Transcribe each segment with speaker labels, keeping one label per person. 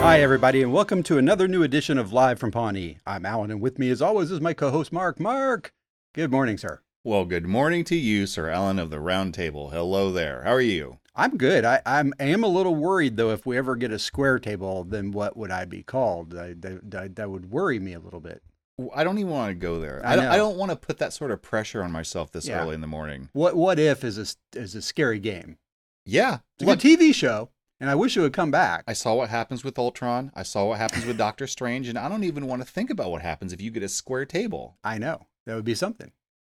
Speaker 1: Hi, everybody, and welcome to another new edition of Live from Pawnee. I'm Alan, and with me, as always, is my co host, Mark. Mark, good morning, sir.
Speaker 2: Well, good morning to you, Sir Alan of the Round Table. Hello there. How are you?
Speaker 1: I'm good. I, I'm, I am a little worried, though, if we ever get a square table, then what would I be called? I, that, that, that would worry me a little bit.
Speaker 2: I don't even want to go there.
Speaker 1: I
Speaker 2: I, don't,
Speaker 1: know.
Speaker 2: I don't want to put that sort of pressure on myself this
Speaker 1: Yeah.
Speaker 2: early in the morning.
Speaker 1: What What If is a, s- is a scary game.
Speaker 2: Yeah.
Speaker 1: It's a
Speaker 2: Look,
Speaker 1: good TV show, and I wish it would come back.
Speaker 2: I saw what happens with Ultron. I saw what happens with Doctor Strange, and I don't even want to think about what happens if you get a square table.
Speaker 1: I know. That would be something.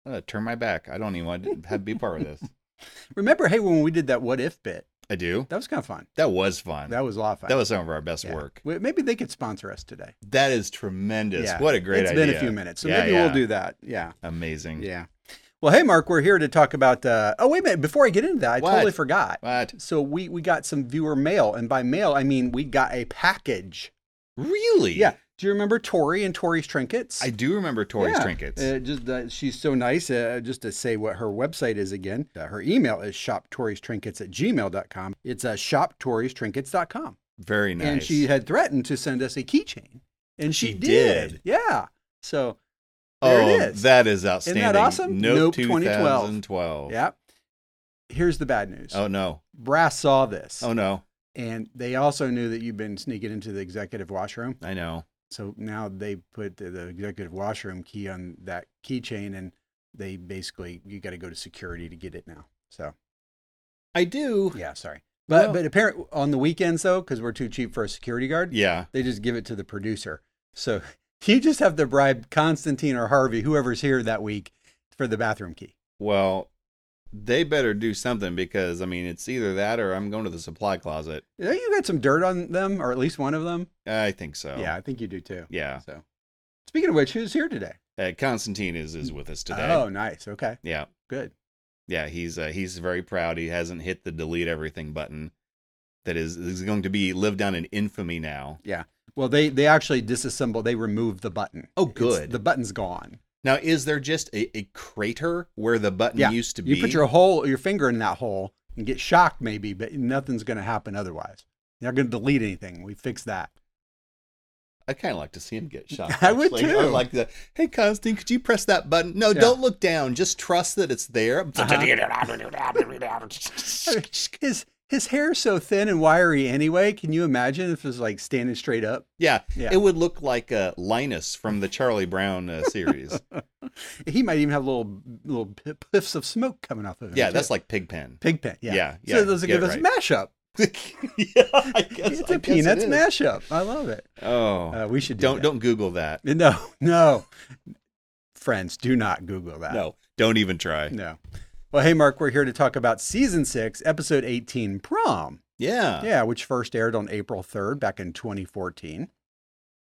Speaker 2: I'm gonna turn my back. I don't even want to have- be part of this.
Speaker 1: Remember, hey, when we did that What If bit,
Speaker 2: I do.
Speaker 1: that was kind of fun.
Speaker 2: That was fun.
Speaker 1: That was a lot of fun.
Speaker 2: That was some of our best
Speaker 1: Yeah.
Speaker 2: work.
Speaker 1: Well, Maybe they could sponsor us today.
Speaker 2: That is tremendous.
Speaker 1: Yeah.
Speaker 2: What a great
Speaker 1: It's
Speaker 2: idea.
Speaker 1: been a few minutes, so
Speaker 2: Yeah,
Speaker 1: maybe
Speaker 2: yeah.
Speaker 1: we'll do that. Yeah,
Speaker 2: Amazing.
Speaker 1: yeah. Well, hey, Mark, we're here to talk about. Uh, oh, wait a minute! Before I get into that, I
Speaker 2: What?
Speaker 1: totally forgot.
Speaker 2: What?
Speaker 1: So we we got some viewer mail, and by mail I mean we got a package.
Speaker 2: Really?
Speaker 1: Yeah. Do you remember Tori and Tori's trinkets?
Speaker 2: I do remember Tori's
Speaker 1: Yeah.
Speaker 2: trinkets.
Speaker 1: Uh, just uh, she's so nice. Uh, just to say what her website is again. Uh, her email is shoptoristrinkets at gmail.com. It's uh, shoptoristrinkets.com.
Speaker 2: Very nice.
Speaker 1: And she had threatened to send us a keychain, and she,
Speaker 2: She did.
Speaker 1: Yeah. So there
Speaker 2: oh,
Speaker 1: it is.
Speaker 2: that is outstanding.
Speaker 1: awesome? Nope,
Speaker 2: Nope,
Speaker 1: 2012.
Speaker 2: 2012.
Speaker 1: Yeah. Here's the bad news.
Speaker 2: Oh no.
Speaker 1: Brass saw this,
Speaker 2: Oh no.
Speaker 1: and they also knew that you've been sneaking into the executive washroom.
Speaker 2: I know.
Speaker 1: So now they put the, the executive washroom key on that keychain, and they basically you got to go to security to get it now. So
Speaker 2: I do.
Speaker 1: yeah, sorry, but
Speaker 2: Well-
Speaker 1: but apparently on the weekends though, because we're too cheap for a security guard,
Speaker 2: Yeah.
Speaker 1: they just give it to the producer. So you just have to bribe Constantine or Harvey, whoever's here that week, for the bathroom key.
Speaker 2: Well, they better do something because I mean it's either that or I'm going to the supply closet.
Speaker 1: Yeah, You got some dirt on them, or at least one of them.
Speaker 2: I think so.
Speaker 1: Yeah, I think you do too.
Speaker 2: Yeah.
Speaker 1: So, speaking of which, who's here today?
Speaker 2: Uh, Constantine is is with us today.
Speaker 1: Oh, nice. Okay,
Speaker 2: Yeah.
Speaker 1: good.
Speaker 2: Yeah. He's uh, he's very proud. He hasn't hit the delete everything button. That is is going to be lived down in infamy now.
Speaker 1: Well, they they actually disassemble. They remove the button.
Speaker 2: Oh,
Speaker 1: It's-
Speaker 2: good.
Speaker 1: the button's gone.
Speaker 2: Now, is there just a, a crater where the button
Speaker 1: Yeah.
Speaker 2: used to be?
Speaker 1: You put your whole your finger in that hole and get shocked, maybe, but nothing's going to happen otherwise. You're not going to delete anything. We fixed that.
Speaker 2: I'd kind of like to see him get shot.
Speaker 1: I would
Speaker 2: actually.
Speaker 1: too.
Speaker 2: I'd like the hey, Constantine, could you press that button? No,
Speaker 1: Yeah. Uh-huh.
Speaker 2: don't look down. Just trust that it's there.
Speaker 1: His his hair's so thin and wiry anyway. Can you imagine if it was like standing straight up?
Speaker 2: yeah,
Speaker 1: Yeah.
Speaker 2: it would look like uh, Linus from the Charlie Brown uh, series.
Speaker 1: He might even have little little p- piffs of smoke coming off of him.
Speaker 2: yeah,
Speaker 1: too.
Speaker 2: that's like Pigpen.
Speaker 1: Pigpen. Yeah,
Speaker 2: Yeah,
Speaker 1: So
Speaker 2: yeah,
Speaker 1: those are
Speaker 2: yeah,
Speaker 1: give us
Speaker 2: right.
Speaker 1: mashup.
Speaker 2: yeah, I guess
Speaker 1: it's
Speaker 2: a
Speaker 1: a peanuts mashup. I love it.
Speaker 2: Oh,
Speaker 1: Uh, we should do
Speaker 2: don't
Speaker 1: that.
Speaker 2: don't Google that.
Speaker 1: No, no. Friends, do not Google that.
Speaker 2: No, don't even try.
Speaker 1: No. Well, hey, Mark, we're here to talk about season six, episode 18, Prom.
Speaker 2: Yeah, Oh,
Speaker 1: Yeah, which first aired on April 3rd back in 2014.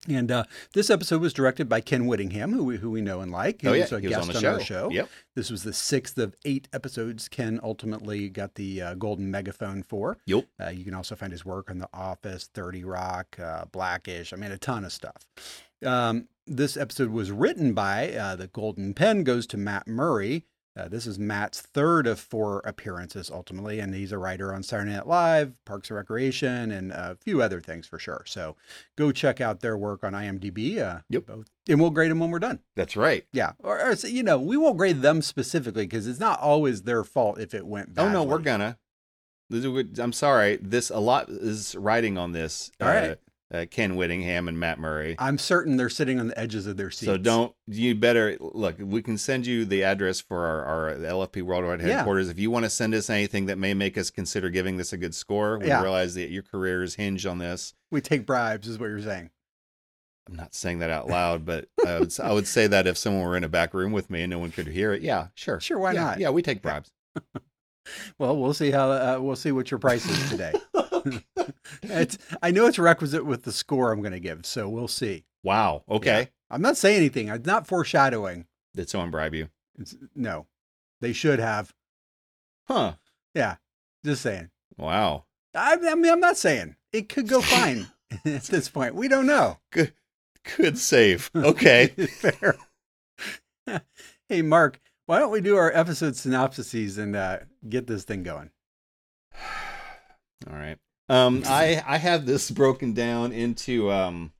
Speaker 1: And uh, this episode was directed by Ken Whittingham, who we, who we know and like. He
Speaker 2: oh yeah,
Speaker 1: was a
Speaker 2: he was
Speaker 1: guest
Speaker 2: on the
Speaker 1: our
Speaker 2: show.
Speaker 1: show.
Speaker 2: Yep.
Speaker 1: This was the sixth of eight episodes Ken ultimately got the uh, Golden Megaphone for.
Speaker 2: Yep.
Speaker 1: Uh, you can also find his work on The Office, 30 Rock, uh, Blackish. I mean, a ton of stuff. Um, this episode was written by uh, The Golden Pen Goes to Matt Murray. Uh, this is Matt's third of four appearances, ultimately, and he's a writer on Saturday Night Live, Parks and Recreation, and a few other things for sure. So go check out their work on IMDb. Uh,
Speaker 2: Yep.
Speaker 1: both- and we'll grade them when we're done.
Speaker 2: That's right.
Speaker 1: Yeah, or, or so, you know, we won't grade them specifically because it's not always their fault if it went.
Speaker 2: Oh
Speaker 1: Badly.
Speaker 2: no, we're gonna. This is what- I'm sorry. This a lot is riding on this.
Speaker 1: All right.
Speaker 2: uh, Ken Whittingham and Matt Murray.
Speaker 1: I'm certain they're sitting on the edges of their seats.
Speaker 2: So don't you better look. We can send you the address for our, our LFP Worldwide
Speaker 1: Yeah.
Speaker 2: headquarters if you want to send us anything that may make us consider giving this a good score. We
Speaker 1: Yeah.
Speaker 2: realize that your career is hinged on this.
Speaker 1: We take bribes, is what you're saying.
Speaker 2: I'm not saying that out loud, but I would, I would say that if someone were in a back room with me and no one could hear it, yeah, sure,
Speaker 1: Sure, why
Speaker 2: Yeah,
Speaker 1: not?
Speaker 2: Yeah, we take bribes.
Speaker 1: Well, we'll see how uh, we'll see what your price is today. it's, I know it's requisite with the score I'm going to give, so we'll see.
Speaker 2: wow. Okay.
Speaker 1: I'm not saying anything. I'm not foreshadowing.
Speaker 2: Did someone bribe you?
Speaker 1: It's, no, they should have.
Speaker 2: Huh.
Speaker 1: Just saying.
Speaker 2: Wow.
Speaker 1: I, I mean, I'm not saying it could go fine at this point. We don't know.
Speaker 2: Good, good save. Okay.
Speaker 1: Fair. hey, Mark, why don't we do our episode synopses and uh, get this thing going?
Speaker 2: All right. Um, I I have this broken down into um,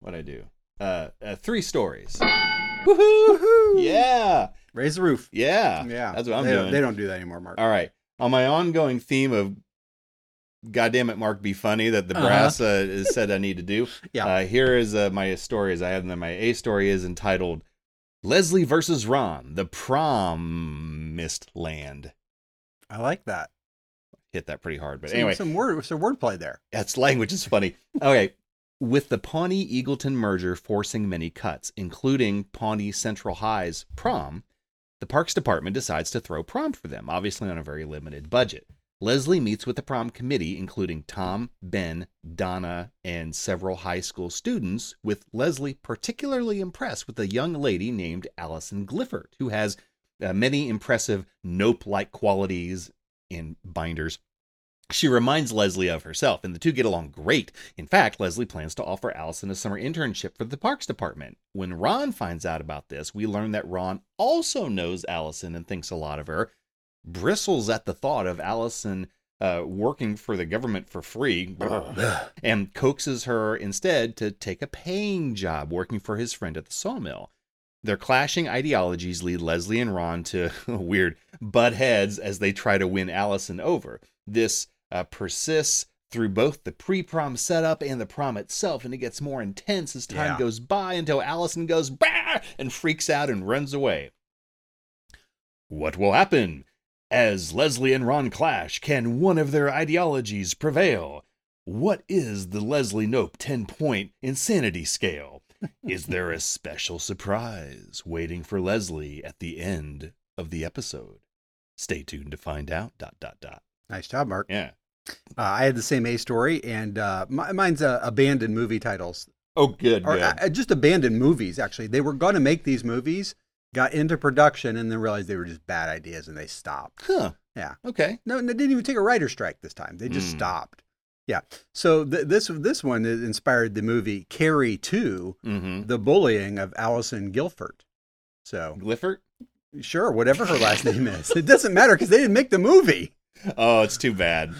Speaker 2: what I do. Uh, uh three stories. Woohoo!
Speaker 1: Woohoo!
Speaker 2: Yeah,
Speaker 1: Raise the roof.
Speaker 2: yeah,
Speaker 1: Yeah.
Speaker 2: That's what I'm
Speaker 1: they, don't-
Speaker 2: doing.
Speaker 1: They don't do that anymore, Mark.
Speaker 2: All right. On my ongoing theme of goddamn it, Mark, be funny that the
Speaker 1: Uh-huh.
Speaker 2: brass uh, is said I need to do.
Speaker 1: Yeah.
Speaker 2: Uh, here is uh, my stories. I have them. My A story is entitled Leslie versus Ron: The Promised Land.
Speaker 1: I like that.
Speaker 2: Hit that pretty hard, but
Speaker 1: some,
Speaker 2: anyway,
Speaker 1: some word, some wordplay there.
Speaker 2: that's language is funny. Okay. With the Pawnee Eagleton merger forcing many cuts, including Pawnee Central High's prom, the Parks Department decides to throw prom for them, obviously on a very limited budget. Leslie meets with the prom committee, including Tom, Ben, Donna, and several high school students, with Leslie particularly impressed with a young lady named Allison Glifford, who has uh, many impressive nope like qualities in binders. She reminds Leslie of herself, and the two get along great. In fact, Leslie plans to offer Allison a summer internship for the Parks Department. When Ron finds out about this, we learn that Ron also knows Allison and thinks a lot of her, bristles at the thought of Allison uh, working for the government for free, and coaxes her instead to take a paying job working for his friend at the sawmill. Their clashing ideologies lead Leslie and Ron to weird butt heads as they try to win Allison over. This uh, persists through both the pre prom setup and the prom itself, and it gets more intense as time
Speaker 1: Yeah.
Speaker 2: goes by until Allison goes bah! and freaks out and runs away. What will happen? As Leslie and Ron clash, can one of their ideologies prevail? What is the Leslie Nope 10 point insanity scale? Is there a special surprise waiting for Leslie at the end of the episode? Stay tuned to find out. Dot, dot, dot.
Speaker 1: nice job, Mark.
Speaker 2: Yeah.
Speaker 1: Uh, I had the same A story, and uh, mi- mine's uh, abandoned movie titles,
Speaker 2: Oh, good.
Speaker 1: or uh, just abandoned movies. Actually, they were going to make these movies, got into production, and then realized they were just bad ideas, and they stopped.
Speaker 2: huh.
Speaker 1: Yeah.
Speaker 2: Okay.
Speaker 1: No, and they didn't even take a writer strike this time. They just
Speaker 2: Mm.
Speaker 1: stopped. Yeah. So th- this this one inspired the movie Carrie Two,
Speaker 2: Mm
Speaker 1: the bullying of Allison Guilford. So
Speaker 2: hmm. Glifford?
Speaker 1: sure, whatever her last name is, it doesn't matter because they didn't make the movie.
Speaker 2: Oh, it's too bad.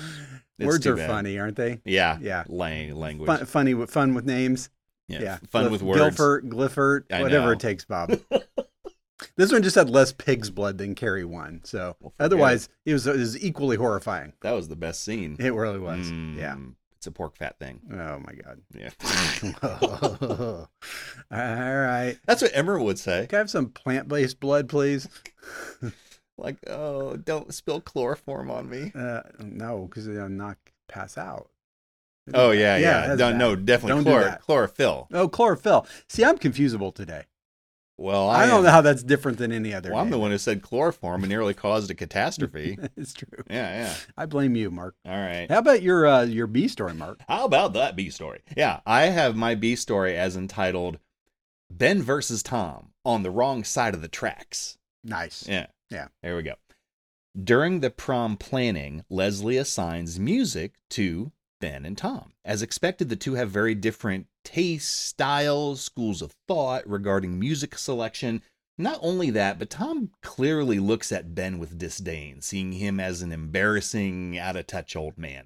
Speaker 2: It's
Speaker 1: Words
Speaker 2: too
Speaker 1: are
Speaker 2: bad. Ah,
Speaker 1: funny, aren't they?
Speaker 2: Yeah.
Speaker 1: Yeah.
Speaker 2: Lang- language.
Speaker 1: Fun, funny with fun with names.
Speaker 2: yeah.
Speaker 1: Yeah.
Speaker 2: Fun
Speaker 1: Glif-
Speaker 2: with words.
Speaker 1: Guilford, Glifford,
Speaker 2: I
Speaker 1: whatever
Speaker 2: know.
Speaker 1: it takes, Bob. this one just had less pig's blood than Carrie one. So
Speaker 2: Well, forget
Speaker 1: otherwise, it was, it was equally horrifying.
Speaker 2: That was the best scene.
Speaker 1: It really was. Yeah.
Speaker 2: Mm, It's a pork fat thing.
Speaker 1: Oh my God.
Speaker 2: Yeah.
Speaker 1: All right.
Speaker 2: That's what Emerald would say.
Speaker 1: Can I have some plant based blood, please?
Speaker 2: Like, oh, don't spill chloroform on me.
Speaker 1: Uh, no, because I'll not pass out.
Speaker 2: Oh yeah,
Speaker 1: Yeah,
Speaker 2: yeah.
Speaker 1: that's
Speaker 2: No,
Speaker 1: bad.
Speaker 2: no, definitely
Speaker 1: Don't do
Speaker 2: chlor-
Speaker 1: that.
Speaker 2: chlorophyll.
Speaker 1: Oh, chlorophyll. See, I'm confusable today.
Speaker 2: Well,
Speaker 1: I,
Speaker 2: I,
Speaker 1: don't
Speaker 2: am-
Speaker 1: know how that's different than any other.
Speaker 2: Well, I'm the
Speaker 1: name.
Speaker 2: one who said chloroform and nearly caused a catastrophe.
Speaker 1: it's true.
Speaker 2: yeah,
Speaker 1: I blame you, Mark.
Speaker 2: yeah. All right.
Speaker 1: How about your uh, your B story, Mark?
Speaker 2: How about that B story? Yeah, I have my B story as entitled Ben versus Tom on the wrong side of the tracks.
Speaker 1: Nice.
Speaker 2: Yeah.
Speaker 1: Yeah.
Speaker 2: There we go. During the prom planning, Leslie assigns music to Ben and Tom. As expected, the two have very different tastes, styles, schools of thought regarding music selection. Not only that, but Tom clearly looks at Ben with disdain, seeing him as an embarrassing, out of touch old man.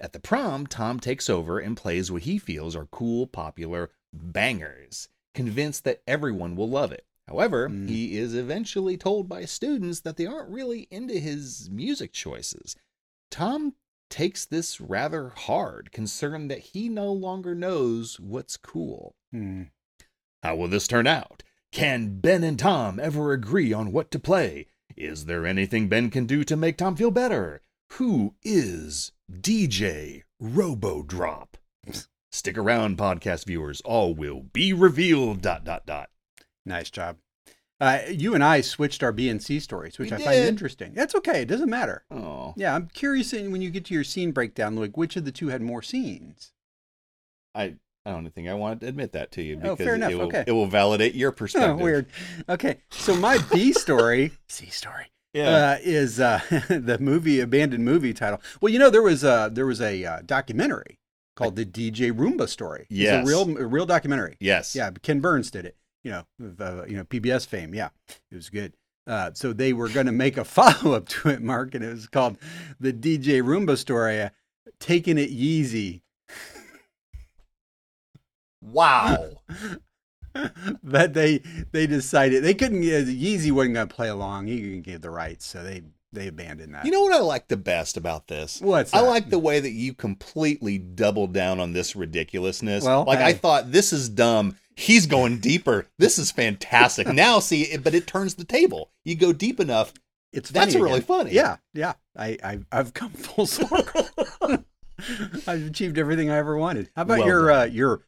Speaker 2: At the prom, Tom takes over and plays what he feels are cool, popular bangers, convinced that everyone will love it. However,
Speaker 1: Mm.
Speaker 2: he is eventually told by students that they aren't really into his music choices. Tom takes this rather hard, concerned that he no longer knows what's cool.
Speaker 1: Hmm.
Speaker 2: How will this turn out? Can Ben and Tom ever agree on what to play? Is there anything Ben can do to make Tom feel better? Who is DJ Robodrop? Stick around, podcast viewers. All will be revealed. Dot dot dot.
Speaker 1: Nice job. Uh, you and I switched our B and C stories, which
Speaker 2: We
Speaker 1: I find
Speaker 2: did.
Speaker 1: interesting. That's okay. It doesn't matter.
Speaker 2: Oh,
Speaker 1: Yeah, I'm curious in, when you get to your scene breakdown, like which of the two had more scenes.
Speaker 2: I I don't think I want to admit that to you
Speaker 1: Oh,
Speaker 2: because
Speaker 1: fair enough.
Speaker 2: it will
Speaker 1: Okay.
Speaker 2: it will validate your
Speaker 1: Oh,
Speaker 2: perspective.
Speaker 1: weird. Okay, so my B story, C story,
Speaker 2: Yeah.
Speaker 1: uh, is uh, the movie abandoned movie title. Well, you know there was a there was a uh, documentary called the DJ Roomba story.
Speaker 2: Yes.
Speaker 1: it's a real a real documentary.
Speaker 2: yes.
Speaker 1: Yeah, Ken Burns did it. You know, of, uh, you know PBS fame. Yeah, it was good. Uh, so they were going to make a follow up to it, Mark, and it was called the DJ Roomba story. Uh, taking it Yeezy.
Speaker 2: Wow.
Speaker 1: but they they decided they couldn't. uh, Yeezy wasn't going to play along. He couldn't give the rights, so they they abandoned that.
Speaker 2: you know what I like the best about this?
Speaker 1: what's
Speaker 2: I
Speaker 1: that?
Speaker 2: like the way that you completely doubled down on this ridiculousness.
Speaker 1: Well,
Speaker 2: like I
Speaker 1: hey.
Speaker 2: thought this is dumb. He's going deeper. This is fantastic. now see, it, but it turns the table. You go deep enough.
Speaker 1: it's funny
Speaker 2: That's really
Speaker 1: again.
Speaker 2: funny.
Speaker 1: Yeah, yeah. I, I I've come full circle. I've achieved everything I ever wanted. How about
Speaker 2: Well
Speaker 1: your uh, your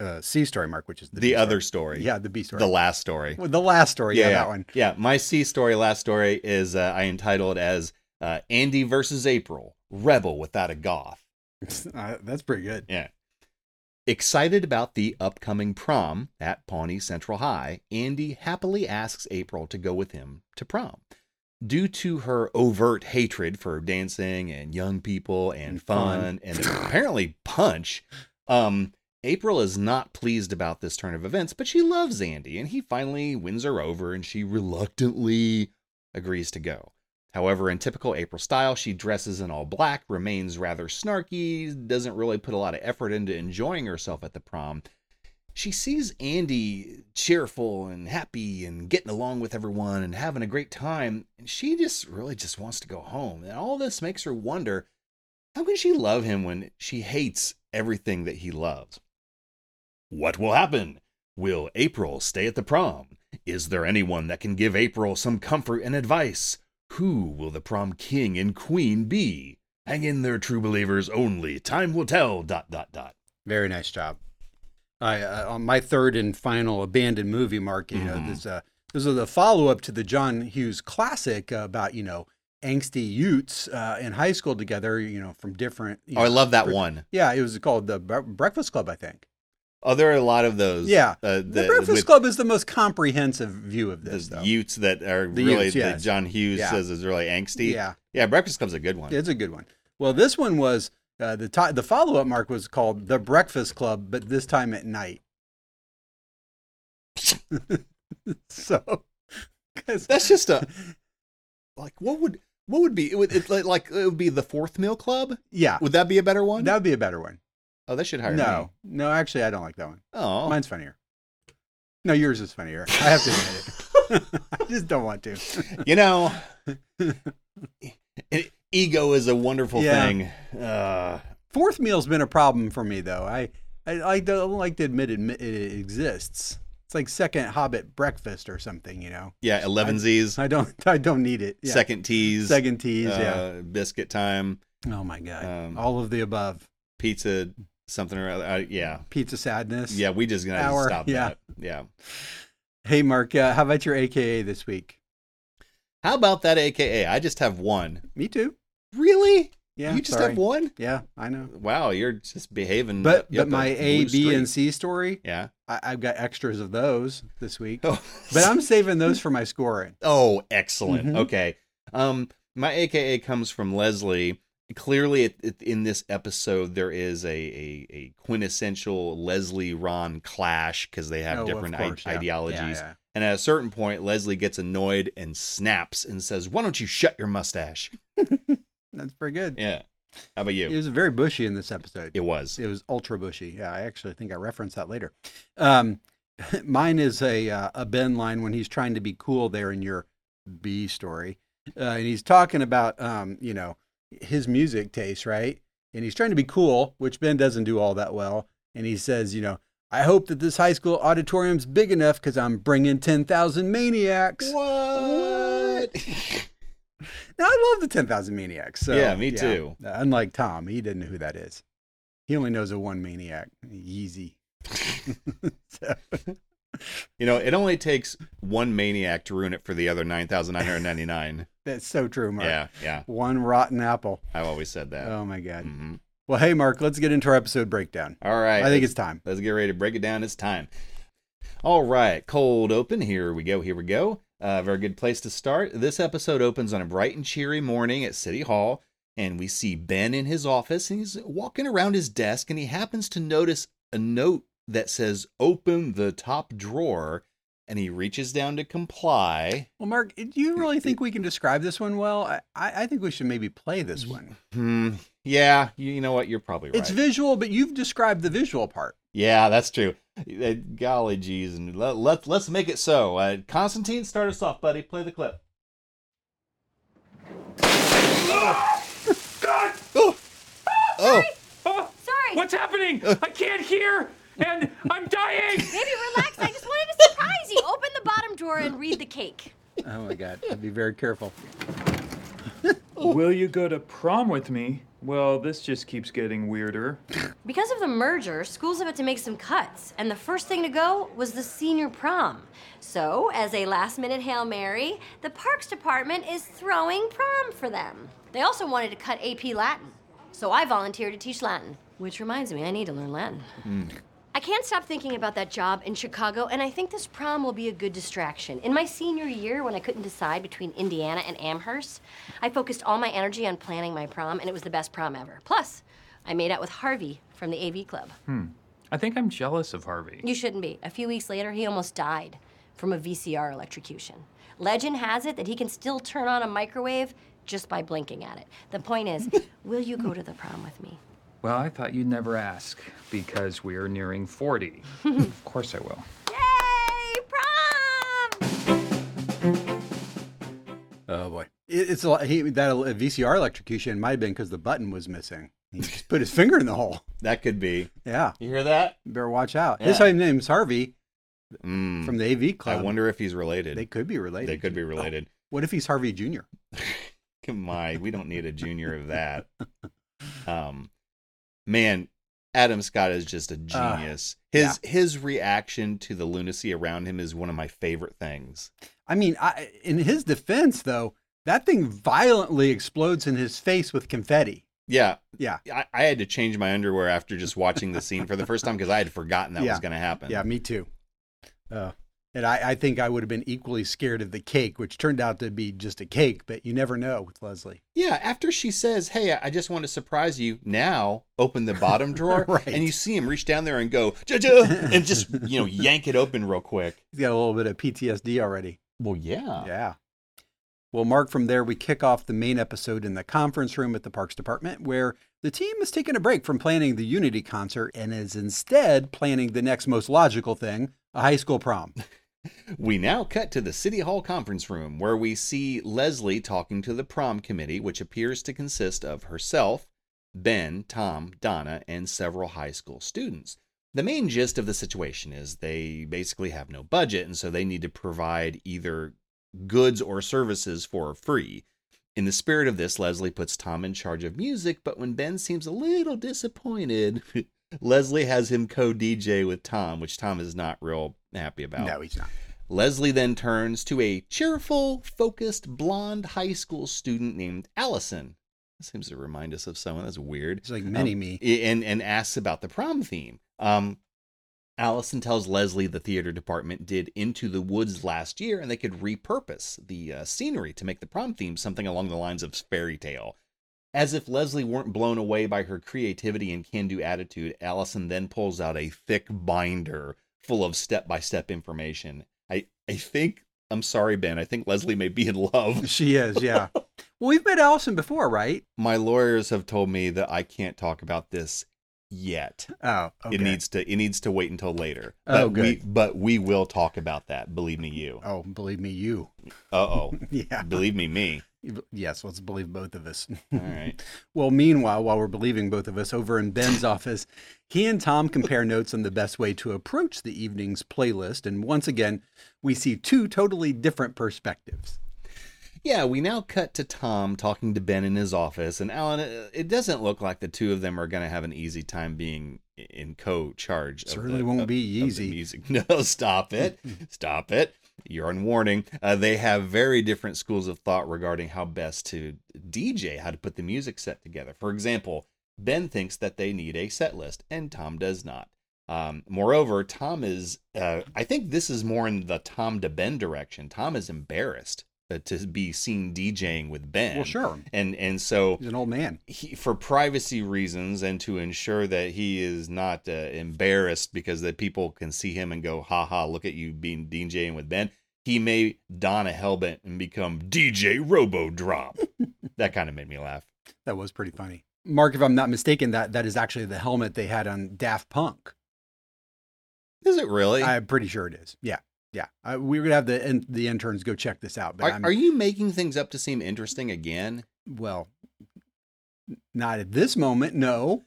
Speaker 1: uh, C story, Mark? Which is the,
Speaker 2: The
Speaker 1: B
Speaker 2: other story.
Speaker 1: Yeah, the B story.
Speaker 2: The last story.
Speaker 1: Well, the last story. Yeah,
Speaker 2: yeah,
Speaker 1: that one.
Speaker 2: Yeah, my C story, last story is uh, I entitled as uh, Andy versus April, Rebel Without a Goth.
Speaker 1: Uh, that's pretty good.
Speaker 2: Excited about the upcoming prom at Pawnee Central High, Andy happily asks April to go with him to prom. Due to her overt hatred for dancing and young people and,
Speaker 1: And
Speaker 2: fun,
Speaker 1: fun.
Speaker 2: and apparently punch, um, April is not pleased about this turn of events, but she loves Andy and he finally wins her over and she reluctantly agrees to go. However, in typical April style, she dresses in all black, remains rather snarky, doesn't really put a lot of effort into enjoying herself at the prom. She sees Andy cheerful and happy and getting along with everyone and having a great time, and she just really just wants to go home. And all this makes her wonder how can she love him when she hates everything that he loves? What will happen? Will April stay at the prom? Is there anyone that can give April some comfort and advice? Who will the prom king and queen be? Hang in there, true believers only. Time will tell. Dot dot dot.
Speaker 1: Very nice job. I uh, on my third and final abandoned movie, Mark. You
Speaker 2: Mhm.
Speaker 1: know, this uh, this is the follow up to the John Hughes classic uh, about you know angsty Utes uh, in high school together. You know, from different. You
Speaker 2: Oh, I
Speaker 1: know,
Speaker 2: love that
Speaker 1: fr-
Speaker 2: one.
Speaker 1: Yeah, it was called the Bre- Breakfast Club, I think.
Speaker 2: Oh, there are a lot of those.
Speaker 1: Yeah.
Speaker 2: uh, the,
Speaker 1: The, Breakfast
Speaker 2: with
Speaker 1: Club is the most comprehensive view of
Speaker 2: the
Speaker 1: this, though.
Speaker 2: Utes that are
Speaker 1: The
Speaker 2: really
Speaker 1: Utes,
Speaker 2: that
Speaker 1: yes.
Speaker 2: John Hughes
Speaker 1: Yeah.
Speaker 2: says is really angsty.
Speaker 1: Yeah,
Speaker 2: yeah. Breakfast Club's a good one.
Speaker 1: it's a good one. Well, this one was uh, the ti the follow up. Mark was called the Breakfast Club, but this time at night. so, 'cause-
Speaker 2: That's just a like what would what would be it would it, like- like it would be the fourth meal club?
Speaker 1: yeah,
Speaker 2: Would that be a better one?
Speaker 1: that would be a better one.
Speaker 2: oh, that should hire me.
Speaker 1: No, no, actually, I don't like that one.
Speaker 2: Oh,
Speaker 1: Mine's funnier. No, yours is funnier. I have to admit it. I just don't want to.
Speaker 2: you know, e- ego is a wonderful
Speaker 1: Yeah.
Speaker 2: thing. Uh,
Speaker 1: Fourth meal's been a problem for me though. I I, I don't like to admit it, it exists. It's like second Hobbit breakfast or something, you know.
Speaker 2: yeah, eleven Z's,
Speaker 1: I don't I don't need it. Yeah.
Speaker 2: second teas,
Speaker 1: second teas.
Speaker 2: uh, biscuit time,
Speaker 1: yeah. Oh my god.
Speaker 2: um,
Speaker 1: All of the above.
Speaker 2: pizza, something or other. Uh, yeah,
Speaker 1: Pizza sadness.
Speaker 2: yeah, we just gonna have to
Speaker 1: Hour,
Speaker 2: stop
Speaker 1: yeah.
Speaker 2: that. Yeah.
Speaker 1: Hey Mark, uh, how about your AKA this week?
Speaker 2: How about that AKA? I just have one.
Speaker 1: Me too.
Speaker 2: Really?
Speaker 1: Yeah.
Speaker 2: you just
Speaker 1: sorry.
Speaker 2: have one?
Speaker 1: Yeah, I know.
Speaker 2: Wow, you're just behaving.
Speaker 1: But
Speaker 2: up- up
Speaker 1: but my
Speaker 2: a
Speaker 1: A,
Speaker 2: blue
Speaker 1: B, and
Speaker 2: streak.
Speaker 1: C story,
Speaker 2: Yeah.
Speaker 1: I, I've got extras of those this week.
Speaker 2: Oh.
Speaker 1: But I'm saving those for my scoring.
Speaker 2: Oh, excellent.
Speaker 1: Mhm.
Speaker 2: Okay. Um, my AKA comes from Leslie. Clearly, it, it, in this episode, there is a, a, a quintessential Leslie Ron clash because they have
Speaker 1: Oh, of
Speaker 2: different i-
Speaker 1: course, yeah.
Speaker 2: ideologies.
Speaker 1: Yeah, yeah.
Speaker 2: And at a certain point, Leslie gets annoyed and snaps and says, Why don't you shut your mustache?
Speaker 1: That's pretty good.
Speaker 2: Yeah. How about you?
Speaker 1: It was very bushy in this episode.
Speaker 2: It was.
Speaker 1: It was ultra bushy. Yeah, I actually think I referenced that later. Um, mine is a uh, a Ben line when he's trying to be cool there in your B story, uh, and he's talking about um, you know his music taste, right? And he's trying to be cool, which Ben doesn't do all that well. And he says, you know, I hope that this high school auditorium's big enough because I'm bringing ten thousand maniacs.
Speaker 2: What?
Speaker 1: Now I love the ten thousand maniacs. So,
Speaker 2: Yeah, me too.
Speaker 1: Uh, unlike Tom, he didn't know who that is. He only knows a one maniac, Yeezy. So-
Speaker 2: you know, it only takes one maniac to ruin it for the other 9,999.
Speaker 1: That's so true, Mark.
Speaker 2: yeah. Yeah.
Speaker 1: One rotten apple.
Speaker 2: I've always said that.
Speaker 1: Oh my God.
Speaker 2: Mhm.
Speaker 1: Well, hey, Mark, let's get into our episode breakdown.
Speaker 2: All right.
Speaker 1: I think it's time.
Speaker 2: Let's get ready to break it down. It's time. All right, cold open. Here we go. Here we go. Uh, very good place to start. This episode opens on a bright and cheery morning at City Hall, and we see Ben in his office, and he's walking around his desk, and he happens to notice a note that says "Open the top drawer," and he reaches down to comply.
Speaker 1: Well, Mark, do you really think we can describe this one well? I, I I think we should maybe play this one.
Speaker 2: Hmm. Yeah, you, you know what? You're probably right.
Speaker 1: It's visual, but you've described the visual part.
Speaker 2: yeah, that's true. Uh, Golly geez, and let, let, let's make it so. Uh, Constantine, start us off, buddy. Play the clip.
Speaker 3: God!
Speaker 2: Oh, oh,
Speaker 3: Oh,
Speaker 4: Sorry.
Speaker 3: what's happening? I can't hear, and I'm dying.
Speaker 4: Baby, relax. I just wanted to surprise you. Open the bottom drawer and read the cake.
Speaker 1: Oh my God, I'd be very careful.
Speaker 5: Will you go to prom with me? Well, this just keeps getting weirder.
Speaker 4: Because of the merger, school's about to make some cuts, and the first thing to go was the senior prom. So, as a last minute Hail Mary, the Parks Department is throwing prom for them. They also wanted to cut AP Latin, so I volunteered to teach Latin, which reminds me, I need to learn Latin.
Speaker 5: Hmm.
Speaker 4: I can't stop thinking about that job in Chicago, and I think this prom will be a good distraction. In my senior year, when I couldn't decide between Indiana and Amherst, I focused all my energy on planning my prom, and it was the best prom ever. Plus, I made out with Harvey from the AV Club.
Speaker 5: I think I'm jealous of Harvey.
Speaker 4: You shouldn't be. A few weeks later, he almost died from a VCR electrocution. Legend has it that he can still turn on a microwave just by blinking at it. The point is, will you go to the prom with me?
Speaker 5: Well, I thought you'd never ask because we are nearing 40. of course I will.
Speaker 4: Yay! Prom!
Speaker 1: Oh boy, it, it's a lot, he, that el- VCR electrocution might have been because the button was missing. He just put his finger in the hole.
Speaker 2: that could be.
Speaker 1: Yeah,
Speaker 2: You hear that?
Speaker 1: better watch out. His
Speaker 2: Yeah.
Speaker 1: name's Harvey
Speaker 2: Mm.
Speaker 1: from the AV
Speaker 2: I
Speaker 1: Club.
Speaker 2: wonder if he's related.
Speaker 1: they could be related.
Speaker 2: They could be related.
Speaker 1: What if he's Harvey Jr.?
Speaker 2: My, we don't need a junior of that. Um, man, Adam Scott is just a
Speaker 1: Uh,
Speaker 2: genius. his his reaction to the lunacy around him is one of my favorite things.
Speaker 1: I mean, I, in his defense, though, that thing violently explodes in his face with confetti.
Speaker 2: Yeah,
Speaker 1: Yeah,
Speaker 2: I, I had to change my underwear after just watching the scene for the first time because I had forgotten that
Speaker 1: Yeah.
Speaker 2: was going to happen.
Speaker 1: yeah, me too. Uh, and I, I think I would have been equally scared of the cake, which turned out to be just a cake, but you never know with Leslie.
Speaker 2: Yeah, after she says, "Hey, I I just want to surprise you." Now, open the bottom drawer,
Speaker 1: Right.
Speaker 2: and you see him reach down there and go, "Ja-ja," and just you know yank it open real quick.
Speaker 1: He's got a little bit of PTSD already.
Speaker 2: Well, yeah,
Speaker 1: Yeah. Well, Mark, from there, we kick off the main episode in the conference room at the Parks Department, where the team is taking a break from planning the Unity concert and is instead planning the next most logical thing a high school prom.
Speaker 2: We now cut to the City Hall conference room where we see Leslie talking to the prom committee, which appears to consist of herself, Ben, Tom, Donna, and several high school students. The main gist of the situation is they basically have no budget, and so they need to provide either goods or services for free. In the spirit of this, Leslie puts Tom in charge of music, but when Ben seems a little disappointed, Leslie has him co DJ with Tom, which Tom is not real happy about.
Speaker 1: No, he's not.
Speaker 2: Leslie then turns to a cheerful, focused, blonde high school student named Allison. That seems to remind us of someone. That's weird.
Speaker 1: It's like mini me.
Speaker 2: Um, and, and asks about the prom theme. Um, Allison tells Leslie the theater department did Into the Woods last year and they could repurpose the uh, scenery to make the prom theme something along the lines of fairy tale. As if Leslie weren't blown away by her creativity and can do attitude, Allison then pulls out a thick binder full of step by step information. I, I think, I'm sorry, Ben, I think Leslie may be in love.
Speaker 1: She is, yeah. well, we've met Allison before, right?
Speaker 2: My lawyers have told me that I can't talk about this yet.
Speaker 1: Oh, okay.
Speaker 2: It needs to it needs to wait until later. But
Speaker 1: Oh,
Speaker 2: we
Speaker 1: good.
Speaker 2: but we will talk about that, believe me you.
Speaker 1: Oh, believe me, you.
Speaker 2: Uh-oh.
Speaker 1: Yeah.
Speaker 2: believe me me.
Speaker 1: Yes, let's believe both of us.
Speaker 2: All right.
Speaker 1: Well, meanwhile, while we're believing both of us over in Ben's office, he and Tom compare notes on the best way to approach the evening's playlist. And once again, we see two totally different perspectives.
Speaker 2: Yeah, we now cut to Tom talking to Ben in his office and Alan uh, it doesn't look like the two of them are going to have an easy time being in co-charge of
Speaker 1: Certainly
Speaker 2: the-
Speaker 1: won't
Speaker 2: of-
Speaker 1: be
Speaker 2: of the
Speaker 1: easy.
Speaker 2: music. No, stop it. stop it. You're on warning. Uh, they have very different schools of thought regarding how best to DJ, how to put the music set together. For example, Ben thinks that they need a set list, and Tom does not. Um, moreover, Tom is, uh, I think this is more in the Tom to Ben direction. Tom is embarrassed uh, to be seen DJing with Ben.
Speaker 1: Well, sure.
Speaker 2: And and so
Speaker 1: He's an old man.
Speaker 2: he, for privacy reasons and to ensure that he is not uh, embarrassed because that people can see him and go, "Ha ha, look at you being DJing with Ben." He may don a helmet and become DJ Robo Drop. that kind of made me laugh.
Speaker 1: That was pretty funny. Mark, if I'm not mistaken, that that is actually the helmet they had on Daft Punk.
Speaker 2: Is it really?
Speaker 1: I'm pretty sure it is. Yeah, yeah. I, we're gonna have the in, the interns go check this out. But
Speaker 2: are,
Speaker 1: I'm,
Speaker 2: are you making things up to seem interesting again?
Speaker 1: well, n- not at this moment, no.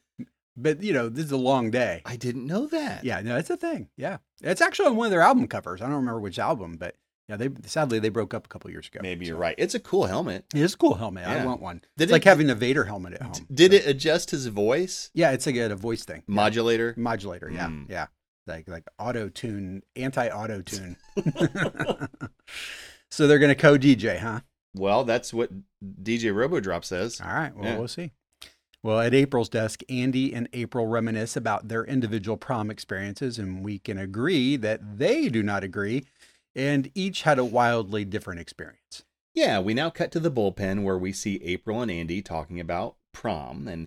Speaker 1: But you know, this is a long day.
Speaker 2: I didn't know that.
Speaker 1: Yeah, no, it's a thing. Yeah, it's actually on one of their album covers. I don't remember which album, but yeah, they sadly they broke up a couple years ago.
Speaker 2: Maybe you're
Speaker 1: so.
Speaker 2: right. It's a cool helmet.
Speaker 1: It's a cool helmet.
Speaker 2: Yeah.
Speaker 1: I want one.
Speaker 2: Did
Speaker 1: it's
Speaker 2: it-
Speaker 1: like having a Vader helmet at home.
Speaker 2: Did
Speaker 1: so.
Speaker 2: it adjust his voice
Speaker 1: Yeah, it's like a, a voice thing. Yeah.
Speaker 2: modulator?
Speaker 1: modulator. Yeah,
Speaker 2: Mm.
Speaker 1: yeah, like like auto tune, anti auto tune. so they're gonna co DJ, huh?
Speaker 2: Well, that's what DJ Robodrop says.
Speaker 1: All right. Well,
Speaker 2: Yeah.
Speaker 1: we'll see. Well, at April's desk, Andy and April reminisce about their individual prom experiences, and we can agree that they do not agree, and each had a wildly different experience.
Speaker 2: Yeah, we now cut to the bullpen where we see April and Andy talking about prom. And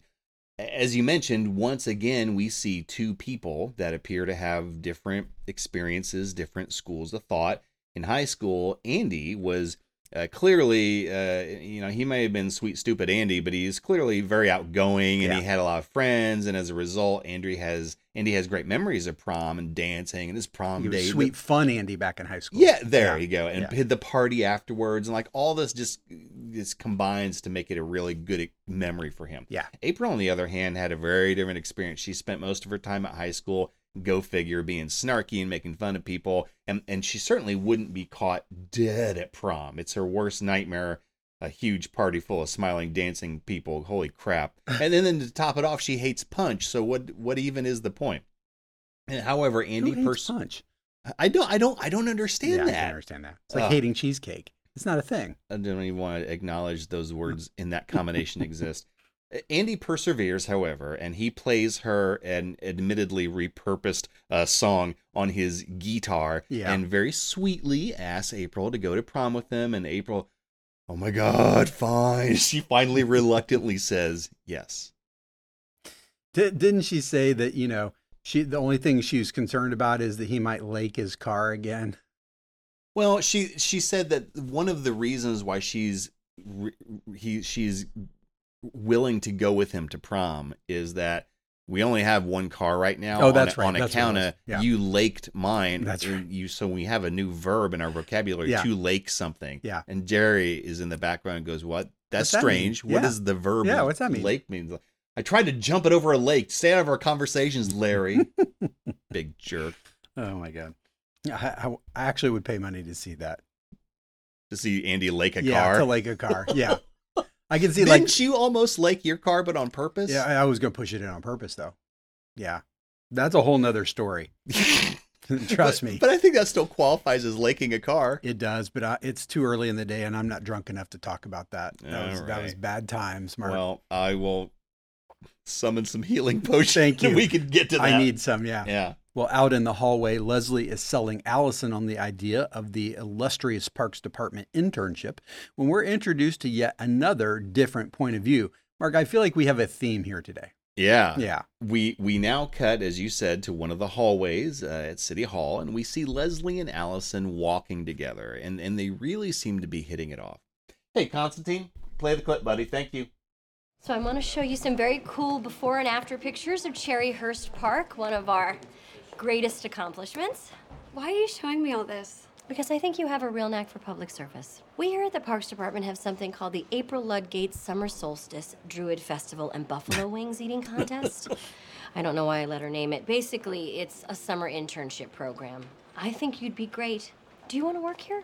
Speaker 2: as you mentioned, once again, we see two people that appear to have different experiences, different schools of thought. In high school, Andy was uh, clearly, uh, you know, he may have been sweet, stupid Andy, but he's clearly very outgoing and he had a lot of friends. And as a result, Andy has Andy has great memories of prom and dancing and his prom
Speaker 1: He was
Speaker 2: date.
Speaker 1: sweet fun Andy back in high school.
Speaker 2: Um, Yeah, there
Speaker 1: Yeah.
Speaker 2: you go. And
Speaker 1: Yeah.
Speaker 2: hit the party afterwards, and like all this just this combines to make it a really good e, memory for him.
Speaker 1: Yeah.
Speaker 2: April, on the other hand, had a very different experience. She spent most of her time at high school, go figure, being snarky and making fun of people, and and she certainly wouldn't be caught dead at prom. It's her worst nightmare. A huge party full of smiling, dancing people. Holy crap! And then, then to top it off, she hates punch. So what? What even is the point? And however,
Speaker 1: Who
Speaker 2: Andy
Speaker 1: hates
Speaker 2: pers-
Speaker 1: punch?
Speaker 2: I don't. I don't. I don't understand
Speaker 1: yeah, I
Speaker 2: that.
Speaker 1: can understand that. It's like
Speaker 2: Ugh.
Speaker 1: hating cheesecake. It's not a thing.
Speaker 2: I don't even want to acknowledge those words in that combination exist. Andy perseveres, however, and he plays her an admittedly repurposed uh, song on his guitar
Speaker 1: Yeah.
Speaker 2: and very sweetly asks April to go to prom with them. And April, oh my God, fine. She finally reluctantly says yes.
Speaker 1: Di- didn't she say that you know she the only thing she was concerned about is that he might lake his car again?
Speaker 2: Well, she she said that one of the reasons why she's re- he she's willing to go with him to prom is that we only have one car right now.
Speaker 1: Oh,
Speaker 2: on
Speaker 1: that's
Speaker 2: a-
Speaker 1: right.
Speaker 2: On
Speaker 1: That's what it
Speaker 2: account
Speaker 1: was.
Speaker 2: of
Speaker 1: Yeah.
Speaker 2: you laked mine.
Speaker 1: That's
Speaker 2: and You so we have a new verb in our vocabulary
Speaker 1: Yeah.
Speaker 2: to lake something.
Speaker 1: Yeah.
Speaker 2: And Jerry is in the background and goes, "What?
Speaker 1: What's
Speaker 2: That's
Speaker 1: that mean?
Speaker 2: strange. What
Speaker 1: Yeah.
Speaker 2: does the verb?
Speaker 1: Yeah, what's that mean?"
Speaker 2: Lake means. I tried to jump it over a lake. Stay out of our conversations, Larry. Big jerk.
Speaker 1: Oh my god, I, I, I actually would pay money to see that.
Speaker 2: To see Andy lake a
Speaker 1: yeah,
Speaker 2: car.
Speaker 1: to like a car. Yeah, I can see
Speaker 2: Didn't
Speaker 1: like
Speaker 2: you almost like your car, but on purpose?
Speaker 1: yeah. I, I was gonna push it in on purpose though. Yeah, that's a whole nother story. Trust
Speaker 2: But-
Speaker 1: me,
Speaker 2: But I think that still qualifies as laking a car.
Speaker 1: it does. But I, it's too early in the day, and I'm not drunk enough to talk about that. That was, that was
Speaker 2: Alright.
Speaker 1: bad times, Mark.
Speaker 2: Well, I will summon some healing potion.
Speaker 1: Thank
Speaker 2: and
Speaker 1: you.
Speaker 2: We can get to that.
Speaker 1: I need some. Yeah.
Speaker 2: Yeah.
Speaker 1: Well, out in the hallway, Leslie is selling Allison on the idea of the illustrious Parks Department internship when we're introduced to yet another different point of view. Mark, I feel like we have a theme here today.
Speaker 2: Yeah.
Speaker 1: Yeah.
Speaker 2: We we now cut, as you said, to one of the hallways uh, at City Hall, and we see Leslie and Allison walking together, and and they really seem to be hitting it off. Hey, Constantine, play the clip, buddy. Thank you.
Speaker 4: So I want to show you some very cool before and after pictures of Cherry Hurst Park, one of our greatest accomplishments.
Speaker 6: Why are you showing me all this?
Speaker 4: Because I think you have a real knack for public service. We here at the Parks Department have something called the April Ludgate Summer Solstice Druid Festival and Buffalo Wings Eating Contest. I don't know why I let her name it. Basically, it's a summer internship program. I think you'd be great. Do you want to work here?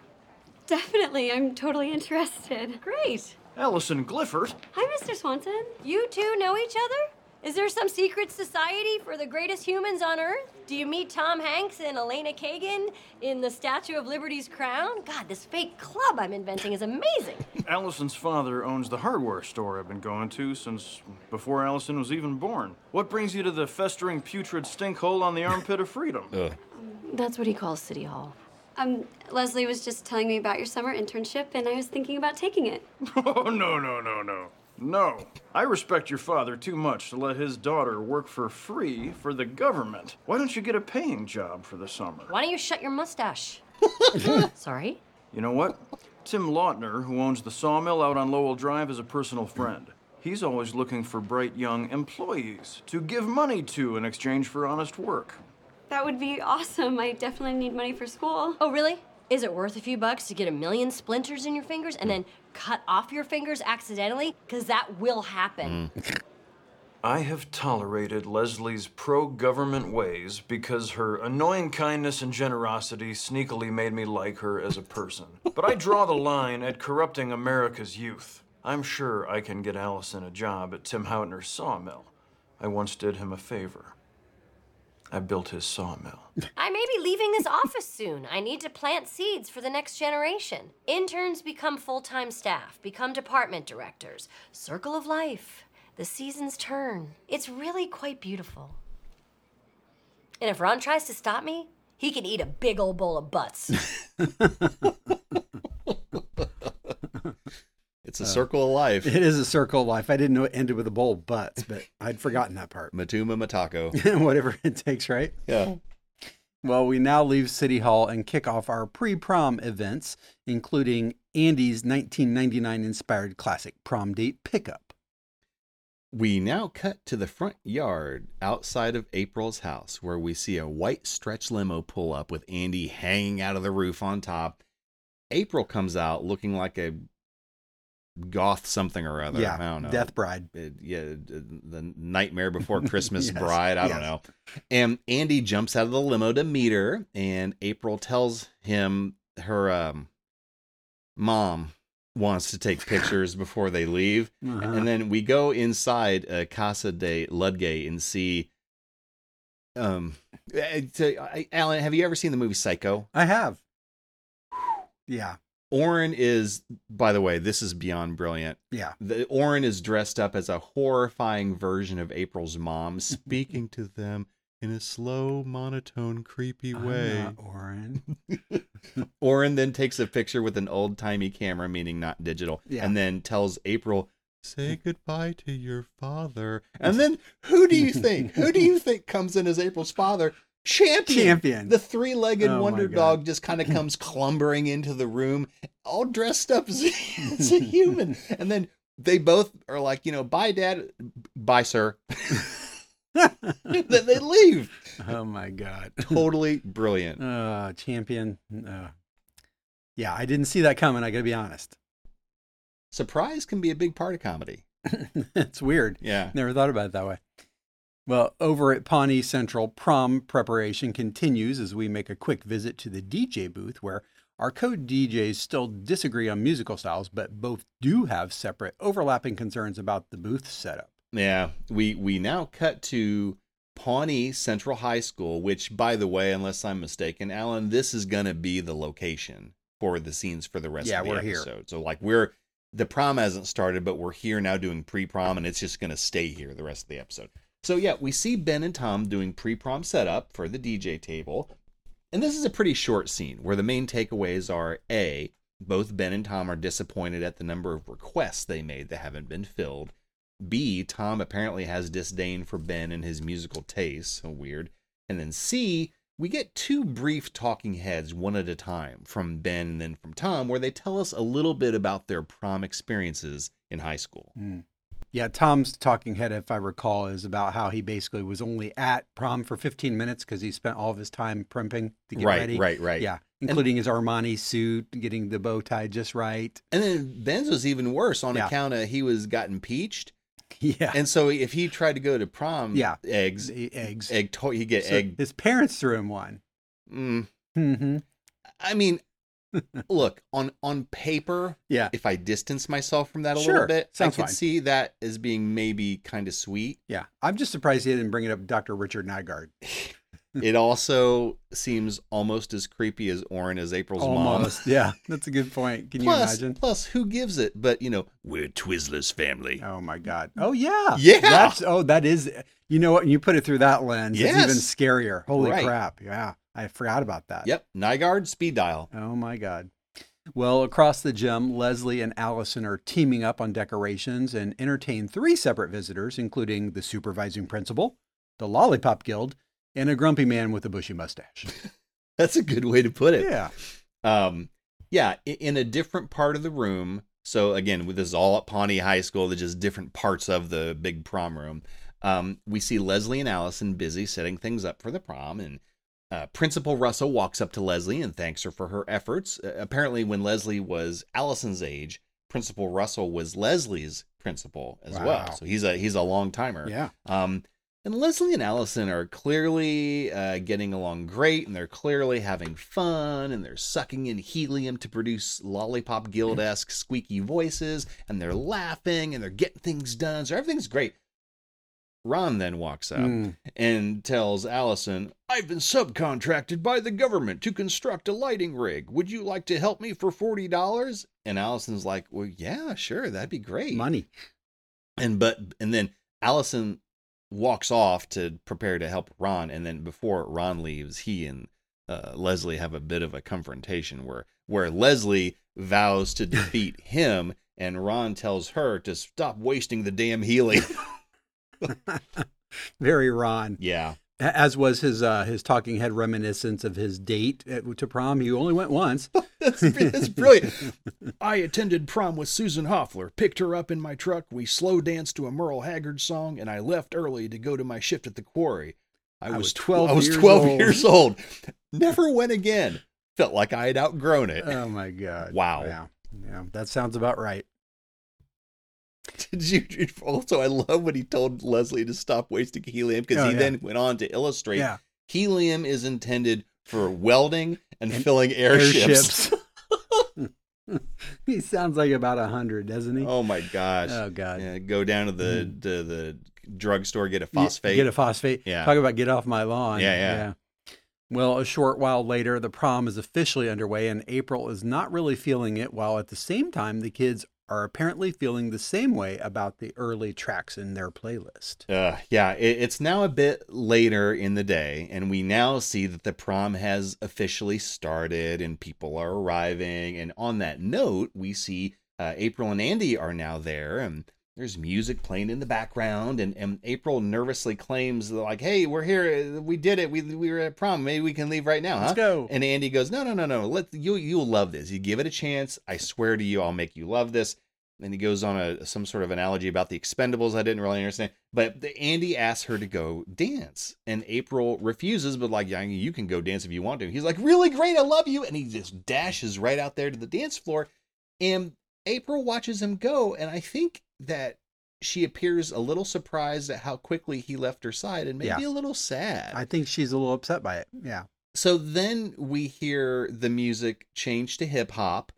Speaker 6: Definitely, I'm totally interested.
Speaker 4: Great.
Speaker 3: Allison Clifford?
Speaker 6: Hi, Mr. Swanson.
Speaker 4: You two know each other? Is there some secret society for the greatest humans on Earth? Do you meet Tom Hanks and Elena Kagan in the Statue of Liberty's crown? God, this fake club I'm inventing is amazing.
Speaker 3: Allison's father owns the hardware store I've been going to since before Allison was even born. What brings you to the festering putrid stink hole on the armpit of freedom?
Speaker 4: That's what he calls City Hall.
Speaker 6: Um, Leslie was just telling me about your summer internship, and I was thinking about taking it.
Speaker 3: Oh, no, no, no, no. No. I respect your father too much to let his daughter work for free for the government. Why don't you get a paying job for the summer?
Speaker 4: Why don't you shut your mustache? Sorry?
Speaker 3: You know what? Tim Lautner, who owns the sawmill out on Lowell Drive, is a personal friend. He's always looking for bright young employees to give money to in exchange for honest work.
Speaker 6: That would be awesome. I definitely need money for school.
Speaker 4: Oh, really? Is it worth a few bucks to get a million splinters in your fingers and then cut off your fingers accidentally? Because that will happen.
Speaker 3: I have tolerated Leslie's pro government ways because her annoying kindness and generosity sneakily made me like her as a person. But I draw the line at corrupting America's youth. I'm sure I can get Allison a job at Tim Houtner's sawmill. I once did him a favor. I built his sawmill.
Speaker 4: I may be leaving this office soon. I need to plant seeds for the next generation. Interns become full time staff, become department directors. Circle of life. The seasons turn. It's really quite beautiful. And if Ron tries to stop me, he can eat a big old bowl of butts.
Speaker 2: It's
Speaker 1: Uh.
Speaker 2: a circle of life.
Speaker 1: It is a circle of life. I didn't know it ended with a bowl of butts, but I'd forgotten that part.
Speaker 2: Matuma Matako.
Speaker 1: Whatever it takes, right?
Speaker 2: Yeah.
Speaker 1: Well, we now leave City Hall and kick off our pre prom events, including Andy's 1999 inspired classic prom date pickup.
Speaker 2: We now cut to the front yard outside of April's house, where we see a white stretch limo pull up with Andy hanging out of the roof on top. April comes out looking like a goth something or other.
Speaker 1: yeah,
Speaker 2: I don't know.
Speaker 1: Death Bride.
Speaker 2: it- yeah, d- the Nightmare Before Christmas
Speaker 1: Yes,
Speaker 2: Bride. I don't
Speaker 1: yes.
Speaker 2: know. And Andy jumps out of the limo to meet her, and April tells him her um, mom wants to take pictures before they leave.
Speaker 1: Uh-huh.
Speaker 2: And then we go inside uh, Casa de Ludgate and see. Um, it's a- I- Alan, have you ever seen the movie Psycho?
Speaker 1: I have. Yeah,
Speaker 2: Oren is, by the way, this is beyond brilliant
Speaker 1: yeah.
Speaker 2: the Orin is dressed up as a horrifying version of April's mom, speaking to them in a slow, monotone, creepy
Speaker 1: I'm
Speaker 2: way.
Speaker 1: not Oren.
Speaker 2: Orin then takes a picture with an old timey camera, meaning not digital,
Speaker 1: Yeah. Mm-hmm.
Speaker 2: and then tells April, Say goodbye to your father. And then who do you think? Who do you think comes in as April's father? Champion.
Speaker 1: Champion.
Speaker 2: The three legged
Speaker 1: Oh my
Speaker 2: wonder
Speaker 1: God.
Speaker 2: dog just kind of comes clumbering into the room, all dressed up as, as a human. And then they both are like, you know, bye, dad. Bye, sir. then they leave.
Speaker 1: Oh my God.
Speaker 2: Totally brilliant.
Speaker 1: Uh, champion. Uh, yeah, I didn't see that coming. I gotta be honest.
Speaker 2: Surprise can be a big part of comedy.
Speaker 1: it's weird.
Speaker 2: Yeah.
Speaker 1: Never thought about it that way. Well, over at Pawnee Central, prom preparation continues as we make a quick visit to the DJ booth where our co DJs still disagree on musical styles, but both do have separate overlapping concerns about the booth setup.
Speaker 2: Yeah, we we now cut to Pawnee Central High School, which, by the way, unless I'm mistaken, Alan, this is gonna be the location for the scenes for the rest
Speaker 1: Yeah,
Speaker 2: of the
Speaker 1: we're here.
Speaker 2: episode. So like we're the prom hasn't started, but we're here now doing pre-prom, and it's just gonna stay here the rest of the episode. So yeah, we see Ben and Tom doing pre-prom setup for the DJ table, and this is a pretty short scene where the main takeaways are a both Ben and Tom are disappointed at the number of requests they made that haven't been filled. B, Tom apparently has disdain for Ben and his musical tastes. So weird. And then C, we get two brief talking heads, one at a time, from Ben and then from Tom, where they tell us a little bit about their prom experiences in high school.
Speaker 1: Yeah, Tom's talking head, if I recall, is about how he basically was only at prom for 15 minutes because he spent all of his time primping to get
Speaker 2: Right,
Speaker 1: ready.
Speaker 2: right, right.
Speaker 1: Yeah, including his Armani suit, getting the bow tie just right.
Speaker 2: And then Ben's was even worse on
Speaker 1: Yeah.
Speaker 2: account of he was got impeached.
Speaker 1: Yeah,
Speaker 2: And so if he tried to go to prom
Speaker 1: Yeah.
Speaker 2: eggs,
Speaker 1: The eggs.
Speaker 2: egg to- he get
Speaker 1: So
Speaker 2: egg.
Speaker 1: His parents threw him one.
Speaker 2: Mm.
Speaker 1: hmm
Speaker 2: I mean, look, on on paper,
Speaker 1: Yeah.
Speaker 2: if I distance myself from that a
Speaker 1: Sure,
Speaker 2: little bit,
Speaker 1: sounds
Speaker 2: I could
Speaker 1: fine.
Speaker 2: see that as being maybe kind of sweet.
Speaker 1: Yeah, I'm just surprised he didn't bring it up, Doctor Richard Nygaard. Hmm.
Speaker 2: it also seems almost as creepy as Orin as April's mom.
Speaker 1: Almost, yeah, that's a good point. Can
Speaker 2: Plus,
Speaker 1: you imagine?
Speaker 2: plus, who gives it? But you know, we're Twizzler's family.
Speaker 1: Oh my God! Oh yeah,
Speaker 2: Yeah!
Speaker 1: That's oh, that is. You know what? When you put it through that lens, it's
Speaker 2: Yes.
Speaker 1: even scarier. Holy
Speaker 2: Right.
Speaker 1: crap! Yeah, I forgot about that.
Speaker 2: Yep, Nygaard, speed dial.
Speaker 1: Oh my God. Well, across the gym, Leslie and Allison are teaming up on decorations and entertain three separate visitors, including the supervising principal, the Lollipop Guild, and a grumpy man with a bushy mustache.
Speaker 2: That's a good way to put it.
Speaker 1: yeah.
Speaker 2: Um, yeah, i- in a different part of the room. So again, with this is all at Pawnee High School, they're just different parts of the big prom room. Um, we see Leslie and Allison busy setting things up for the prom, and uh, Principal Russell walks up to Leslie and thanks her for her efforts. Uh, apparently, when Leslie was Allison's age, Principal Russell was Leslie's principal as
Speaker 1: Wow.
Speaker 2: well. So he's a he's a long timer.
Speaker 1: Yeah.
Speaker 2: Um, and Leslie and Allison are clearly uh, getting along great, and they're clearly having fun, and they're sucking in helium to produce Lollipop Guild esque squeaky voices, and they're laughing, and they're getting things done. So everything's great. Ron then walks up
Speaker 1: Mm.
Speaker 2: and tells Allison, I've been subcontracted by the government to construct a lighting rig. Would you like to help me for $40? And Allison's like, Well, yeah, sure, that'd be great
Speaker 1: Money.
Speaker 2: and but and then Allison walks off to prepare to help Ron, and then before Ron leaves, he and uh, Leslie have a bit of a confrontation where where Leslie vows to defeat him, and Ron tells her to stop wasting the damn helium.
Speaker 1: Very Ron.
Speaker 2: yeah,
Speaker 1: A- As was his uh, his talking head reminiscence of his date at, to prom. He only went once.
Speaker 2: that's, that's brilliant. I attended prom with Susan Hoffler, picked her up in my truck. We slow danced to a Merle Haggard song, and I left early to go to my shift at the quarry. I, was, 12. I was
Speaker 1: years
Speaker 2: 12
Speaker 1: old.
Speaker 2: years old. Never went again. Felt like I had outgrown it.
Speaker 1: Oh my God.
Speaker 2: Wow.
Speaker 1: Yeah. Yeah. That sounds about right.
Speaker 2: Did you- you- also, I love when he told Leslie to stop wasting helium because
Speaker 1: Oh,
Speaker 2: he
Speaker 1: yeah.
Speaker 2: then went on to illustrate
Speaker 1: Yeah.
Speaker 2: helium is intended for welding and,
Speaker 1: And
Speaker 2: filling airships.
Speaker 1: he sounds like about a hundred, doesn't he?
Speaker 2: Oh my gosh.
Speaker 1: Oh, God.
Speaker 2: Yeah, go down to the to the drugstore, get a
Speaker 1: You- you
Speaker 2: phosphate.
Speaker 1: Mm-hmm. Get a phosphate.
Speaker 2: Yeah.
Speaker 1: Talk about get off my lawn.
Speaker 2: Yeah, yeah.
Speaker 1: Well, a short while later, the prom is officially underway, and April is not really feeling it, while at the same time, the kids are apparently feeling the same way about the early tracks in their playlist.
Speaker 2: Uh, yeah, it, it's now a bit later in the day, and we now see that the prom has officially started and people are arriving. And on that note, we see uh, April and Andy are now there, and there's music playing in the background. And, and April nervously claims, like, hey, we're here. We did it. We, we were at prom. Maybe we can leave right now.
Speaker 1: Let's
Speaker 2: huh?"
Speaker 1: go.
Speaker 2: And Andy goes, no, no, no, no. Let you you'll love this. You give it a chance. I swear to you, I'll make you love this. And he goes on a some sort of analogy about the Expendables. I didn't really understand, but the, Andy asks her to go dance, and April refuses. But like, yeah, you can go dance if you want to. He's like, really great, I love you, and he just dashes right out there to the dance floor, and April watches him go, and I think that she appears a little surprised at how quickly he left her side, and maybe
Speaker 1: Yeah.
Speaker 2: a little sad
Speaker 1: I think she's a little upset by it. Yeah.
Speaker 2: so then we hear the music change to hip hop,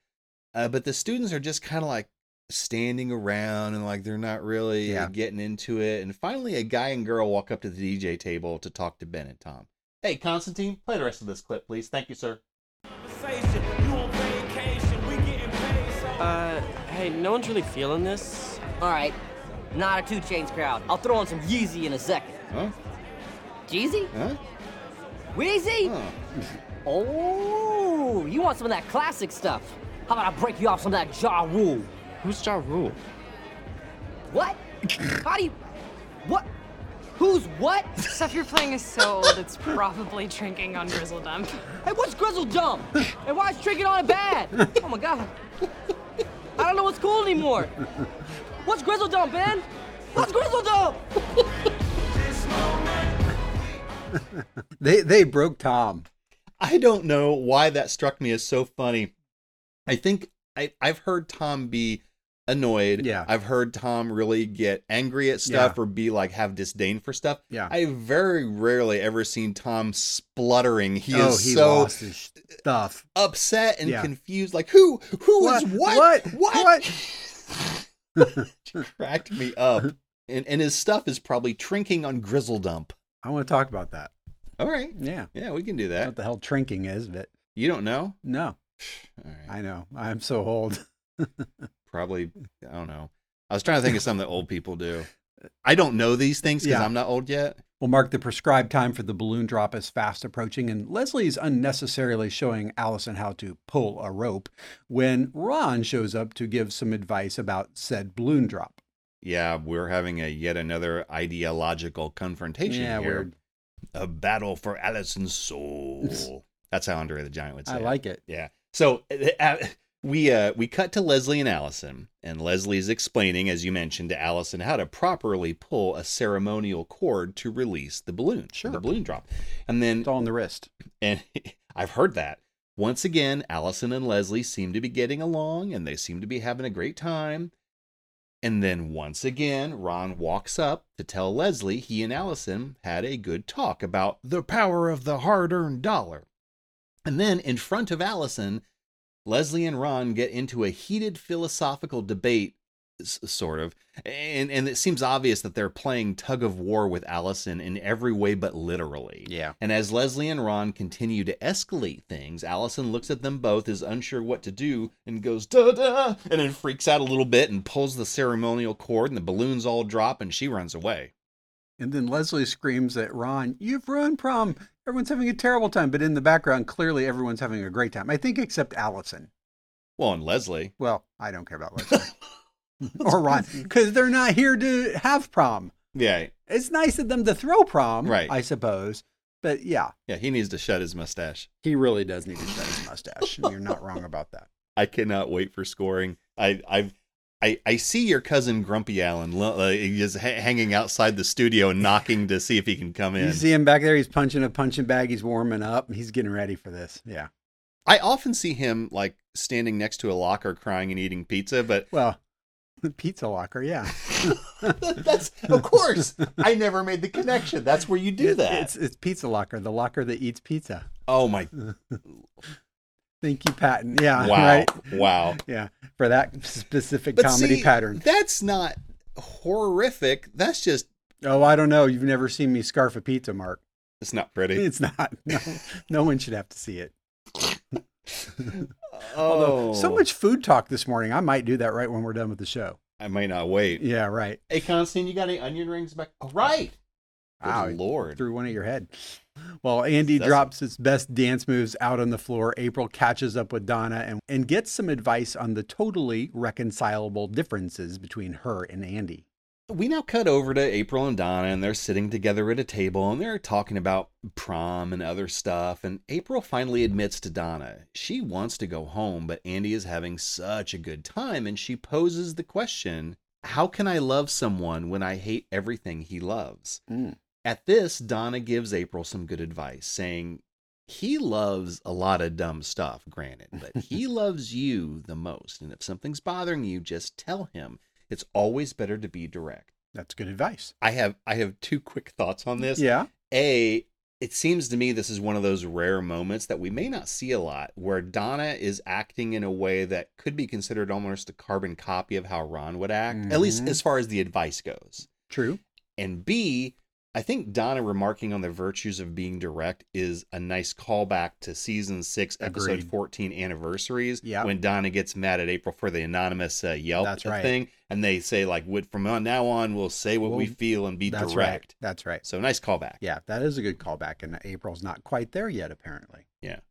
Speaker 2: uh, but the students are just kind of like standing around and like they're not really
Speaker 1: Yeah.
Speaker 2: getting into it. And finally, a guy and girl walk up to the DJ table to talk to Ben and Tom. Hey, Constantine, play the rest of this clip, please. Thank you, sir.
Speaker 7: Uh, hey, no one's really feeling this.
Speaker 8: All right, not a two chains crowd. I'll throw on some Yeezy in a second.
Speaker 2: Huh?
Speaker 8: Jeezy?
Speaker 2: Huh?
Speaker 8: Wheezy?
Speaker 2: Huh.
Speaker 8: Oh, you want some of that classic stuff? How about I break you off some of that Ja Rule?
Speaker 7: Who's Ja Rule?
Speaker 8: What? How do you. What? Who's what?
Speaker 9: Stuff you're playing is so old, it's probably drinking on Grizzle Dump.
Speaker 8: Hey, what's Grizzle dumb? and why is Trinket on it bad? Oh my god. I don't know what's cool anymore. What's Grizzle dumb, Ben? What's Grizzle dumb?
Speaker 1: They they broke Tom.
Speaker 2: I don't know why that struck me as so funny. I think I, I've heard Tom be annoyed.
Speaker 1: Yeah.
Speaker 2: I've heard Tom really get angry at stuff or be like have disdain for stuff.
Speaker 1: Yeah.
Speaker 2: I very rarely ever seen Tom spluttering. He
Speaker 1: oh,
Speaker 2: is
Speaker 1: he
Speaker 2: so
Speaker 1: lost his stuff.
Speaker 2: upset and
Speaker 1: Yeah.
Speaker 2: confused. Like who? Who is
Speaker 1: What?
Speaker 2: what?
Speaker 1: What?
Speaker 2: Cracked me up. And and his stuff is probably trinking on grizzle dump.
Speaker 1: I want to talk about that.
Speaker 2: All right.
Speaker 1: Yeah.
Speaker 2: Yeah, we can do
Speaker 1: I don't know What
Speaker 2: that.
Speaker 1: the hell trinking is, but
Speaker 2: You don't know?
Speaker 1: no,
Speaker 2: All right.
Speaker 1: I know. I'm so old.
Speaker 2: probably I don't know. I was trying to think of something that old people do. I don't know these things because
Speaker 1: Yeah.
Speaker 2: I'm not old yet.
Speaker 1: will mark the prescribed time for the balloon drop as fast approaching, and Leslie is unnecessarily showing Allison how to pull a rope when Ron shows up to give some advice about said balloon drop.
Speaker 2: Yeah, we're having a yet another ideological confrontation
Speaker 1: Yeah,
Speaker 2: here.
Speaker 1: weird.
Speaker 2: A battle for Allison's soul. That's how Andre the Giant would say
Speaker 1: I
Speaker 2: it.
Speaker 1: like it.
Speaker 2: Yeah. So uh, uh, we uh, we cut to Leslie and Allison, and Leslie's explaining, as you mentioned, to Allison how to properly pull a ceremonial cord to release the balloon,
Speaker 1: Sure.
Speaker 2: the balloon drop, and then
Speaker 1: It's all in the wrist.
Speaker 2: and I've heard that. Once again, Allison and Leslie seem to be getting along and they seem to be having a great time. And then once again, Ron walks up to tell Leslie he and Allison had a good talk about the power of the hard earned dollar. And then in front of Allison, Leslie and Ron get into a heated philosophical debate, s- sort of. And, and it seems obvious that they're playing tug of war with Allison in every way but literally.
Speaker 1: Yeah.
Speaker 2: And as Leslie and Ron continue to escalate things, Allison looks at them both, is unsure what to do, and goes da da, and then freaks out a little bit and pulls the ceremonial cord, and the balloons all drop, and she runs away.
Speaker 1: And then Leslie screams at Ron, You've ruined prom. Everyone's having a terrible time. But in the background, clearly everyone's having a great time. I think except Allison.
Speaker 2: Well, and Leslie,
Speaker 1: Well, I don't care about Leslie or Ron because they're not here to have prom.
Speaker 2: yeah,
Speaker 1: It's nice of them to throw prom,
Speaker 2: Right.
Speaker 1: I suppose. But yeah,
Speaker 2: yeah, he needs to shut his mustache.
Speaker 1: he really does need to shut his mustache. You're not wrong about that.
Speaker 2: I cannot wait for scoring. I, I've. I, I see your cousin Grumpy Allen lo- uh, just ha- hanging outside the studio and knocking to see if he can come in.
Speaker 1: You see him back there. He's punching a punching bag. He's warming up. He's getting ready for this. Yeah.
Speaker 2: I often see him like standing next to a locker crying and eating pizza, but
Speaker 1: Well, the pizza locker. Yeah.
Speaker 2: That's of course. I never made the connection. That's where you do
Speaker 1: It-
Speaker 2: that.
Speaker 1: It's, it's pizza locker, the locker that eats pizza.
Speaker 2: oh my!
Speaker 1: Thank you, Patton. Yeah.
Speaker 2: Wow!
Speaker 1: Right.
Speaker 2: Wow!
Speaker 1: Yeah. For that specific
Speaker 2: But
Speaker 1: comedy
Speaker 2: see,
Speaker 1: pattern.
Speaker 2: That's not horrific. That's just
Speaker 1: Oh, I don't know. You've never seen me scarf a pizza, Mark.
Speaker 2: it's not pretty.
Speaker 1: It's not. No, no one should have to see it.
Speaker 2: oh,
Speaker 1: Although so much food talk this morning, I might do that right when we're done with the show.
Speaker 2: I might not wait.
Speaker 1: Yeah, right.
Speaker 2: Hey, Constantine, you got any onion rings back? All right. Good
Speaker 1: Wow, he
Speaker 2: lord.
Speaker 1: Through one at your head. Well, Andy
Speaker 2: That's-
Speaker 1: drops his best dance moves out on the floor. April catches up with Donna and, and gets some advice on the totally reconcilable differences between her and Andy.
Speaker 2: we now cut over to April and Donna, and they're sitting together at a table and they're talking about prom and other stuff. And April finally admits to Donna she wants to go home, but Andy is having such a good time. And she poses the question How can I love someone when I hate everything he loves?
Speaker 1: Mm.
Speaker 2: At this, Donna gives April some good advice, saying, He loves a lot of dumb stuff, granted, but he loves you the most. And if something's bothering you, just tell him. It's always better to be direct.
Speaker 1: That's good advice.
Speaker 2: I have I have two quick thoughts on this.
Speaker 1: Yeah.
Speaker 2: A, it seems to me this is one of those rare moments that we may not see a lot where Donna is acting in a way that could be considered almost a carbon copy of how Ron would act, at least
Speaker 1: Mhm.
Speaker 2: as far as the advice goes.
Speaker 1: True.
Speaker 2: And B, I think Donna remarking on the virtues of being direct is a nice callback to season six, episode
Speaker 1: Agreed.
Speaker 2: 14 anniversaries.
Speaker 1: Yeah.
Speaker 2: When Donna gets mad at April for the anonymous uh, Yelp
Speaker 1: That's right.
Speaker 2: thing. And they say, like, "Would- from on now on, we'll say what we
Speaker 1: Well,
Speaker 2: feel and be
Speaker 1: That's right.
Speaker 2: direct.
Speaker 1: That's right.
Speaker 2: So nice callback.
Speaker 1: Yeah, that is a good callback, and April's not quite there yet, apparently.
Speaker 2: Yeah.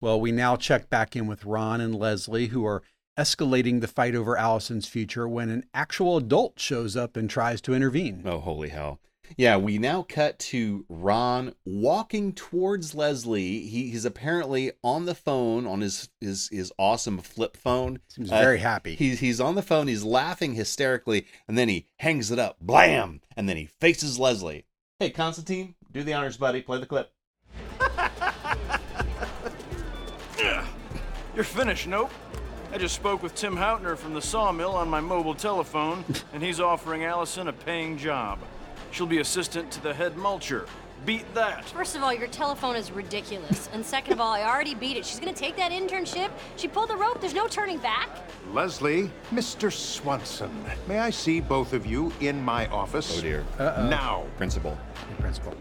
Speaker 1: Well, we now check back in with Ron and Leslie, who are escalating the fight over Allison's future when an actual adult shows up and tries to intervene.
Speaker 2: Oh, holy hell. Yeah, we now cut to Ron walking towards Leslie. He, he's apparently on the phone on his his, his awesome flip phone.
Speaker 1: Seems
Speaker 2: Uh,
Speaker 1: very happy.
Speaker 2: He's he's on the phone. He's laughing hysterically, and then he hangs it up. Blam! And then he faces Leslie. Hey, Constantine, do the honors, buddy. Play the clip.
Speaker 3: You're finished, nope. I just spoke with Tim Houtner from the sawmill on my mobile telephone, and he's offering Allison a paying job. She'll be assistant to the head mulcher. Beat that.
Speaker 4: First of all, your telephone is ridiculous. And second of all, I already beat it. She's gonna take that internship. She pulled the rope, there's no turning back.
Speaker 10: Leslie, Mr. Swanson, may I see both of you in my office?
Speaker 2: Oh dear,
Speaker 10: Now.
Speaker 2: principal.
Speaker 1: Principal.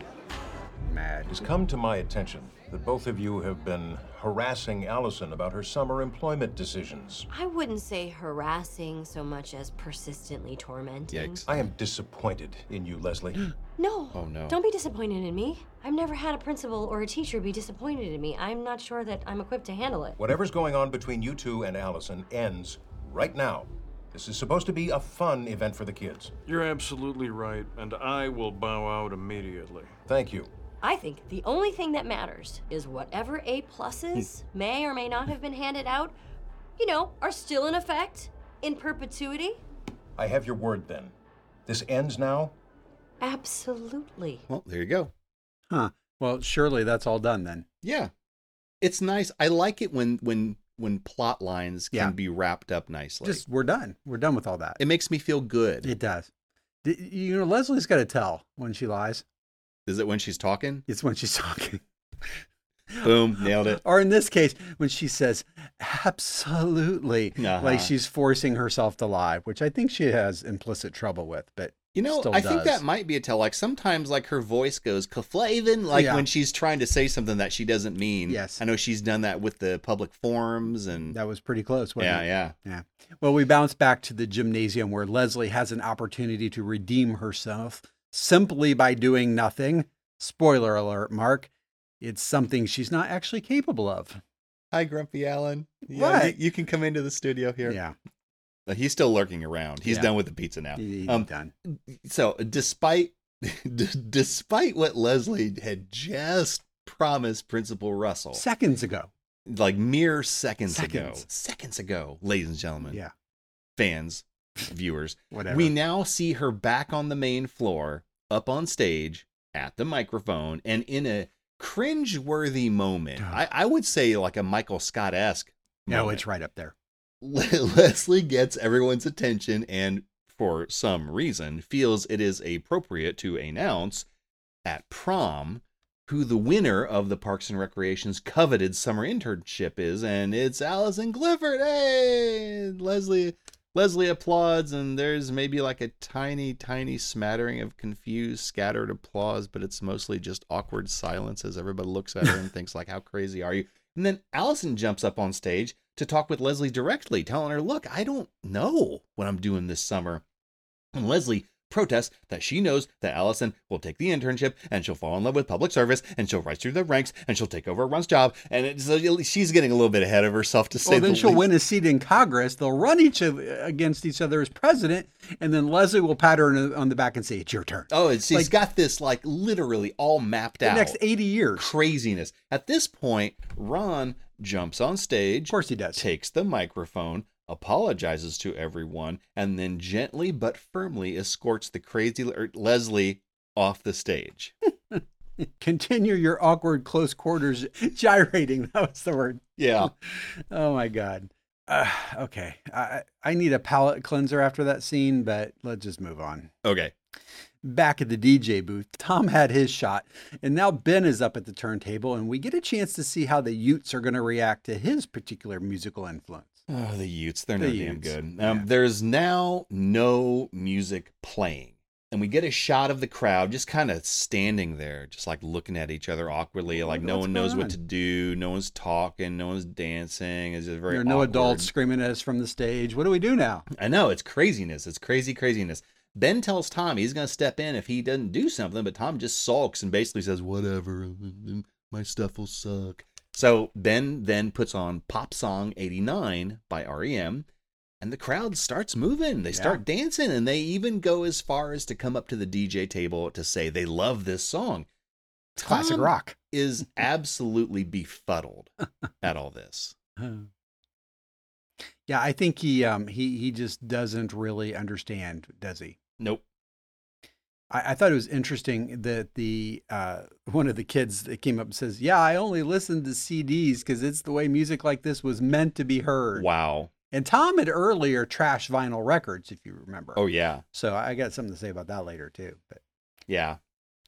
Speaker 1: Mad. bad.
Speaker 11: It's come to my attention that both of you have been harassing Allison about her summer employment decisions.
Speaker 4: I wouldn't say harassing so much as persistently tormenting.
Speaker 11: I am disappointed in you, Leslie.
Speaker 4: No.
Speaker 2: Oh no.
Speaker 4: Don't be disappointed in me. I've never had a principal or a teacher be disappointed in me. I'm not sure that I'm equipped to handle it.
Speaker 11: Whatever's going on between you two and Allison ends right now. This is supposed to be a fun event for the kids.
Speaker 3: You're absolutely right, and I will bow out immediately.
Speaker 11: Thank you.
Speaker 4: I think the only thing that matters is whatever A pluses
Speaker 2: Hmm.
Speaker 4: may or may not have been handed out, you know, are still in effect in perpetuity.
Speaker 11: I have your word then. This ends now.
Speaker 4: Absolutely.
Speaker 2: Well, there you go.
Speaker 1: Huh. Well, surely that's all done then.
Speaker 2: Yeah. It's nice. I like it when when when plot lines
Speaker 1: Yeah.
Speaker 2: can be wrapped up nicely.
Speaker 1: Just we're done. We're done with all that.
Speaker 2: it makes me feel good.
Speaker 1: It does. D- You know, Leslie's got to tell when she lies.
Speaker 2: Is it when she's talking?
Speaker 1: It's when she's talking.
Speaker 2: Boom, nailed it.
Speaker 1: Or in this case, when she says, absolutely,
Speaker 2: Uh-huh.
Speaker 1: like she's forcing herself to lie, which I think she has implicit trouble with, but
Speaker 2: You know,
Speaker 1: still
Speaker 2: I think
Speaker 1: does.
Speaker 2: that might be a tell. Like sometimes, like her voice goes kaflavin, like
Speaker 1: Yeah.
Speaker 2: when she's trying to say something that she doesn't mean.
Speaker 1: Yes.
Speaker 2: I know she's done that with the public forums and
Speaker 1: That was pretty close, wasn't
Speaker 2: yeah,
Speaker 1: it?
Speaker 2: yeah.
Speaker 1: Yeah. Well, we bounce back to the gymnasium where Leslie has an opportunity to redeem herself simply by doing nothing. Spoiler alert, Mark. It's something she's not actually capable of.
Speaker 2: Hi, Grumpy Allen. Yeah,
Speaker 1: What?
Speaker 2: You, you can come into the studio here.
Speaker 1: Yeah.
Speaker 2: But he's still lurking around. He's
Speaker 1: Yeah.
Speaker 2: done with the pizza now.
Speaker 1: He's
Speaker 2: Um,
Speaker 1: done.
Speaker 2: so despite d- despite what Leslie had just promised Principal Russell,
Speaker 1: Seconds ago.
Speaker 2: like mere seconds, ago,
Speaker 1: Seconds.
Speaker 2: seconds ago, ladies and gentlemen,
Speaker 1: Yeah.
Speaker 2: fans, viewers,
Speaker 1: Whatever.
Speaker 2: we now see her back on the main floor, up on stage, at the microphone, and in a cringe-worthy moment. I, I would say like a Michael Scott-esque.
Speaker 1: no,
Speaker 2: moment.
Speaker 1: it's right up there.
Speaker 2: Le- Leslie gets everyone's attention and, for some reason, feels it is appropriate to announce at prom who the winner of the Parks and Recreation's coveted summer internship is, and it's Allison Clifford. Hey, Leslie. Leslie applauds, and there's maybe like a tiny, tiny smattering of confused, scattered applause, but it's mostly just awkward silence as everybody looks at her and thinks like, "How crazy are you?" And then Allison jumps up on stage to talk with Leslie directly, telling her, "Look, I don't know what I'm doing this summer." And Leslie protests that she knows that Allison will take the internship and she'll fall in love with public service and she'll rise through the ranks and she'll take over Ron's job. And it's, so she's getting a little bit ahead of herself to say
Speaker 1: Well, then
Speaker 2: the
Speaker 1: she'll
Speaker 2: least.
Speaker 1: win a seat in Congress. They'll run each of, against each other as president, and then Leslie will pat her on the- on the back and say, "It's your turn."
Speaker 2: Oh, it's, she's
Speaker 1: Like-
Speaker 2: got this like literally all mapped
Speaker 1: The
Speaker 2: out.
Speaker 1: next eighty years.
Speaker 2: craziness. At this point, Ron jumps on stage. Of
Speaker 1: course he does.
Speaker 2: Takes the microphone, apologizes to everyone, and then gently but firmly escorts the crazy Le- Leslie off the stage.
Speaker 1: Continue your awkward close quarters gyrating. That was the word.
Speaker 2: Yeah.
Speaker 1: Oh my god. Uh, okay, I I need a palate cleanser after that scene, but let's just move on.
Speaker 2: Okay.
Speaker 1: Back at the DJ booth, Tom had his shot, and now Ben is up at the turntable, and we get a chance to see how the Utes are going to react to his particular musical influence.
Speaker 2: Oh, the Utes, they're
Speaker 1: The
Speaker 2: no damn
Speaker 1: Utes.
Speaker 2: good. Um, There's now no music playing. And we get a shot of the crowd just kind of standing there, just like looking at each other awkwardly. Like no
Speaker 1: what's
Speaker 2: one knows
Speaker 1: going
Speaker 2: what
Speaker 1: on?
Speaker 2: to do. No one's talking. No one's dancing. It's just very
Speaker 1: there are no
Speaker 2: awkward.
Speaker 1: adults screaming at us from the stage. What do we do now?
Speaker 2: I know it's craziness. It's crazy craziness. Ben tells Tom he's going to step in if he doesn't do something, but Tom just sulks and basically says, "Whatever, my stuff will suck." So Ben then puts on Pop Song 89 by REM, and the crowd starts moving. They
Speaker 1: Yeah.
Speaker 2: start dancing, and they even go as far as to come up to the DJ table to say they love this song.
Speaker 1: Classic
Speaker 2: Tom
Speaker 1: rock.
Speaker 2: is absolutely befuddled at all this.
Speaker 1: Huh. Yeah, I think he um he he just doesn't really understand, does he?
Speaker 2: Nope.
Speaker 1: I, I thought it was interesting that the uh one of the kids that came up and says, "Yeah, I only listened to CDs because it's the way music like this was meant to be heard."
Speaker 2: Wow.
Speaker 1: And Tom had earlier trashed vinyl records, if you remember.
Speaker 2: Oh yeah.
Speaker 1: So I got something to say about that later too. But
Speaker 2: Yeah.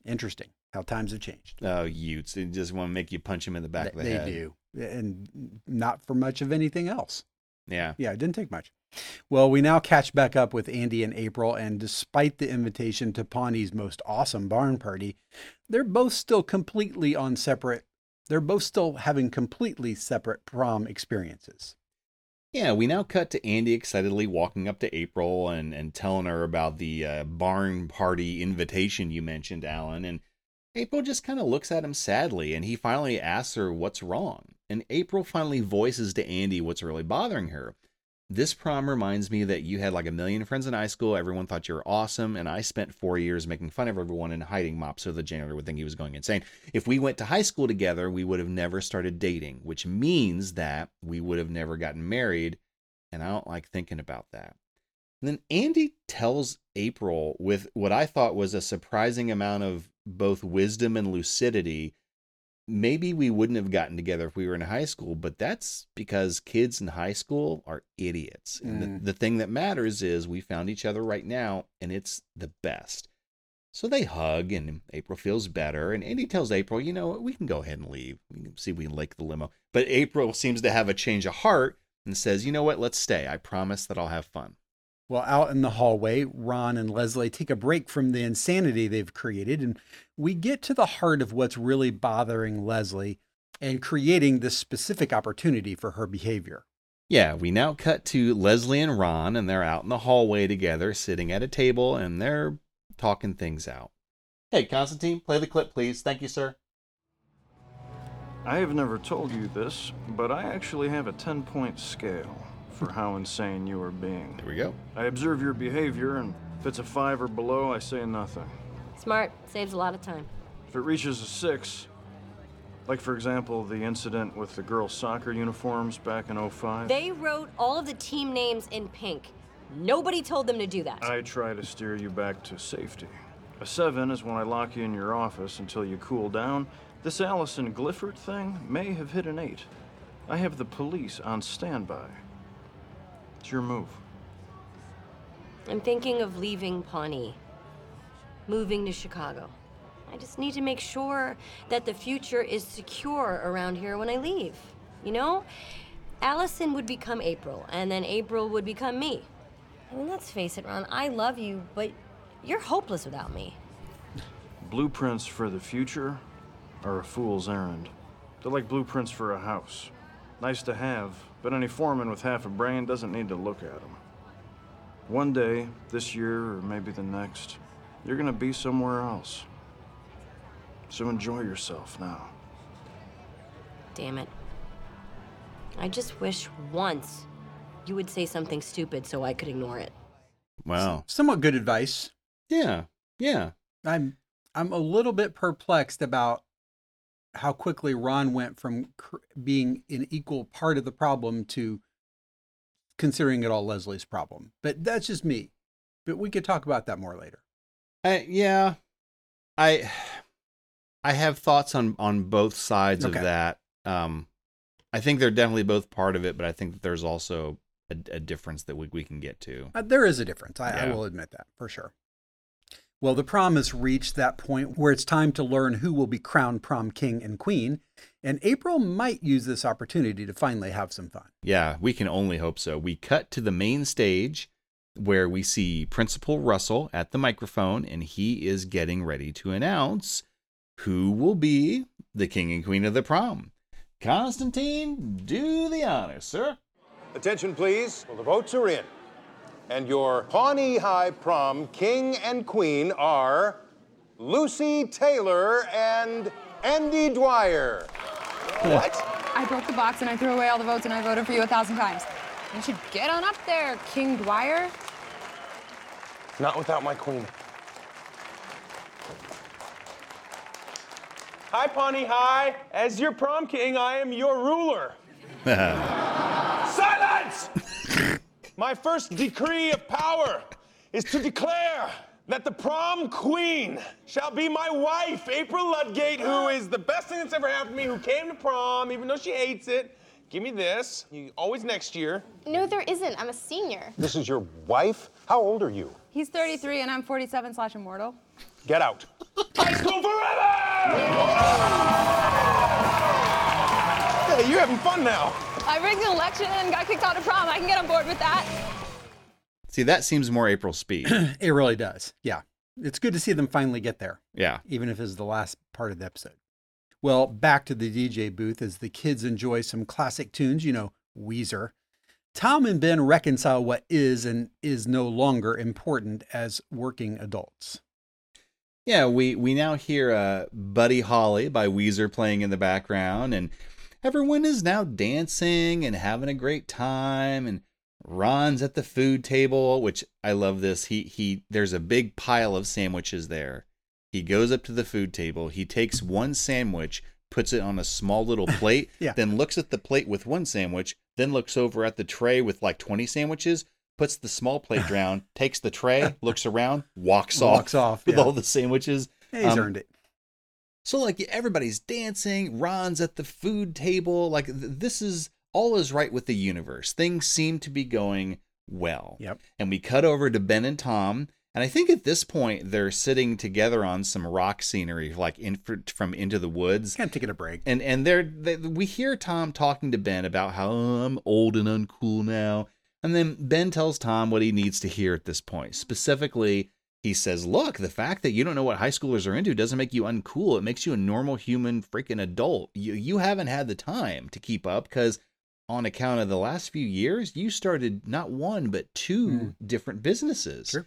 Speaker 1: interesting how times have changed.
Speaker 2: Oh, Utes. They just want to make you punch him in the back
Speaker 1: They-
Speaker 2: of the
Speaker 1: they
Speaker 2: head.
Speaker 1: do, and not for much of anything else.
Speaker 2: Yeah.
Speaker 1: Yeah, it didn't take much. Well, we now catch back up with Andy and April, and despite the invitation to Pawnee's most awesome barn party, they're both still completely on separate, they're both still having completely separate prom experiences.
Speaker 2: Yeah, we now cut to Andy excitedly walking up to April and, and telling her about the uh, barn party invitation you mentioned, Alan. And April just kind of looks at him sadly, and he finally asks her what's wrong. And April finally voices to Andy what's really bothering her. This prom reminds me that you had like a million friends in high school. Everyone thought you were awesome. And I spent four years making fun of everyone and hiding Mop so the janitor would think he was going insane. If we went to high school together, we would have never started dating, which means that we would have never gotten married. And I don't like thinking about that. And then Andy tells April with what I thought was a surprising amount of both wisdom and lucidity maybe we wouldn't have gotten together if we were in high school, but that's because kids in high school are idiots. And
Speaker 12: Mm.
Speaker 2: the, the thing that matters is we found each other right now, and it's the best. So they hug, and April feels better. And Andy tells April, you know, what, we can go ahead and leave. We can see if we can lake the limo. But April seems to have a change of heart and says, you know what, let's stay. I promise that I'll have fun.
Speaker 1: Well, out in the hallway, Ron and Leslie take a break from the insanity they've created, and we get to the heart of what's really bothering Leslie and creating this specific opportunity for her behavior.
Speaker 2: Yeah, we now cut to Leslie and Ron, and they're out in the hallway together, sitting at a table, and they're talking things out. Hey, Constantine, play the clip, please. Thank you, sir.
Speaker 3: I have never told you this, but I actually have a 10 point scale for how insane you are being. There
Speaker 2: we go.
Speaker 3: I observe your behavior, and if it's a 5 or below, I say nothing.
Speaker 4: Smart. Saves a lot of time.
Speaker 3: If it reaches a 6, like for example, the incident with the girls' soccer uniforms back in 05,
Speaker 4: They wrote all of the team names in pink. Nobody told them to do that.
Speaker 3: I try to steer you back to safety. A 7 is when I lock you in your office until you cool down. This Allison Glifford thing may have hit an 8. I have the police on standby. It's your move.
Speaker 4: I'm thinking of leaving Pawnee, moving to Chicago. I just need to make sure that the future is secure around here when I leave. You know? Allison would become April, and then April would become me. I mean, let's face it, Ron, I love you, but you're hopeless without me.
Speaker 3: Blueprints for the future are a fool's errand. They're like blueprints for a house. Nice to have, but any foreman with half a brain doesn't need to look at them. One day, this year or maybe the next, you're gonna be somewhere else. So enjoy yourself now.
Speaker 4: Damn it. I just wish once you would say something stupid so I could ignore it.
Speaker 2: Wow.
Speaker 1: Somewhat good advice.
Speaker 2: Yeah. Yeah.
Speaker 1: I'm I'm a little bit perplexed about how quickly Ron went from cr- being an equal part of the problem to considering it all Leslie's problem. But that's just me. But we could talk about that more later.
Speaker 2: I, yeah, I I have thoughts on on both sides
Speaker 1: Okay.
Speaker 2: of that. Um, I think they're definitely both part of it, but I think that there's also a, a difference that we, we can get to.
Speaker 1: Uh, there is a difference. I, I
Speaker 2: Yeah.
Speaker 1: will admit that for sure. Well, the prom has reached that point where it's time to learn who will be crowned prom king and queen, and April might use this opportunity to finally have some fun.
Speaker 2: Yeah, we can only hope so. We cut to the main stage where we see Principal Russell at the microphone, and he is getting ready to announce who will be the king and queen of the prom. Constantine, do the honors, sir.
Speaker 11: Attention, please. Well, the votes are in. And your Pawnee High prom king and queen are Lucy Taylor and Andy Dwyer.
Speaker 9: What? I broke the box and I threw away all the votes and I voted for you a thousand times. You should get on up there, King Dwyer.
Speaker 11: Not without my queen.
Speaker 13: Hi, Pawnee High. As your prom king, I am your ruler. Silence! My first decree of power is to declare that the prom queen shall be my wife, April Ludgate, who is the best thing that's ever happened to me, who came to prom, even though she hates it. Give me this. You always next year.
Speaker 14: No, there isn't. I'm a senior.
Speaker 11: This is your wife? How old are you?
Speaker 9: He's 33 and I'm 47 slash immortal.
Speaker 11: Get out. High school forever! Hey, you're having fun now.
Speaker 9: I rigged an election and got kicked out of prom. I can get on board with that.
Speaker 2: See, that seems more April speed.
Speaker 1: it really does. Yeah. It's good to see them finally get there.
Speaker 2: Yeah.
Speaker 1: Even if it's the last part of the episode. Well, back to the DJ booth as the kids enjoy some classic tunes, you know, Weezer. Tom and Ben reconcile what is and is no longer important as working adults.
Speaker 2: Yeah, we we now hear uh, "Buddy Holly" by Weezer playing in the background, and everyone is now dancing and having a great time. And Ron's at the food table, which I love. This he he. There's a big pile of sandwiches there. He goes up to the food table. He takes one sandwich, puts it on a small little plate,
Speaker 1: Yeah.
Speaker 2: then looks at the plate with one sandwich, then looks over at the tray with like 20 sandwiches, puts the small plate down, takes the tray, looks around, walks off,
Speaker 1: Walks off,
Speaker 2: with
Speaker 1: yeah.
Speaker 2: all the sandwiches. Um,
Speaker 1: Hey, he's earned it.
Speaker 2: So like everybody's dancing, Ron's at the food table, like th- this is all is right with the universe. Things seem to be going well.
Speaker 1: Yep.
Speaker 2: And we cut over to Ben and Tom, and I think at this point they're sitting together on some rock scenery, like in, from Into the Woods.
Speaker 1: Kind of taking a break.
Speaker 2: And and they're they, we hear Tom talking to Ben about how "Oh, I'm old and uncool now, and then Ben tells Tom what he needs to hear at this point. Specifically, he says, "Look, the fact that you don't know what high schoolers are into doesn't make you uncool. It makes you a normal human, freaking adult. You you haven't had the time to keep up because." On account of the last few years, you started not one but two different businesses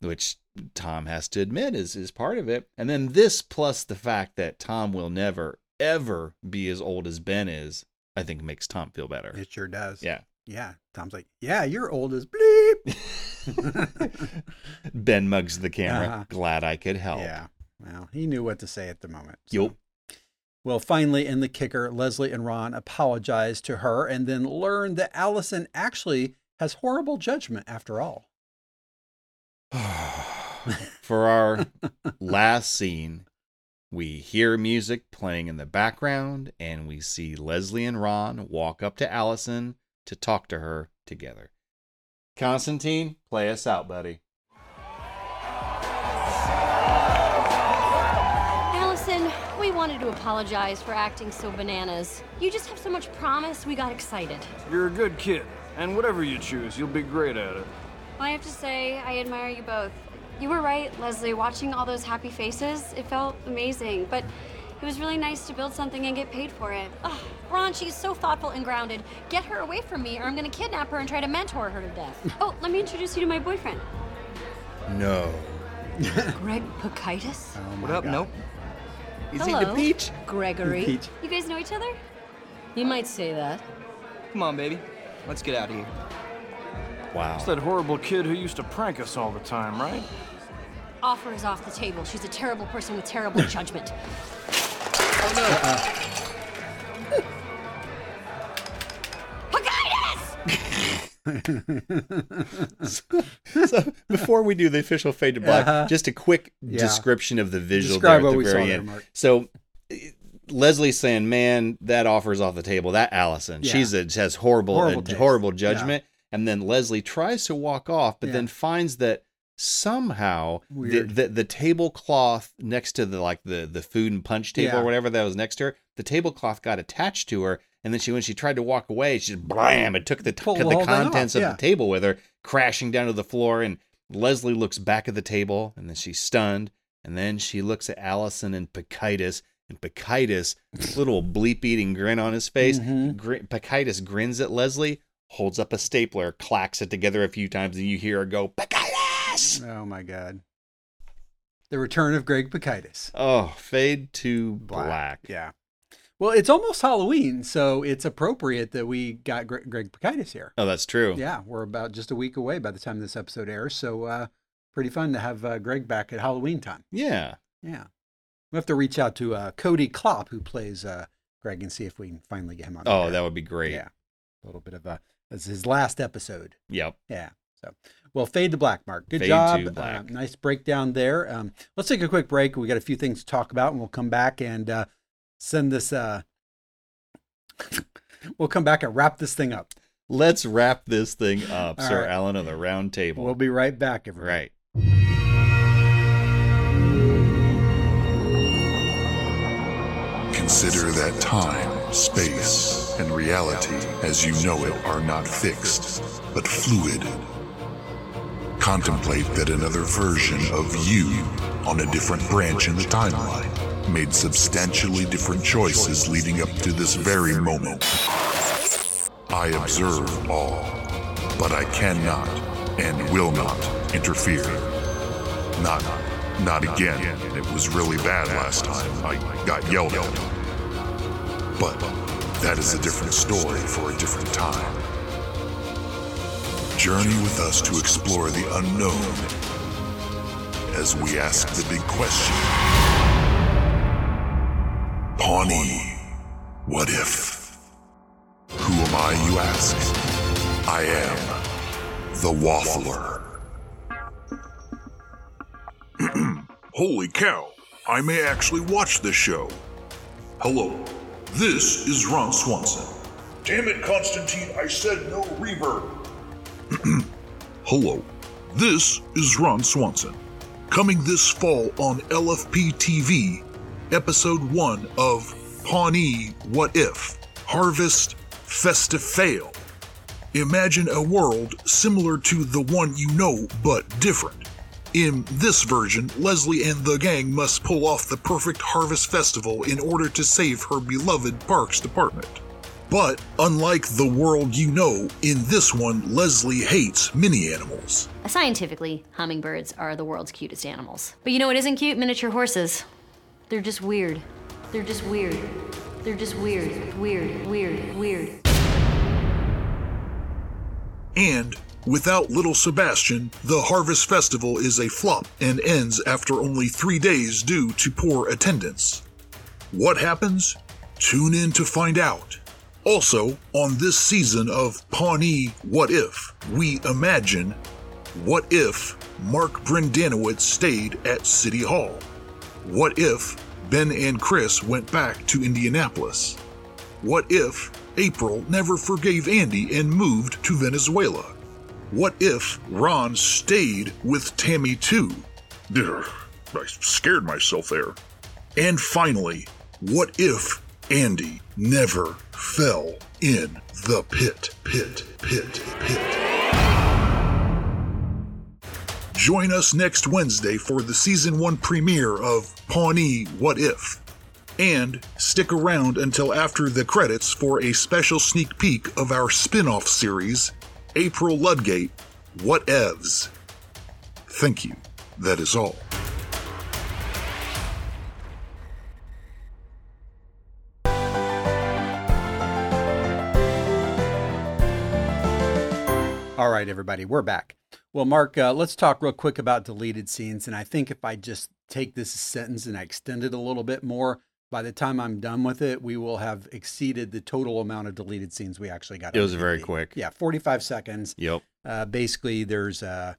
Speaker 2: which Tom has to admit is is part of it. And then this plus the fact that Tom will never ever be as old as Ben is, I think makes Tom feel better.
Speaker 1: It sure does.
Speaker 2: Yeah.
Speaker 1: Yeah. Tom's like, yeah, you're old as bleep.
Speaker 2: Ben mugs the camera.
Speaker 1: Uh-huh.
Speaker 2: Glad I could help.
Speaker 1: Yeah. Well, he knew what to say at the moment.
Speaker 2: Oh. Yup.
Speaker 1: Well, finally, in the kicker, Leslie and Ron apologize to her and then learn that Allison actually has horrible judgment after all.
Speaker 2: For our last scene, we hear music playing in the background and we see Leslie and Ron walk up to Allison to talk to her together. Constantine, play us out, buddy.
Speaker 4: Allison, we wanted to apologize for acting so bananas. You just have so much promise, we got excited.
Speaker 3: You're a good kid, and whatever you choose, you'll be great at it.
Speaker 6: Well, I have to say, I admire you both. You were right, Leslie. Watching all those happy faces, it felt amazing. But it was really nice to build something and get paid for it.
Speaker 4: Ugh, Ron, she's so thoughtful and grounded. Get her away from me, or I'm gonna kidnap her and try to mentor her to death.
Speaker 6: Oh, let me introduce you to my boyfriend,
Speaker 2: No.
Speaker 4: Greg Pakaitis?
Speaker 2: What up? Nope.
Speaker 4: Hello, Gregory.
Speaker 7: Peach.
Speaker 6: You guys know each other?
Speaker 4: You might say that.
Speaker 7: Come on, baby. Let's get out of here.
Speaker 2: Wow.
Speaker 3: It's that horrible kid who used to prank us all the time, right?
Speaker 4: Offer is off the table. She's a terrible person with terrible judgment.
Speaker 2: so before we do the official fade to black,
Speaker 1: Uh-huh.
Speaker 2: just a quick
Speaker 1: Yeah.
Speaker 2: description of the visual
Speaker 1: Describe
Speaker 2: there
Speaker 1: what
Speaker 2: at the
Speaker 1: we saw
Speaker 2: very
Speaker 1: there,
Speaker 2: end.
Speaker 1: Mark.
Speaker 2: So eh, Leslie's saying, "Man, that offer's off the table." That Allison,
Speaker 1: Yeah.
Speaker 2: she's a, has
Speaker 1: Horrible
Speaker 2: horrible, horrible,
Speaker 1: taste.
Speaker 2: horrible judgment. And then Leslie tries to walk off, but
Speaker 1: Yeah.
Speaker 2: then finds that somehow the,
Speaker 1: Weird.
Speaker 2: the the tablecloth next to the like the the food and punch table
Speaker 1: Yeah.
Speaker 2: or whatever that was next to her, the tablecloth got attached to her. And then she, when she tried to walk away, she just blam! It took the
Speaker 1: Pulled
Speaker 2: cut
Speaker 1: the
Speaker 2: the
Speaker 1: whole thing off,
Speaker 2: contents of
Speaker 1: yeah.
Speaker 2: the table with her, crashing down to the floor. And Leslie looks back at the table, and then she's stunned. And then she looks at Allison and Pachitis, and Pachitis, little bleep eating grin on his face.
Speaker 1: Mm-hmm.
Speaker 2: Gr- Pachitis grins at Leslie, holds up a stapler, clacks it together a few times, and you hear her go, Pachitis!
Speaker 1: Oh my God. The return of Greg Pakaitis.
Speaker 2: Oh, fade to black.
Speaker 1: Yeah. Well, it's almost Halloween, so it's appropriate that we got Gre- Greg Pakaitis here.
Speaker 2: Oh, that's true.
Speaker 1: Yeah, we're about just a week away by the time this episode airs. So, uh, pretty fun to have uh, Greg back at Halloween time.
Speaker 2: Yeah.
Speaker 1: Yeah. We have to reach out to uh, Cody Klopp, who plays uh, Greg, and see if we can finally get him on.
Speaker 2: Oh,
Speaker 1: the air.
Speaker 2: that would be great.
Speaker 1: Yeah. A little bit of a, that's his last episode.
Speaker 2: Yep.
Speaker 1: Yeah. So, well, fade to black, Mark. Good
Speaker 2: Fade
Speaker 1: job.
Speaker 2: to black.
Speaker 1: Uh, nice breakdown there. Um, let's take a quick break. We got a few things to talk about, and we'll come back and uh, send this. Uh, we'll come back and wrap this thing up.
Speaker 2: Let's wrap this thing up,
Speaker 1: All
Speaker 2: Sir
Speaker 1: right.
Speaker 2: Alan of the Round Table.
Speaker 1: We'll be right back, everyone.
Speaker 2: right.
Speaker 12: Can Consider that time, space, and reality as you know it are not fixed, but fluid. Contemplate that another version of you on a different branch in the timeline made substantially different choices leading up to this very moment. I observe all, but I cannot and will not interfere. Not, not again. It was really bad last time. I got yelled at. But that is a different story for a different time. Journey with us to explore the unknown as we ask the big question Pawnee, what if? Who am I, you ask? I am the Waffler. Holy cow, I may actually watch this show. Hello, this is Ron Swanson.
Speaker 15: Damn it, Constantine, I said no reverb.
Speaker 12: Hello, this is Ron Swanson. Coming this fall on LFP TV, episode one of Pawnee What If Harvest Festifale. Imagine a world similar to the one you know but different. In this version, Leslie and the gang must pull off the perfect harvest festival in order to save her beloved Parks Department. But unlike the world you know, in this one, Leslie hates mini animals.
Speaker 4: Scientifically, hummingbirds are the world's cutest animals. But you know what isn't cute? Miniature horses. They're just weird. They're just weird. They're just weird, weird, weird, weird.
Speaker 12: And without little Sebastian, the Harvest Festival is a flop and ends after only three days due to poor attendance. What happens? Tune in to find out. Also, on this season of Pawnee What If, we imagine what if Mark Brendanowitz stayed at City Hall? What if Ben and Chris went back to Indianapolis? What if April never forgave Andy and moved to Venezuela? What if Ron stayed with Tammy too?
Speaker 15: Ugh, I scared myself there.
Speaker 12: And finally, what if Andy never fell in the pit, pit, pit, pit? Join us next Wednesday for the season one premiere of Pawnee What If. And stick around until after the credits for a special sneak peek of our spin off series, April Ludgate What Evs. Thank you. That is all.
Speaker 1: All right, everybody, we're back. Well, Mark, uh, let's talk real quick about deleted scenes. And I think if I just take this sentence and I extend it a little bit more, by the time I'm done with it, we will have exceeded the total amount of deleted scenes we actually got.
Speaker 2: It
Speaker 1: on
Speaker 2: was
Speaker 1: the
Speaker 2: very
Speaker 1: DVD.
Speaker 2: quick.
Speaker 1: Yeah, 45 seconds.
Speaker 2: Yep.
Speaker 1: Uh, basically, there's uh,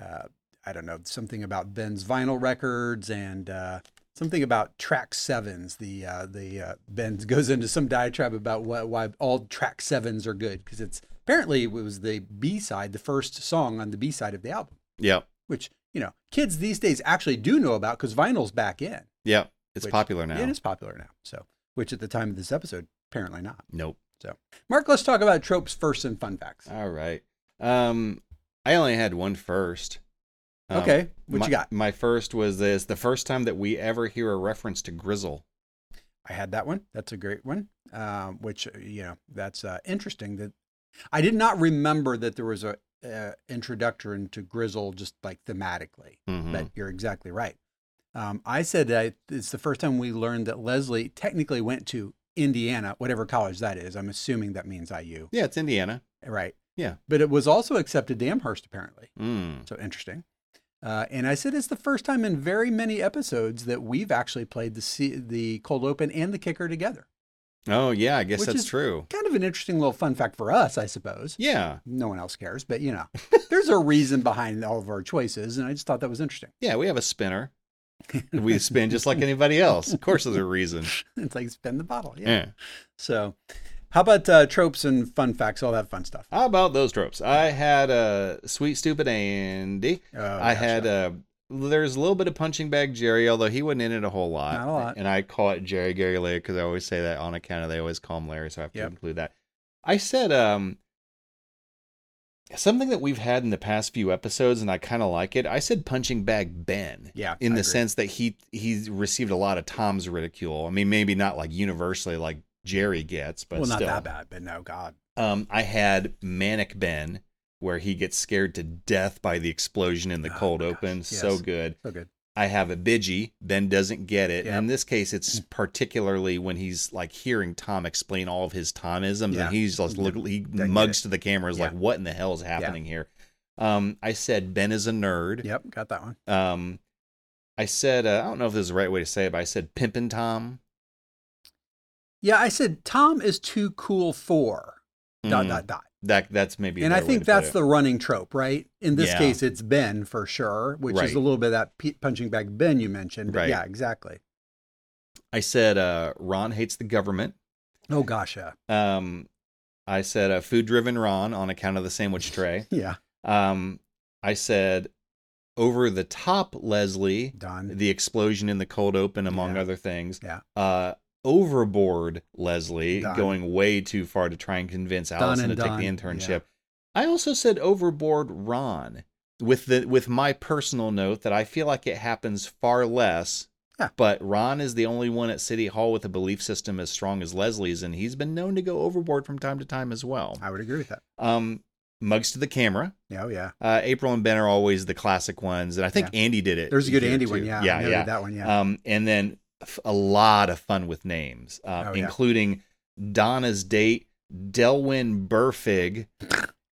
Speaker 1: uh, I don't know something about Ben's vinyl records and uh, something about track sevens. The uh, the uh, Ben goes into some diatribe about what, why all track sevens are good because it's apparently it was the B side, the first song on the B side of the album,
Speaker 2: Yep.
Speaker 1: which you know kids these days actually do know about because vinyl's back in.
Speaker 2: Yep. It's
Speaker 1: Which-
Speaker 2: popular now.
Speaker 1: It is popular now. So which at the time of this episode apparently not.
Speaker 2: Nope.
Speaker 1: So Mark, let's talk about tropes first and fun facts.
Speaker 2: All right. Um, I only had one first. Um,
Speaker 1: Okay, what
Speaker 2: my-
Speaker 1: you got?
Speaker 2: My first was this: the first time that we ever hear a reference to Grizzle.
Speaker 1: I had that one. That's a great one. Um, which uh, you know, that's uh, interesting. That I did not remember that there was a uh, introduction to Grizzle just like thematically. But
Speaker 2: Mhm.
Speaker 1: you're exactly right. Um, I said that it's the first time we learned that Leslie technically went to Indiana, whatever college that is. I'm assuming that means IU,
Speaker 2: Yeah, it's Indiana.
Speaker 1: right?
Speaker 2: Yeah.
Speaker 1: But it was also accepted to Amherst apparently.
Speaker 2: Mm.
Speaker 1: So interesting. Uh, and I said it's the first time in very many episodes that we've actually played the C- the cold open and the kicker together.
Speaker 2: Oh yeah, I guess
Speaker 1: Which
Speaker 2: that's
Speaker 1: is
Speaker 2: true.
Speaker 1: Kind of an interesting little fun fact for us, I suppose.
Speaker 2: Yeah.
Speaker 1: No one else cares, but you know, there's a reason behind all of our choices, and I just thought that was interesting.
Speaker 2: Yeah, we have a spinner. we spin just like anybody else. Of course, there's a reason.
Speaker 1: it's like spin the bottle. Yeah.
Speaker 2: Yeah.
Speaker 1: So, how about uh, tropes and fun facts, all that fun stuff? Oh,
Speaker 2: How about those tropes? I had a uh, sweet stupid Andy. I had a there's a little bit of punching bag Jerry, although he wasn't in it a whole lot.
Speaker 1: Not a lot.
Speaker 2: And I call it Jerry Gary Larry because I always say that on account of they always call him Larry, so I have to
Speaker 1: Yep.
Speaker 2: include that. I said um something that we've had in the past few episodes, and I kind of like it. I said punching bag Ben.
Speaker 1: Yeah,
Speaker 2: in
Speaker 1: I
Speaker 2: the
Speaker 1: agree.
Speaker 2: sense that he he received a lot of Tom's ridicule. I mean, maybe not like universally like Jerry gets, but
Speaker 1: well, not
Speaker 2: still.
Speaker 1: that bad, but no, God.
Speaker 2: Um, I had Manic Ben, where he gets scared to death by the explosion in the cold open. So
Speaker 1: Oh yes.
Speaker 2: good.
Speaker 1: So good.
Speaker 2: I have a Bidgie. Ben doesn't get
Speaker 1: Yep.
Speaker 2: it.
Speaker 1: Mm.
Speaker 2: And in this case, it's particularly when he's like hearing Tom explain all of his Tomisms,
Speaker 1: Yeah. Mm-hmm.
Speaker 2: and he's just look, he
Speaker 1: get
Speaker 2: mugs
Speaker 1: it.
Speaker 2: to the camera, is like,
Speaker 1: Yeah.
Speaker 2: "What in the hell is happening here?" Um, I said Ben is a nerd.
Speaker 1: Yep, got that one.
Speaker 2: Um, I said uh, I don't know if this is the right way to say it, but I said pimpin' Tom.
Speaker 1: Yeah, I said Tom is too cool for dot
Speaker 2: Mm.
Speaker 1: dot dot.
Speaker 2: That that's maybe. a
Speaker 1: and I
Speaker 2: better way
Speaker 1: think
Speaker 2: to put
Speaker 1: that's
Speaker 2: it.
Speaker 1: the running trope, right? In this
Speaker 2: Yeah.
Speaker 1: case, it's Ben for sure, which
Speaker 2: Right.
Speaker 1: is a little bit of that pe- punching bag Ben you mentioned. But
Speaker 2: Right.
Speaker 1: Yeah, exactly.
Speaker 2: I said uh, Ron hates the government.
Speaker 1: Oh gosh, yeah,
Speaker 2: Um, I said uh, food driven Ron on account of the sandwich tray.
Speaker 1: yeah.
Speaker 2: Um, I said over the top Leslie,
Speaker 1: Done.
Speaker 2: the explosion in the cold open, among other things.
Speaker 1: Yeah.
Speaker 2: Uh, overboard Leslie
Speaker 1: Done.
Speaker 2: going way too far to try and convince
Speaker 1: Done
Speaker 2: Allison to
Speaker 1: and
Speaker 2: take the
Speaker 1: done.
Speaker 2: internship.
Speaker 1: Yeah.
Speaker 2: I also said overboard Ron with the with my personal note that I feel like it happens far less. But Ron is the only one at City Hall with a belief system as strong as Leslie's, and he's been known to go overboard from time to time as well.
Speaker 1: I would agree with that.
Speaker 2: Um, mugs to the camera.
Speaker 1: Yeah, oh, yeah.
Speaker 2: Uh, April and Ben are always the classic ones, and I think
Speaker 1: Yeah.
Speaker 2: Andy did it.
Speaker 1: There's a good
Speaker 2: here,
Speaker 1: Andy one,
Speaker 2: too.
Speaker 1: yeah, I
Speaker 2: yeah,
Speaker 1: noted
Speaker 2: yeah.
Speaker 1: that one, yeah.
Speaker 2: Um, and then f- a lot of fun with names, uh,
Speaker 1: Oh, yeah.
Speaker 2: including Donna's date, Delwyn Burfig,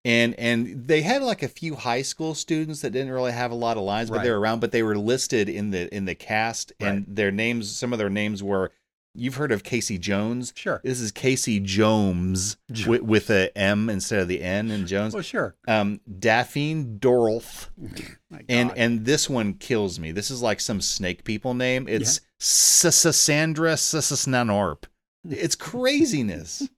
Speaker 2: and and they had like a few high school students that didn't really have a lot of lines, but they
Speaker 1: Right.
Speaker 2: were around. But they were listed in the in the cast, and their names, some of their names were. You've heard of Casey Jones.
Speaker 1: Sure.
Speaker 2: This is Casey Jones
Speaker 1: Jo-
Speaker 2: with, with a M instead of the N in Jones.
Speaker 1: Well, Oh, sure.
Speaker 2: Um, Daphne Dorlf.
Speaker 1: My God.
Speaker 2: And and this one kills me. This is like some snake people name. It's Sandra Sananorp. It's craziness.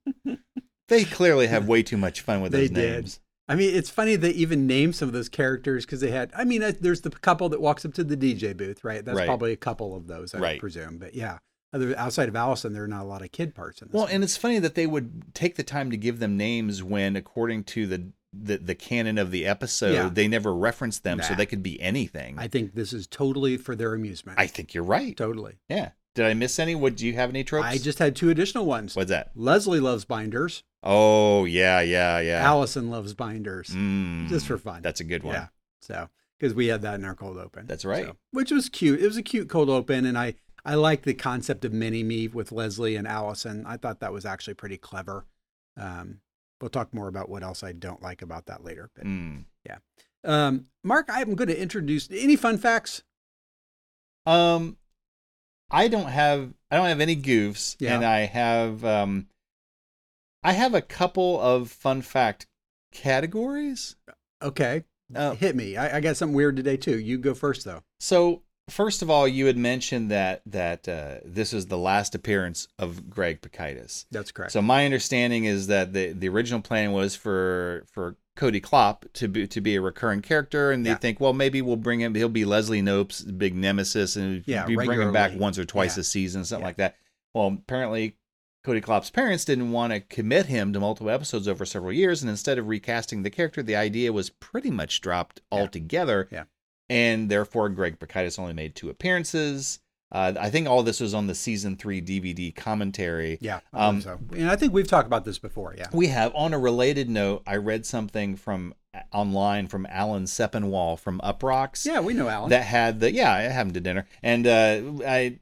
Speaker 2: they clearly have way too much fun with
Speaker 1: they
Speaker 2: those
Speaker 1: did.
Speaker 2: names.
Speaker 1: I mean, it's funny they even named some of those characters because they had. I mean, uh, there's the couple that walks up to the DJ booth, right? That's
Speaker 2: Right.
Speaker 1: probably a couple of those, I
Speaker 2: Right.
Speaker 1: presume. But yeah, other outside of Allison, there are not a lot of kid parts in this.
Speaker 2: Well, and it's funny that they would take the time to give them names when, according to the the, the canon of the episode,
Speaker 1: Yeah.
Speaker 2: they never referenced them, so
Speaker 1: Nah.
Speaker 2: they could be anything.
Speaker 1: I think this is totally for their amusement.
Speaker 2: I think you're right.
Speaker 1: Totally.
Speaker 2: Yeah. Did I miss any? What do you have any tropes?
Speaker 1: I just had two additional ones.
Speaker 2: What's that?
Speaker 1: Leslie loves binders.
Speaker 2: Oh yeah, yeah, yeah.
Speaker 1: Allison loves binders.
Speaker 2: Mm,
Speaker 1: just for fun.
Speaker 2: That's a good one.
Speaker 1: Yeah. So, because we had that in our cold open.
Speaker 2: That's right.
Speaker 1: So, which was cute. It was a cute cold open. And I, I like the concept of mini me with Leslie and Allison. I thought that was actually pretty clever. Um, we'll talk more about what else I don't like about that later. But
Speaker 2: Mm.
Speaker 1: yeah. Um, Mark, I'm going to introduce any fun facts.
Speaker 2: Um, I don't have I don't have any goofs,
Speaker 1: Yeah.
Speaker 2: and I have um, I have a couple of fun fact categories. Uh,
Speaker 1: Okay. Uh,
Speaker 2: Oh.
Speaker 1: Hit me. I, I got something weird today, too. You go first, though.
Speaker 2: So first of all, you had mentioned that that uh, this is the last appearance of Greg Pakaitis.
Speaker 1: That's correct.
Speaker 2: So my understanding is that the the original plan was for for Cody Klopp to be to be a recurring character, and they think, well, maybe we'll bring him. He'll be Leslie Nope's big nemesis, and
Speaker 1: Yeah,
Speaker 2: we bring him back
Speaker 1: regularly.
Speaker 2: once or twice
Speaker 1: Yeah.
Speaker 2: a season, something like that. Well, apparently. Cody Klopp's parents didn't want to commit him to multiple episodes over several years, and instead of recasting the character, the idea was pretty much dropped altogether.
Speaker 1: Yeah.
Speaker 2: And therefore, Greg Brachytis only made two appearances. Uh, I think all this was on the season three DVD commentary.
Speaker 1: Yeah. I
Speaker 2: Um,
Speaker 1: believe so. And I think we've talked about this before. Yeah.
Speaker 2: we have, on a related note, I read something from online from Alan Sepinwall from Uprocks.
Speaker 1: Yeah, we know Alan.
Speaker 2: That had the yeah, I had him to dinner, and uh, I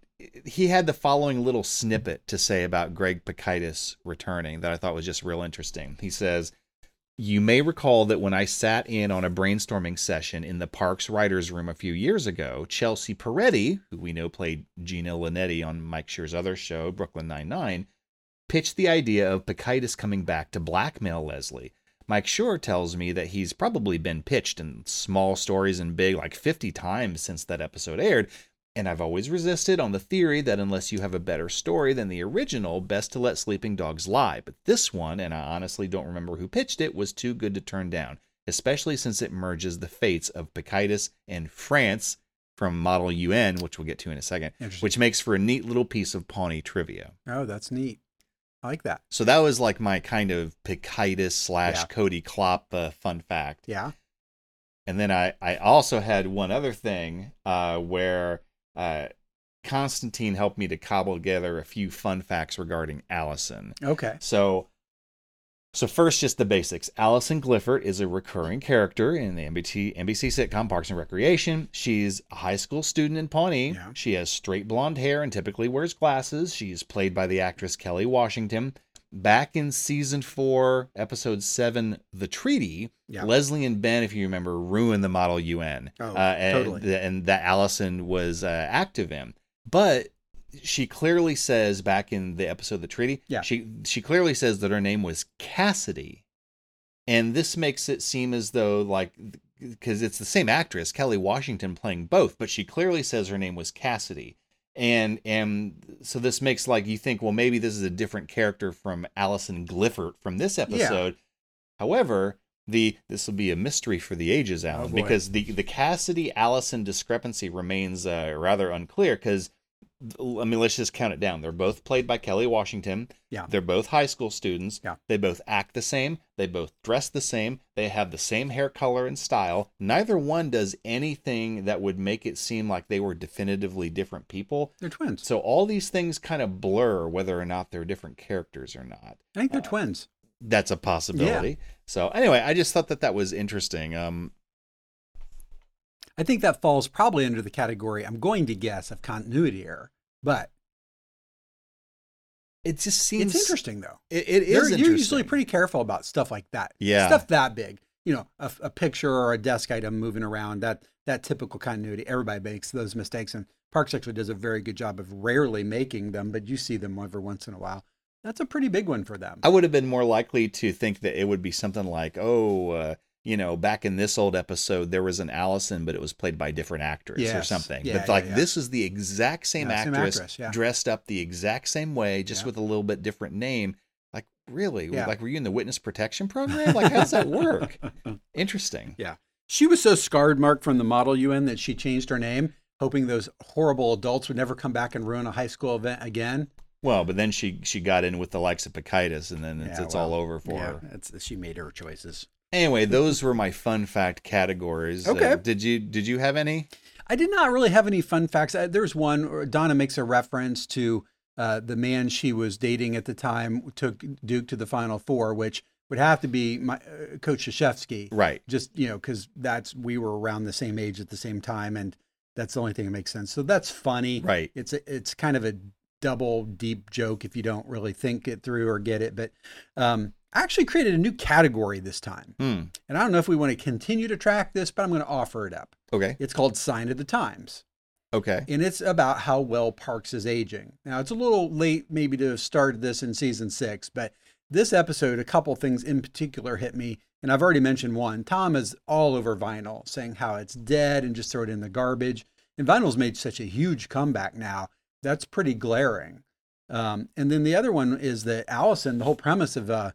Speaker 2: he had the following little snippet to say about Greg Pakaitis returning that I thought was just real interesting. He says. You may recall that when I sat in on a brainstorming session in the Parks Writers Room a few years ago, Chelsea Peretti, who we know played Gina Linetti on Mike Shear's other show, Brooklyn Nine-Nine, pitched the idea of Pakaitis coming back to blackmail Leslie. Mike Shore tells me that he's probably been pitched in small stories and big like 50 times since that episode aired, and I've always resisted on the theory that unless you have a better story than the original, best to let sleeping dogs lie. But this one, and I honestly don't remember who pitched it, was too good to turn down, especially since it merges the fates of Pakaitis and France from Model UN, which we'll get to in a second,
Speaker 1: Interesting.
Speaker 2: which makes for a neat little piece of Pawnee trivia.
Speaker 1: Oh, that's neat. I like that.
Speaker 2: So that was like my kind of Picitis slash
Speaker 1: Yeah.
Speaker 2: Cody Klopp uh, fun fact.
Speaker 1: Yeah.
Speaker 2: And then I, I also had one other thing uh, where uh, Constantine helped me to cobble together a few fun facts regarding Allison.
Speaker 1: Okay.
Speaker 2: So, so first, just the basics. Allison Glifford is a recurring character in the NBC, NBC sitcom Parks and Recreation. She's a high school student in Pawnee. She has straight blonde hair and typically wears glasses. She's played by the actress Kelly Washington. Back in season four, episode seven, The Treaty,
Speaker 1: Yeah.
Speaker 2: Leslie and Ben, if you remember, ruined the Model UN.
Speaker 1: Oh,
Speaker 2: Uh, and-
Speaker 1: totally.
Speaker 2: th- and that Allison was uh, active in. But she clearly says back in the episode of the treaty,
Speaker 1: Yeah.
Speaker 2: she she clearly says that her name was Cassidy, and this makes it seem as though like because it's the same actress Kelly Washington playing both, but she clearly says her name was Cassidy. And and so this makes like you think well maybe this is a different character from Allison Glifford from this episode, However, the this will be a mystery for the ages, Alan,
Speaker 1: boy.
Speaker 2: because the the Cassidy Allison discrepancy remains uh, rather unclear. Because I mean, let's just count it down. They're both played by Kelly Washington.
Speaker 1: Yeah.
Speaker 2: They're both high school students.
Speaker 1: Yeah.
Speaker 2: They both act the same. They both dress the same. They have the same hair color and style. Neither one does anything that would make it seem like they were definitively different people.
Speaker 1: They're twins.
Speaker 2: So all these things kind of blur whether or not they're different characters or not
Speaker 1: I think they're twins.
Speaker 2: that's a possibility. So anyway, I just thought that that was interesting. Um,
Speaker 1: I think that falls probably under the category, I'm going to guess, of continuity error. But
Speaker 2: it just seems
Speaker 1: it's interesting, though.
Speaker 2: It, it
Speaker 1: They're-
Speaker 2: is
Speaker 1: You're
Speaker 2: interesting.
Speaker 1: usually pretty careful about stuff like that.
Speaker 2: Yeah.
Speaker 1: Stuff that big. You know, a, a picture or a desk item moving around, that, that typical continuity. Everybody makes those mistakes. And Parks actually does a very good job of rarely making them, but you see them every once in a while. That's a pretty big one for them.
Speaker 2: I would have been more likely to think that it would be something like, oh, uh, you know, back in this old episode, there was an Allison, but it was played by a different actress or
Speaker 1: Yes.
Speaker 2: something.
Speaker 1: Yeah,
Speaker 2: but
Speaker 1: yeah,
Speaker 2: like
Speaker 1: yeah.
Speaker 2: this is the exact same
Speaker 1: Yeah, same
Speaker 2: actress,
Speaker 1: actress, yeah.
Speaker 2: dressed up the exact same way, just with a little bit different name. Like really?
Speaker 1: Yeah.
Speaker 2: Like were you in the witness protection program? Like how does that work? interesting.
Speaker 1: Yeah. She was so scarred, Mark, from the Model UN that she changed her name, hoping those horrible adults would never come back and ruin a high school event again.
Speaker 2: Well, but then she she got in with the likes of Pacitis, and then it's,
Speaker 1: Yeah,
Speaker 2: it's
Speaker 1: well,
Speaker 2: all over for
Speaker 1: yeah,
Speaker 2: her.
Speaker 1: That's, she made her choices.
Speaker 2: Anyway, those were my fun fact categories. Uh,
Speaker 1: Okay.
Speaker 2: did you did you have any?
Speaker 1: I did not really have any fun facts. Uh, There's one. where Donna makes a reference to uh, the man she was dating at the time took Duke to the Final Four, which would have to be my, uh, Coach Shashevsky.
Speaker 2: Right.
Speaker 1: Just you know, because that's we were around the same age at the same time, and that's the only thing that makes sense. So that's funny.
Speaker 2: Right.
Speaker 1: It's a, it's kind of a double deep joke if you don't really think it through or get it. But um, I actually created a new category this time,
Speaker 2: Hmm.
Speaker 1: and I don't know if we want to continue to track this, but I'm going to offer it up.
Speaker 2: Okay.
Speaker 1: It's called Sign of the Times.
Speaker 2: Okay.
Speaker 1: And it's about how well Parks is aging. Now, it's a little late maybe to have started this in season six, but this episode, a couple things in particular hit me. And I've already mentioned one. Tom is all over vinyl, saying how it's dead and just throw it in the garbage. And vinyl's made such a huge comeback now. That's pretty glaring. Um, and then the other one is that Allison, the whole premise of uh,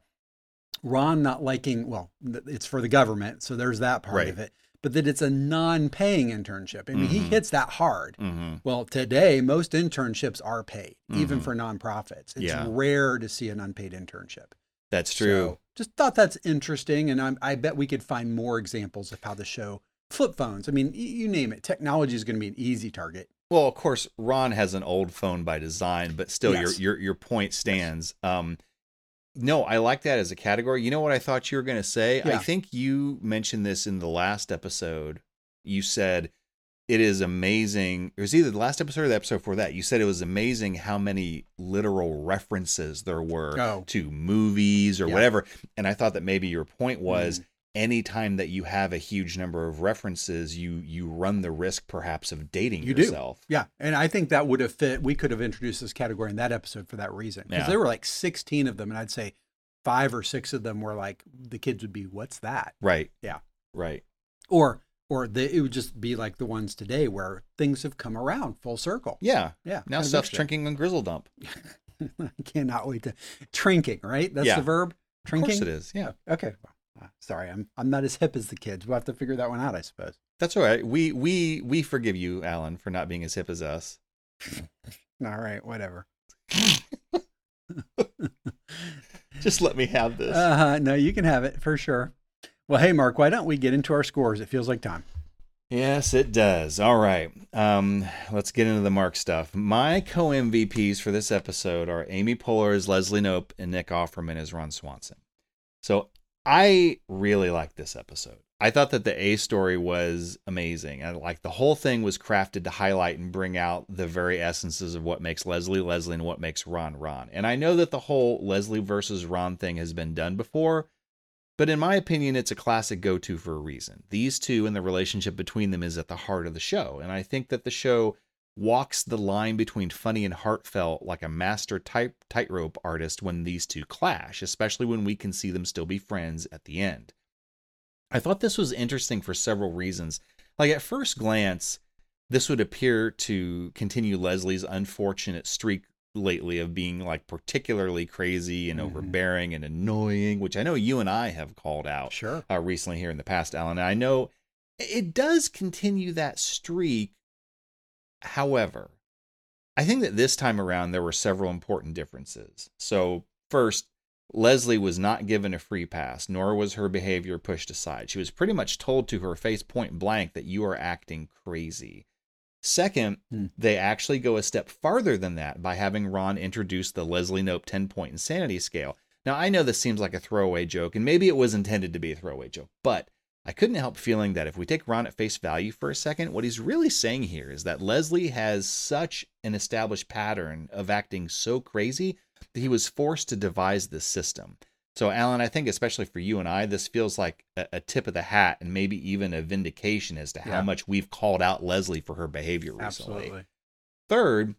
Speaker 1: Ron not liking, well, th- it's for the government. So there's that part of
Speaker 2: Right.
Speaker 1: it. But that it's a non paying internship. I mean, he
Speaker 2: Mhm.
Speaker 1: hits that hard.
Speaker 2: Mm-hmm.
Speaker 1: Well, today, most internships are paid, even
Speaker 2: Mhm.
Speaker 1: for nonprofits. It's
Speaker 2: Yeah.
Speaker 1: rare to see an unpaid internship.
Speaker 2: That's true.
Speaker 1: So, just thought that's interesting. And I'm, I bet we could find more examples of how the show flip phones. I mean, y- you name it, technology is going to be an easy target.
Speaker 2: Well, of course, Ron has an old phone by design, but still,
Speaker 1: Yes.
Speaker 2: your your your point stands. Um, no, I like that as a category. You know what I thought you were going to say? I
Speaker 1: Yeah.
Speaker 2: think you mentioned this in the last episode. You said it is amazing. It was either the last episode or the episode before that. You said it was amazing how many literal references there were
Speaker 1: Oh.
Speaker 2: to movies or
Speaker 1: Yeah. Mm-hmm.
Speaker 2: whatever. And I thought that maybe your point was anytime that you have a huge number of references, you you run the risk perhaps of dating
Speaker 1: You
Speaker 2: yourself.
Speaker 1: do. Yeah. And I think that would have fit. We could have introduced this category in that episode for that reason. Because
Speaker 2: Yeah.
Speaker 1: there were like 16 of them. And I'd say five or six of them were like, the kids would be, what's that?
Speaker 2: Right.
Speaker 1: Yeah.
Speaker 2: Right.
Speaker 1: Or, or the, it would just be like the ones today where things have come around full circle.
Speaker 2: Yeah.
Speaker 1: Yeah. kind
Speaker 2: Now
Speaker 1: of
Speaker 2: stuff's
Speaker 1: interesting.
Speaker 2: trinking on Grizzle Dump.
Speaker 1: I cannot wait to trinking, right? That's
Speaker 2: Yeah.
Speaker 1: the verb.
Speaker 2: Of
Speaker 1: Trinking.
Speaker 2: course it is. Yeah.
Speaker 1: Okay. Well, uh, sorry, I'm I'm not as hip as the kids. We'll have to figure that one out, I suppose.
Speaker 2: That's all right. We we we forgive you, Alan, for not being as hip as us.
Speaker 1: All right, whatever.
Speaker 2: Just let me have this.
Speaker 1: Uh, no, you can have it for sure. Well, hey, Mark, why don't we get into our scores? It feels like time.
Speaker 2: Yes, it does. All right. Um, let's get into the Mark stuff. My co MVPs for this episode are Amy Poehler as Leslie Nope and Nick Offerman as Ron Swanson. So I really liked this episode. I thought that the A story was amazing. And like the whole thing was crafted to highlight and bring out the very essences of what makes Leslie Leslie and what makes Ron Ron. And I know that the whole Leslie versus Ron thing has been done before, but in my opinion, it's a classic go to for a reason. These two and the relationship between them is at the heart of the show. And I think that the show walks the line between funny and heartfelt like a master type tightrope artist when these two clash, especially when we can see them still be friends at the end. I thought this was interesting for several reasons. Like at first glance, this would appear to continue Leslie's unfortunate streak lately of being like particularly crazy and overbearing and annoying, which I know you and I have called out
Speaker 1: sure.
Speaker 2: uh, recently here in the past, Alan. And I know it does continue that streak. However, I think that this time around there were several important differences. So first, Leslie was not given a free pass, nor was her behavior pushed aside. She was pretty much told to her face point blank that you are acting crazy. Second, they actually go a step farther than that by having Ron introduce the Leslie Nope 10 point insanity scale. Now, I know this seems like a throwaway joke, and maybe it was intended to be a throwaway joke, but I couldn't help feeling that if we take Ron at face value for a second, what he's really saying here is that Leslie has such an established pattern of acting so crazy that he was forced to devise this system. So, Alan, I think especially for you and I, this feels like a, a tip of the hat and maybe even a vindication as to how
Speaker 1: Yeah.
Speaker 2: much we've called out Leslie for her behavior recently.
Speaker 1: Absolutely.
Speaker 2: Third,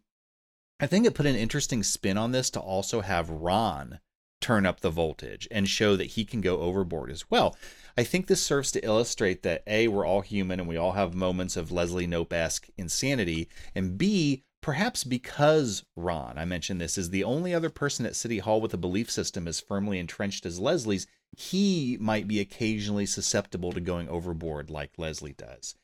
Speaker 2: I think it put an interesting spin on this to also have Ron turn up the voltage and show that he can go overboard as well. I think this serves to illustrate that A, we're all human and we all have moments of Leslie Nope esque insanity, and B, perhaps because Ron, I mentioned this, is the only other person at City Hall with a belief system as firmly entrenched as Leslie's, he might be occasionally susceptible to going overboard like Leslie does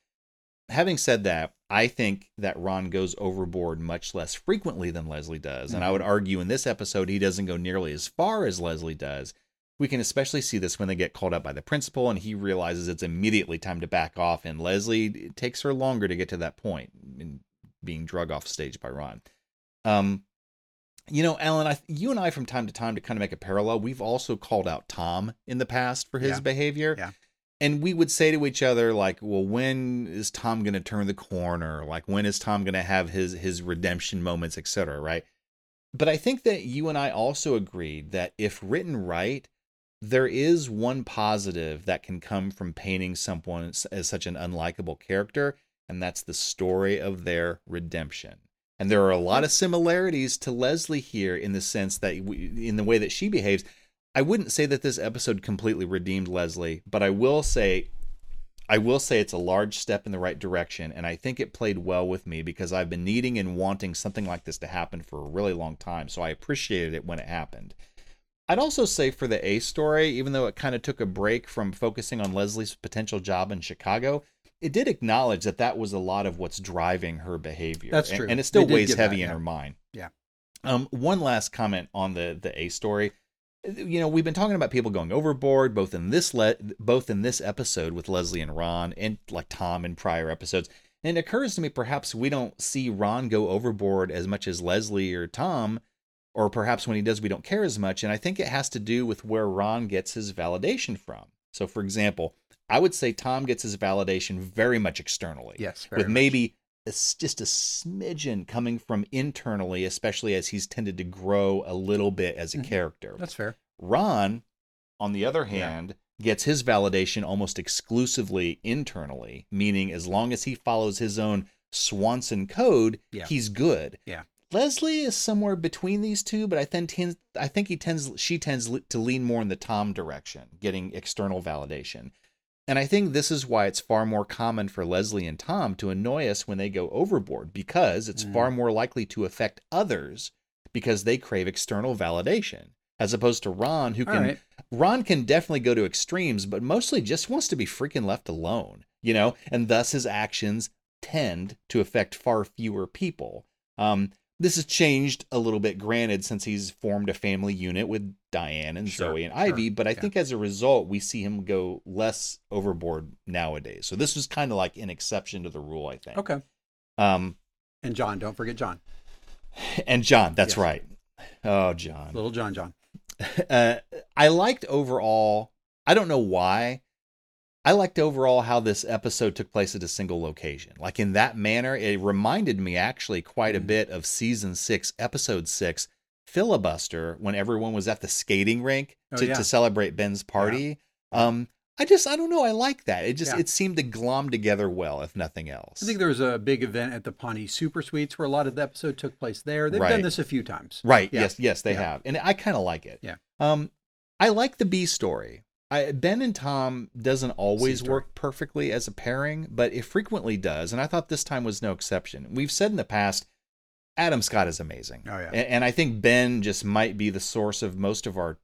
Speaker 2: having said that, I think that Ron goes overboard much less frequently than Leslie does. And I would argue in this episode, he doesn't go nearly as far as Leslie does. We can especially see this when they get called up by the principal and he realizes it's immediately time to back off. And Leslie, it takes her longer to get to that point in being drug off stage by Ron. Um, you know, Alan, I, you and I, from time to time, to kind of make a parallel, we've also called out Tom in the past for his
Speaker 1: Yeah.
Speaker 2: behavior.
Speaker 1: Yeah.
Speaker 2: And we would say to each other, like, well, when is Tom going to turn the corner? Like, when is Tom going to have his his redemption moments, et cetera, right? But I think that you and I also agreed that if written right, there is one positive that can come from painting someone as, as such an unlikable character, and that's the story of their redemption. And there are a lot of similarities to Leslie here in the sense that, we, in the way that she behaves, I wouldn't say that this episode completely redeemed Leslie, but I will say I will say it's a large step in the right direction, and I think it played well with me because I've been needing and wanting something like this to happen for a really long time, so I appreciated it when it happened. I'd also say for the A story, even though it kind of took a break from focusing on Leslie's potential job in Chicago, it did acknowledge that that was a lot of what's driving her behavior.
Speaker 1: That's
Speaker 2: and-
Speaker 1: true.
Speaker 2: And, it still
Speaker 1: They did
Speaker 2: weighs
Speaker 1: give that,
Speaker 2: heavy in
Speaker 1: yeah.
Speaker 2: her mind.
Speaker 1: Yeah.
Speaker 2: Um, one last comment on the the A story. You know, we've been talking about people going overboard, both in this le- both in this episode with Leslie and Ron, and like Tom in prior episodes. And it occurs to me perhaps we don't see Ron go overboard as much as Leslie or Tom, or perhaps when he does, we don't care as much. And I think it has to do with where Ron gets his validation from. So, for example, I would say Tom gets his validation very much externally.
Speaker 1: Yes, very
Speaker 2: with
Speaker 1: much.
Speaker 2: maybe a s just a smidgen coming from internally, especially as he's tended to grow a little bit as a character.
Speaker 1: Mm-hmm. That's fair.
Speaker 2: Ron, on the other hand, gets his validation almost exclusively internally, meaning as long as he follows his own Swanson code,
Speaker 1: Yeah.
Speaker 2: he's good.
Speaker 1: Yeah.
Speaker 2: Leslie is somewhere between these two, but I think tends, I think he tends she tends le- to lean more in the Tom direction, getting external validation. And I think this is why it's far more common for Leslie and Tom to annoy us when they go overboard because it's far
Speaker 1: Mm.
Speaker 2: more likely to affect others because they crave external validation as opposed to Ron who
Speaker 1: All
Speaker 2: can
Speaker 1: right.
Speaker 2: Ron can definitely go to extremes but mostly just wants to be freaking left alone. you know, and thus his actions tend to affect far fewer people. Um, this has changed a little bit, granted, since he's formed a family unit with Diane and
Speaker 1: Sure,
Speaker 2: Zoe and
Speaker 1: sure,
Speaker 2: Ivy, but I
Speaker 1: yeah.
Speaker 2: think as a result, we see him go less overboard nowadays. So this was kind of like an exception to the rule, I think.
Speaker 1: Okay.
Speaker 2: Um,
Speaker 1: And John, don't forget John.
Speaker 2: and John, that's
Speaker 1: Yes.
Speaker 2: right. Oh, John.
Speaker 1: Little John John.
Speaker 2: Uh, I liked overall, I don't know why. I liked overall how this episode took place at a single location. Like in that manner, it reminded me actually quite
Speaker 1: Mm-hmm.
Speaker 2: a bit of season six, episode six, filibuster, when everyone was at the skating rink
Speaker 1: Oh,
Speaker 2: to,
Speaker 1: yeah.
Speaker 2: to celebrate Ben's party. Um, I just, I don't know. I like that. It just,
Speaker 1: Yeah.
Speaker 2: it seemed to glom together well, if nothing else.
Speaker 1: I think there was a big event at the Pawnee Super Suites where a lot of the episode took place there. They've
Speaker 2: Right.
Speaker 1: done this a few times.
Speaker 2: Right.
Speaker 1: Yeah.
Speaker 2: Yes. Yes, they
Speaker 1: Yeah.
Speaker 2: have, and I kind of like it.
Speaker 1: Yeah.
Speaker 2: Um, I like the B story. I, ben and Tom doesn't always
Speaker 1: story.
Speaker 2: work perfectly as a pairing, but it frequently does, and I thought this time was no exception. We've said in the past, Adam Scott is amazing.
Speaker 1: Oh, yeah.
Speaker 2: A- and, I think Ben just might be the source of most of our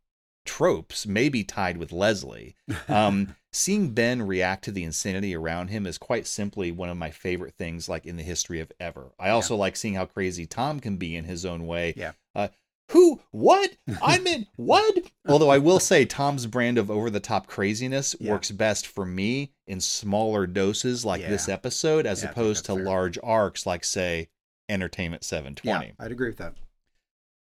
Speaker 2: tropes, maybe tied with Leslie. Um, seeing Ben react to the insanity around him is quite simply one of my favorite things, like in the history of ever. I also like seeing how crazy Tom can be in his own way.
Speaker 1: Yeah.
Speaker 2: Uh, who? What? I'm in what? Although I will say Tom's brand of over the top craziness
Speaker 1: Yeah.
Speaker 2: works best for me in smaller doses like this
Speaker 1: Yeah.
Speaker 2: episode as
Speaker 1: Yeah, I think
Speaker 2: opposed to large arcs like say Entertainment
Speaker 1: Yeah,
Speaker 2: 720.
Speaker 1: I'd agree with that.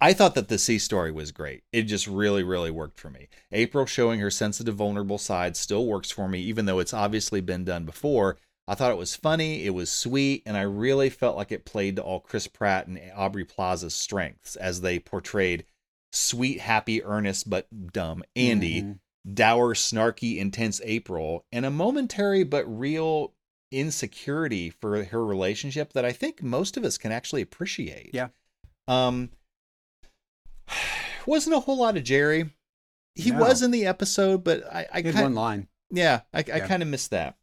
Speaker 2: I thought that the C story was great. It just really, really worked for me. April showing her sensitive, vulnerable side still works for me, even though it's obviously been done before. I thought it was funny, it was sweet, and I really felt like it played to all Chris Pratt and Aubrey Plaza's strengths as they portrayed sweet, happy, earnest, but dumb Andy,
Speaker 1: Mhm.
Speaker 2: dour, snarky, intense April, and a momentary but real insecurity for her relationship that I think most of us can actually appreciate.
Speaker 1: Yeah.
Speaker 2: Um, wasn't a whole lot of Jerry. He
Speaker 1: No.
Speaker 2: was in the episode, but I, I
Speaker 1: He had
Speaker 2: kind-
Speaker 1: one line.
Speaker 2: Yeah, I, I
Speaker 1: Yeah.
Speaker 2: kind of missed that.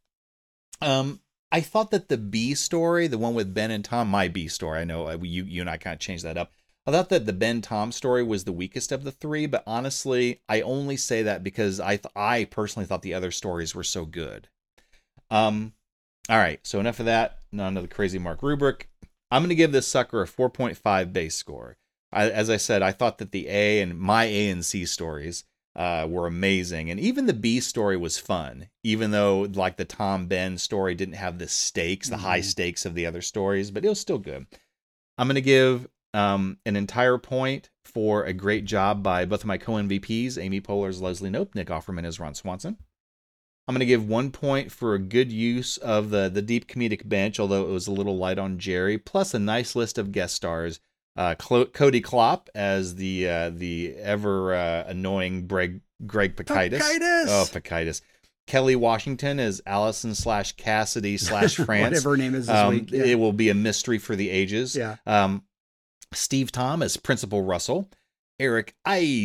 Speaker 2: Um, I thought that the B story, the one with Ben and Tom, my B story. I know uh, you you and I kind of changed that up. I thought that the Ben Tom story was the weakest of the three, but honestly, I only say that because I th- I personally thought the other stories were so good. Um, all right, so enough of that. None of the crazy Mark rubric. I'm going to give this sucker a 4.5 base score. I, as I said, I thought that the A and my A and C stories uh, were amazing, and even the B story was fun. Even though like the Tom Ben story didn't have the stakes, the high
Speaker 1: Mhm.
Speaker 2: stakes of the other stories, but it was still good. I'm going to give um, an entire point for a great job by both of my co-MVPs, Amy Poehler's Leslie Nope, Nick Offerman as Ron Swanson. I'm going to give one point for a good use of the the deep comedic bench, although it was a little light on Jerry. Plus, a nice list of guest stars: uh, Clo- Cody Klopp as the uh, the ever uh, annoying Greg Greg Pakitis.
Speaker 1: Pakaitis!
Speaker 2: Oh, Pakitis. Kelly Washington as Allison slash Cassidy slash France.
Speaker 1: Whatever her name is this
Speaker 2: Um,
Speaker 1: week, yeah.
Speaker 2: It will be a mystery for the ages.
Speaker 1: Yeah.
Speaker 2: Um, Steve Tom as Principal Russell. Eric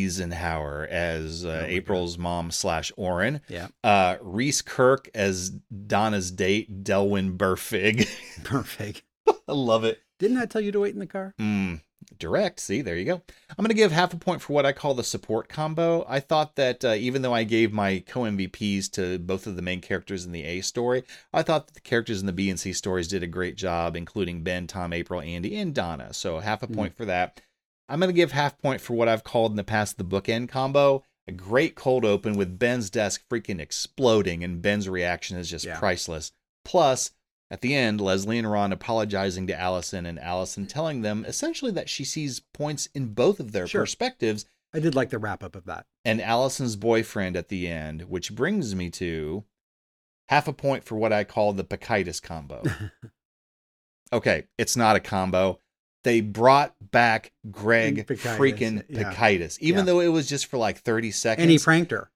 Speaker 2: Eisenhower as uh, April's mom slash Oren.
Speaker 1: Oh Yeah.
Speaker 2: Uh, Reese Kirk as Donna's date, Delwyn Burfig.
Speaker 1: Perfect.
Speaker 2: I love it.
Speaker 1: Didn't I tell you to wait in the car?
Speaker 2: Mm, direct. See, there you go. I'm going to give half a point for what I call the support combo. I thought that uh, even though I gave my co MVPs to both of the main characters in the A story, I thought that the characters in the B and C stories did a great job, including Ben, Tom, April, Andy, and Donna. So half a point for that. I'm going to give half point for what I've called in the past the bookend combo. A great cold open with Ben's desk freaking exploding, and Ben's reaction is just
Speaker 1: Yeah.
Speaker 2: priceless. Plus, at the end, Leslie and Ron apologizing to Allison, and Allison telling them essentially that she sees points in both of their
Speaker 1: Sure.
Speaker 2: perspectives,
Speaker 1: I did like the wrap up of that.
Speaker 2: and Allison's boyfriend at the end, which brings me to half a point for what I call the Pacitis combo. okay, it's not a combo. They brought back Greg
Speaker 1: Pakaitis,
Speaker 2: freaking
Speaker 1: yeah.
Speaker 2: Pacitis, even
Speaker 1: Yeah.
Speaker 2: though it was just for like 30 seconds
Speaker 1: And he pranked her.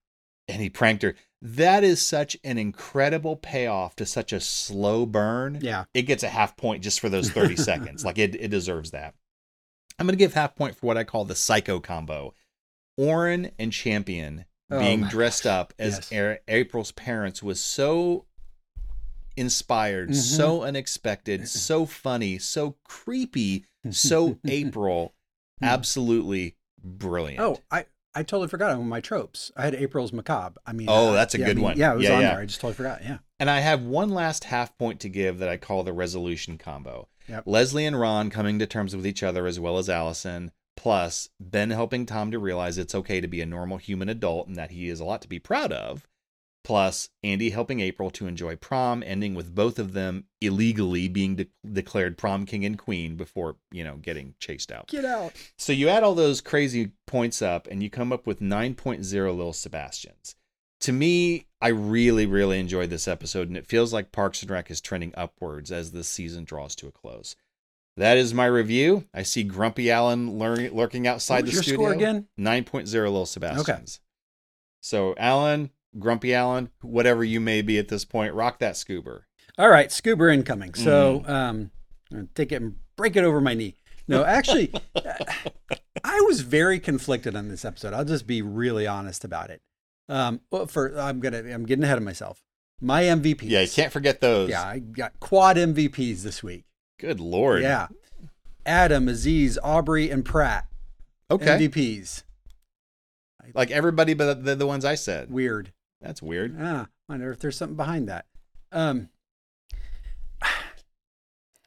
Speaker 2: and he pranked her. That is such an incredible payoff to such a slow burn.
Speaker 1: Yeah.
Speaker 2: It gets a half point just for those 30 seconds. Like it, it deserves that. I'm going to give half point for what I call the psycho combo. Oren and Champion
Speaker 1: Oh
Speaker 2: being
Speaker 1: my
Speaker 2: dressed up as
Speaker 1: Yes.
Speaker 2: A- April's parents was so inspired,
Speaker 1: Mhm.
Speaker 2: so
Speaker 1: Mm-hmm.
Speaker 2: unexpected, so funny, so creepy, so April. Absolutely brilliant.
Speaker 1: Hmm. Oh, I, I totally forgot on my tropes. I had April's Macabre. I mean,
Speaker 2: Oh,
Speaker 1: uh,
Speaker 2: that's a
Speaker 1: yeah, I
Speaker 2: good
Speaker 1: mean,
Speaker 2: one.
Speaker 1: Yeah, it was
Speaker 2: Yeah,
Speaker 1: on
Speaker 2: yeah.
Speaker 1: there. I just totally forgot. Yeah.
Speaker 2: And I have one last half point to give that I call the resolution combo.
Speaker 1: Yep.
Speaker 2: Leslie and Ron coming to terms with each other as well as Allison, plus Ben helping Tom to realize it's okay to be a normal human adult and that he is a lot to be proud of, plus Andy helping April to enjoy prom, ending with both of them illegally being de- declared prom king and queen before, you know, getting chased out.
Speaker 1: Get out.
Speaker 2: So you add all those crazy points up and you come up with 9.0 Little Sebastians. To me, I really, really enjoyed this episode, and it feels like Parks and Rec is trending upwards as this season draws to a close. That is my review. I see Grumpy Allen lur- lurking
Speaker 1: What
Speaker 2: outside
Speaker 1: was
Speaker 2: the
Speaker 1: your
Speaker 2: studio.
Speaker 1: score again?
Speaker 2: 9.0 Little Sebastians. So, Allen, Grumpy Allen, whatever you may be at this point, rock that scuba.
Speaker 1: All right, scuba incoming. So
Speaker 2: Mm.
Speaker 1: um, I'm gonna take it and break it over my knee. No, actually, uh, I was very conflicted on this episode. I'll just be really honest about it. Um, well, for I'm gonna I'm getting ahead of myself. My MVPs.
Speaker 2: Yeah, you can't forget those.
Speaker 1: Yeah, I got quad MVPs this week.
Speaker 2: Good lord.
Speaker 1: Yeah, Adam, Aziz, Aubrey, and Pratt.
Speaker 2: Okay.
Speaker 1: MVPs.
Speaker 2: Like everybody but the, the ones I said.
Speaker 1: Weird.
Speaker 2: That's weird.
Speaker 1: Ah, I wonder if there's something behind that. Um,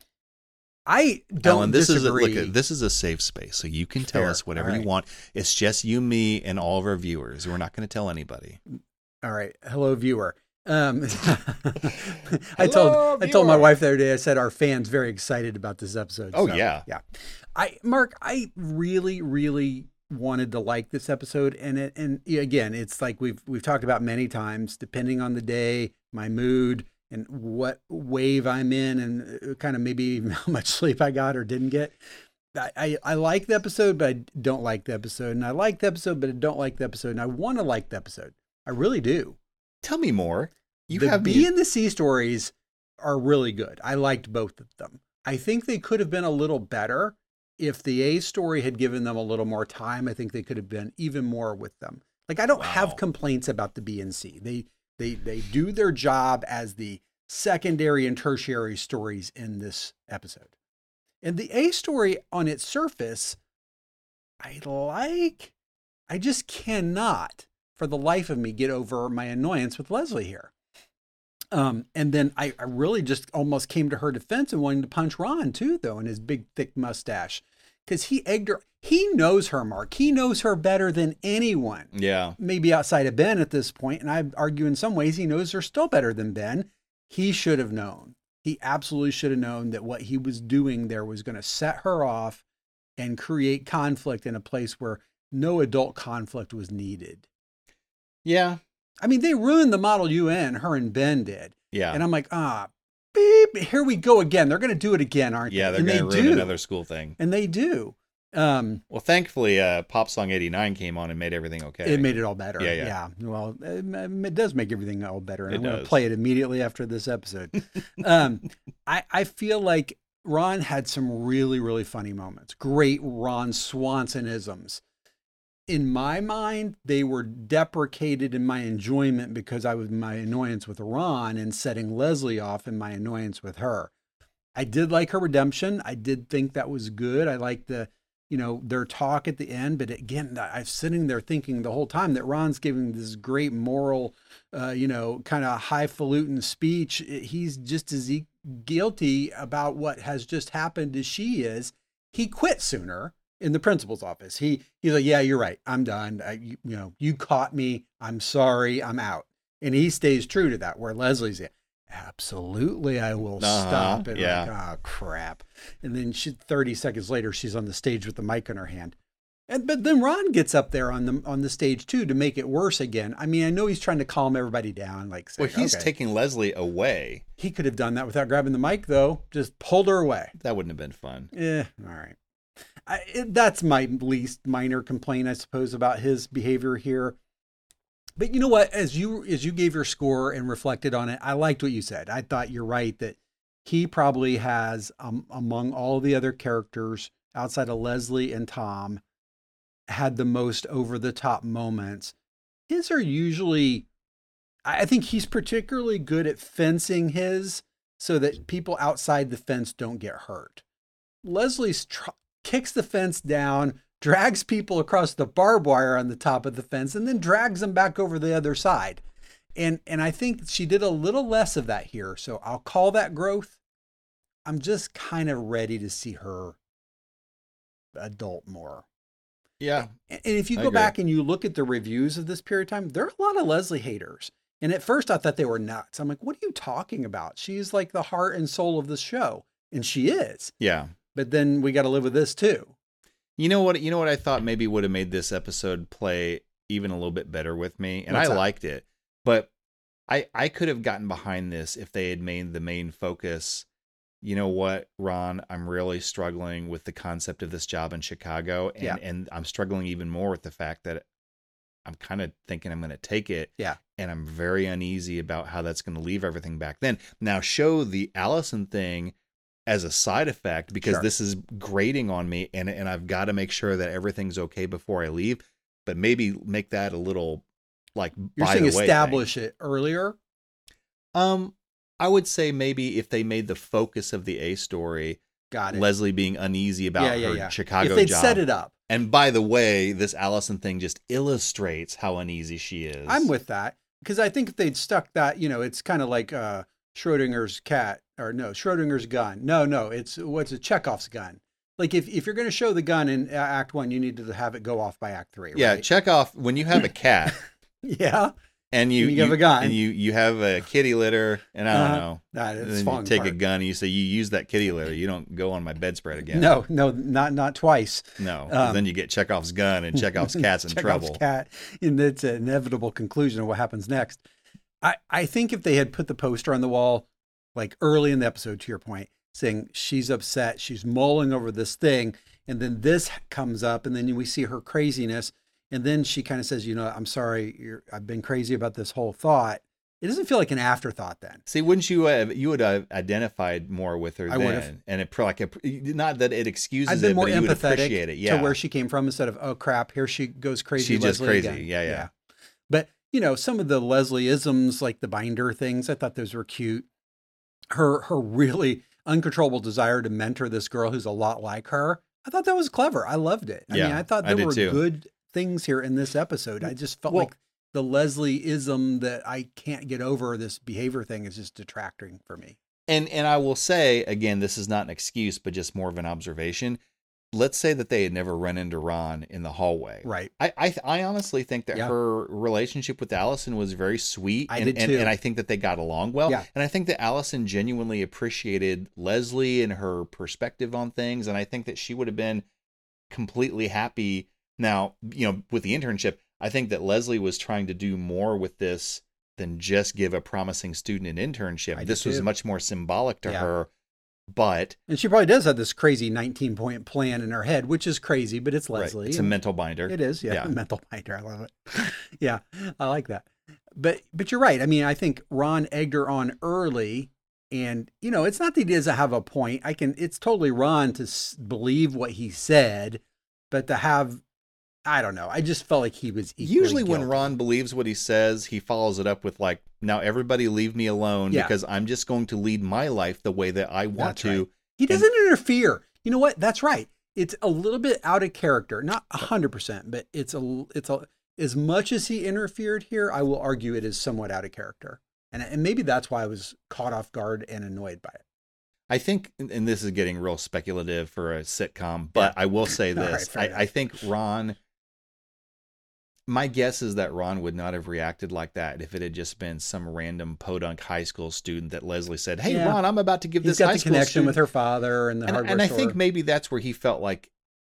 Speaker 1: I don't.
Speaker 2: Alan, this
Speaker 1: disagree.
Speaker 2: is a, look, this is a safe space, so you can tell
Speaker 1: Fair.
Speaker 2: us whatever
Speaker 1: All
Speaker 2: you
Speaker 1: right.
Speaker 2: want. It's just you, me, and all of our viewers. We're not going to tell anybody.
Speaker 1: All right. Hello, viewer. Um, I told I told my
Speaker 2: viewer.
Speaker 1: wife the other day. I said our fans very excited about this episode.
Speaker 2: Oh,
Speaker 1: So,
Speaker 2: yeah.
Speaker 1: yeah. I Mark, I really, really wanted to like this episode, and it and yeah, again, it's like we've we've talked about many times. Depending on the day, my mood, and what wave I'm in, and uh, kind of maybe even how much sleep I got or didn't get. I, I, I like the episode, but I don't like the episode. And I like the episode, but I don't like the episode. And I want to like the episode. I really do.
Speaker 2: Tell me more. You
Speaker 1: the
Speaker 2: have
Speaker 1: B
Speaker 2: me-
Speaker 1: and the C stories are really good. I liked both of them. I think they could have been a little better if the A story had given them a little more time. I think they could have been even more with them. Like I don't have complaints about the B and C. They they they do their job as the secondary and tertiary stories in this episode. And the A story on its surface, I like. I just cannot, for the life of me, get over my annoyance with Leslie here. Um, and then I, I really just almost came to her defense and wanting to punch Ron too, though, in his big thick mustache, because he egged her. He knows her, Mark. He knows her better than anyone
Speaker 2: Yeah.
Speaker 1: maybe outside of Ben at this point, and I argue in some ways he knows her still better than Ben. He should have known. He absolutely should have known that what he was doing there was going to set her off and create conflict in a place where no adult conflict was needed.
Speaker 2: Yeah.
Speaker 1: I mean, they ruined the Model UN, her and Ben did.
Speaker 2: Yeah.
Speaker 1: And I'm like, ah, beep, here we go again. They're going to do it again, aren't
Speaker 2: yeah,
Speaker 1: they?
Speaker 2: they're
Speaker 1: And
Speaker 2: going to
Speaker 1: they
Speaker 2: ruin
Speaker 1: do.
Speaker 2: another school thing.
Speaker 1: And they do. Um,
Speaker 2: Well, thankfully, uh, Pop Song 89 came on and made everything okay.
Speaker 1: It made it all better.
Speaker 2: Yeah, yeah.
Speaker 1: Well, it, it does make everything all better. And
Speaker 2: It
Speaker 1: I'm going to
Speaker 2: does.
Speaker 1: play it immediately after this episode. um, I, I feel like Ron had some really, really funny moments. Great Ron Swansonisms. In my mind, they were deprecated in my enjoyment because I was my annoyance with Ron and setting Leslie off in my annoyance with her. I did like her redemption. I did think that was good. I liked the, you know, their talk at the end. But again, I- I'm sitting there thinking the whole time that Ron's giving this great moral, uh, you know, kind of highfalutin speech. I- He's just as e- guilty about what has just happened as she is. He quit sooner in the principal's office. He he's like, yeah, you're right. I'm done. I, you, you know, you caught me. I'm sorry. I'm out. And he stays true to that. Where Leslie's, absolutely, I will
Speaker 2: Uh-huh.
Speaker 1: stop and
Speaker 2: Yeah.
Speaker 1: like, oh crap. And then she 30 seconds later, she's on the stage with the mic in her hand. And but then Ron gets up there on the on the stage too to make it worse again. I mean, I know he's trying to calm everybody down, like
Speaker 2: Well,
Speaker 1: saying,
Speaker 2: he's
Speaker 1: "Okay."
Speaker 2: taking Leslie away.
Speaker 1: he could have done that without grabbing the mic though. Just pulled her away.
Speaker 2: That wouldn't have been fun.
Speaker 1: Yeah, all right. I, it, that's my least minor complaint, I suppose, about his behavior here. But you know what? As you as you gave your score and reflected on it, I liked what you said. I thought you're right that he probably has um, among all the other characters outside of Leslie and Tom had the most over the top moments. His are usually I I think he's particularly good at fencing his so that people outside the fence don't get hurt. Leslie's tr- kicks the fence down, drags people across the barbed wire on the top of the fence, and then drags them back over the other side. And and I think she did a little less of that here. So I'll call that growth. I'm just kind of ready to see her adult more.
Speaker 2: Yeah.
Speaker 1: And and if you
Speaker 2: I
Speaker 1: go
Speaker 2: agree.
Speaker 1: back and you look at the reviews of this period of time, there are a lot of Leslie haters. And at first I thought they were nuts. I'm like, what are you talking about? She's like the heart and soul of the show. And she is.
Speaker 2: Yeah.
Speaker 1: But then we got to live with this too.
Speaker 2: You know what? You know what I thought maybe would have made this episode play even a little bit better with me, and
Speaker 1: What's
Speaker 2: I
Speaker 1: that?
Speaker 2: liked it, but I I could have gotten behind this if they had made the main focus. You know what, Ron? I'm really struggling with the concept of this job in Chicago, and
Speaker 1: Yeah.
Speaker 2: and I'm struggling even more with the fact that I'm kind of thinking I'm going to take it.
Speaker 1: Yeah.
Speaker 2: And I'm very uneasy about how that's going to leave everything back then. Now, show the Allison thing as a side effect because
Speaker 1: Sure.
Speaker 2: this is grating on me and, and I've got to make sure that everything's okay before I leave. But maybe make that a little like
Speaker 1: You're
Speaker 2: by
Speaker 1: saying
Speaker 2: the way
Speaker 1: establish it earlier.
Speaker 2: thing. Um, I would say maybe if they made the focus of the A story,
Speaker 1: Got it.
Speaker 2: Leslie being uneasy about
Speaker 1: Yeah, yeah,
Speaker 2: her
Speaker 1: yeah.
Speaker 2: Chicago
Speaker 1: If they'd
Speaker 2: job.
Speaker 1: set it up.
Speaker 2: And by the way, this Allison thing just illustrates how uneasy she is.
Speaker 1: I'm with that because I think if they'd stuck that, you know, it's kind of like uh, Schrodinger's cat or no, Schrodinger's gun. No, no, it's what's a Chekhov's gun. Like if, if you're going to show the gun in uh, Act One, you need to have it go off by Act Three.
Speaker 2: Yeah,
Speaker 1: right?
Speaker 2: check off when you have a cat
Speaker 1: yeah.
Speaker 2: and you,
Speaker 1: And you have a gun.
Speaker 2: and you you have a kitty litter and I
Speaker 1: Uh-huh.
Speaker 2: don't know.
Speaker 1: Nah, it's
Speaker 2: then you
Speaker 1: falling
Speaker 2: take a
Speaker 1: apart.
Speaker 2: gun and you say you use that kitty litter. You don't go on my bedspread again.
Speaker 1: No, no, not not twice.
Speaker 2: no.
Speaker 1: Um,
Speaker 2: then you get Chekhov's gun and Chekhov's cat's in
Speaker 1: Chekhov's
Speaker 2: trouble.
Speaker 1: cat, and it's an inevitable conclusion of what happens next. I, I think if they had put the poster on the wall, like early in the episode, to your point, saying she's upset, she's mulling over this thing, and then this comes up, and then we see her craziness, and then she kind of says, you know, I'm sorry, you're, I've been crazy about this whole thought. It doesn't feel like an afterthought then.
Speaker 2: See, wouldn't you have you would have identified more with her
Speaker 1: I
Speaker 2: then,
Speaker 1: would've.
Speaker 2: and it pro- like it- not that it excuses
Speaker 1: I've been
Speaker 2: it,
Speaker 1: more
Speaker 2: but you would
Speaker 1: empathetic
Speaker 2: appreciate it. Yeah,
Speaker 1: to where she came from instead of oh crap, here she goes crazy.
Speaker 2: She's just
Speaker 1: Leslie
Speaker 2: crazy.
Speaker 1: again."
Speaker 2: Yeah, yeah.
Speaker 1: But you know, some of the Leslie isms, like the binder things, I thought those were cute. Her her really uncontrollable desire to mentor this girl who's a lot like her. I thought that was clever. I loved it. I mean,
Speaker 2: Yeah,
Speaker 1: I thought
Speaker 2: I
Speaker 1: there
Speaker 2: did
Speaker 1: were
Speaker 2: too.
Speaker 1: good things here in this episode. I just felt
Speaker 2: Well-
Speaker 1: like the Leslie ism that I can't get over this behavior thing is just detracting for me.
Speaker 2: And and I will say again, this is not an excuse, but just more of an observation. Let's say that they had never run into Ron in the hallway.
Speaker 1: Right.
Speaker 2: I I, I honestly think that
Speaker 1: Yeah.
Speaker 2: her relationship with Allison was very sweet.
Speaker 1: I
Speaker 2: and,
Speaker 1: did
Speaker 2: and,
Speaker 1: too.
Speaker 2: and I think that they got along well.
Speaker 1: Yeah.
Speaker 2: And I think that Allison genuinely appreciated Leslie and her perspective on things. And I think that she would have been completely happy now, you know, with the internship. I think that Leslie was trying to do more with this than just give a promising student an internship.
Speaker 1: I do
Speaker 2: this was
Speaker 1: too.
Speaker 2: much more symbolic to
Speaker 1: Yeah.
Speaker 2: her. But
Speaker 1: And she probably does have this crazy 19 point plan in her head, which is crazy, but it's
Speaker 2: right,
Speaker 1: Leslie.
Speaker 2: it's a
Speaker 1: and-
Speaker 2: mental binder.
Speaker 1: It is, yeah, mental binder. I love it. yeah, I like that. But but you're right. I mean, I think Ron egged her on early, and you know, it's not that he doesn't have a point. I can. It's totally Ron to s- believe what he said, but to have, I don't know. I just felt like he was equally
Speaker 2: Usually, when
Speaker 1: guilty.
Speaker 2: Ron believes what he says, he follows it up with like, "Now everybody leave me alone
Speaker 1: Yeah.
Speaker 2: because I'm just going to lead my life the way that I want
Speaker 1: That's
Speaker 2: to."
Speaker 1: right. he doesn't interfere. You know what? That's right. It's a little bit out of character, not hundred percent, but it's a it's a as much as he interfered here, I will argue it is somewhat out of character, and and maybe that's why I was caught off guard and annoyed by it.
Speaker 2: I think, and- and this is getting real speculative for a sitcom, but I will say
Speaker 1: All right,
Speaker 2: this:
Speaker 1: fair
Speaker 2: I, I think Ron. My guess is that Ron would not have reacted like that if it had just been some random podunk high school student that Leslie said, "Hey,
Speaker 1: Yeah.
Speaker 2: Ron, I'm about to give
Speaker 1: He's
Speaker 2: this
Speaker 1: got
Speaker 2: high
Speaker 1: the
Speaker 2: school
Speaker 1: connection
Speaker 2: student
Speaker 1: with her father and the
Speaker 2: and,
Speaker 1: hardware
Speaker 2: and I
Speaker 1: store.
Speaker 2: think maybe that's where he felt like,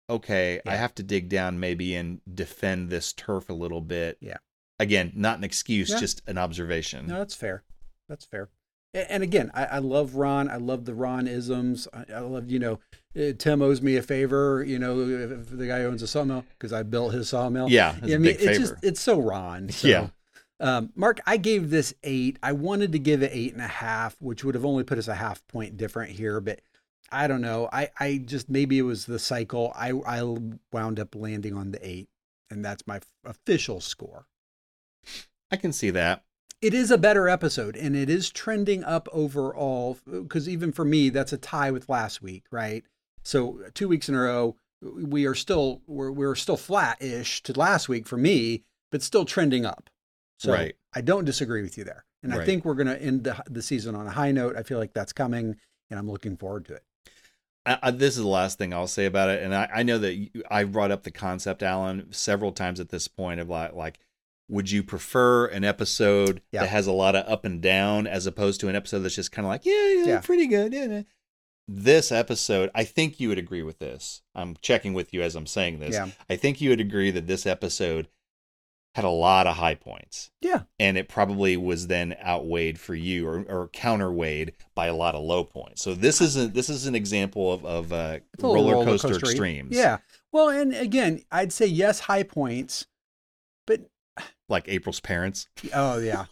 Speaker 2: okay, I have to dig down maybe and defend this turf a little bit.
Speaker 1: Yeah.
Speaker 2: Again, not an excuse,
Speaker 1: Yeah.
Speaker 2: just an observation.
Speaker 1: No, that's fair. That's fair. A- And again, I, I love Ron. I love the Ron isms. I, I love, you know, eh, Tim owes me a favor. You know, if- if the guy owns a sawmill because I built his sawmill.
Speaker 2: Yeah, it's a
Speaker 1: I mean,
Speaker 2: big
Speaker 1: it's just
Speaker 2: favor.
Speaker 1: it's so Ron. So.
Speaker 2: Yeah.
Speaker 1: Um, Mark, I gave this eight. I wanted to give it eight and a half, which would have only put us a half point different here, but I don't know. I, I just maybe it was the cycle. I, I wound up landing on the eight, and that's my official score
Speaker 2: I can see that.
Speaker 1: it is a better episode and it is trending up overall because even for me that's a tie with last week right so two weeks in a row we are still we're, we're still flat-ish to last week for me, but still trending up. So
Speaker 2: Right.
Speaker 1: I don't disagree with you there, and I
Speaker 2: Right.
Speaker 1: think we're going to end the, the season on a high note. I feel like that's coming, and I'm looking forward to it.
Speaker 2: I, I, this is the last thing I'll say about it, and I, I know that you, I brought up the concept, Alan, several times at this point of like, like would you prefer an episode that has a lot of up and down as opposed to an episode that's just kind of like, yeah, yeah,
Speaker 16: Yeah.
Speaker 2: pretty good. Yeah, yeah. This episode, I think you would agree with this. I'm checking with you as I'm saying this.
Speaker 1: Yeah.
Speaker 2: I think you would agree that this episode had a lot of high points.
Speaker 1: Yeah.
Speaker 2: And it probably was then outweighed for you or, or counterweighed by a lot of low points. So this isn't this is an example of, of uh,
Speaker 1: It's a little
Speaker 2: roller coaster
Speaker 1: coastery.
Speaker 2: extremes.
Speaker 1: Yeah. Well, and again, I'd say yes, high points, but
Speaker 2: Like April's parents.
Speaker 1: Oh yeah.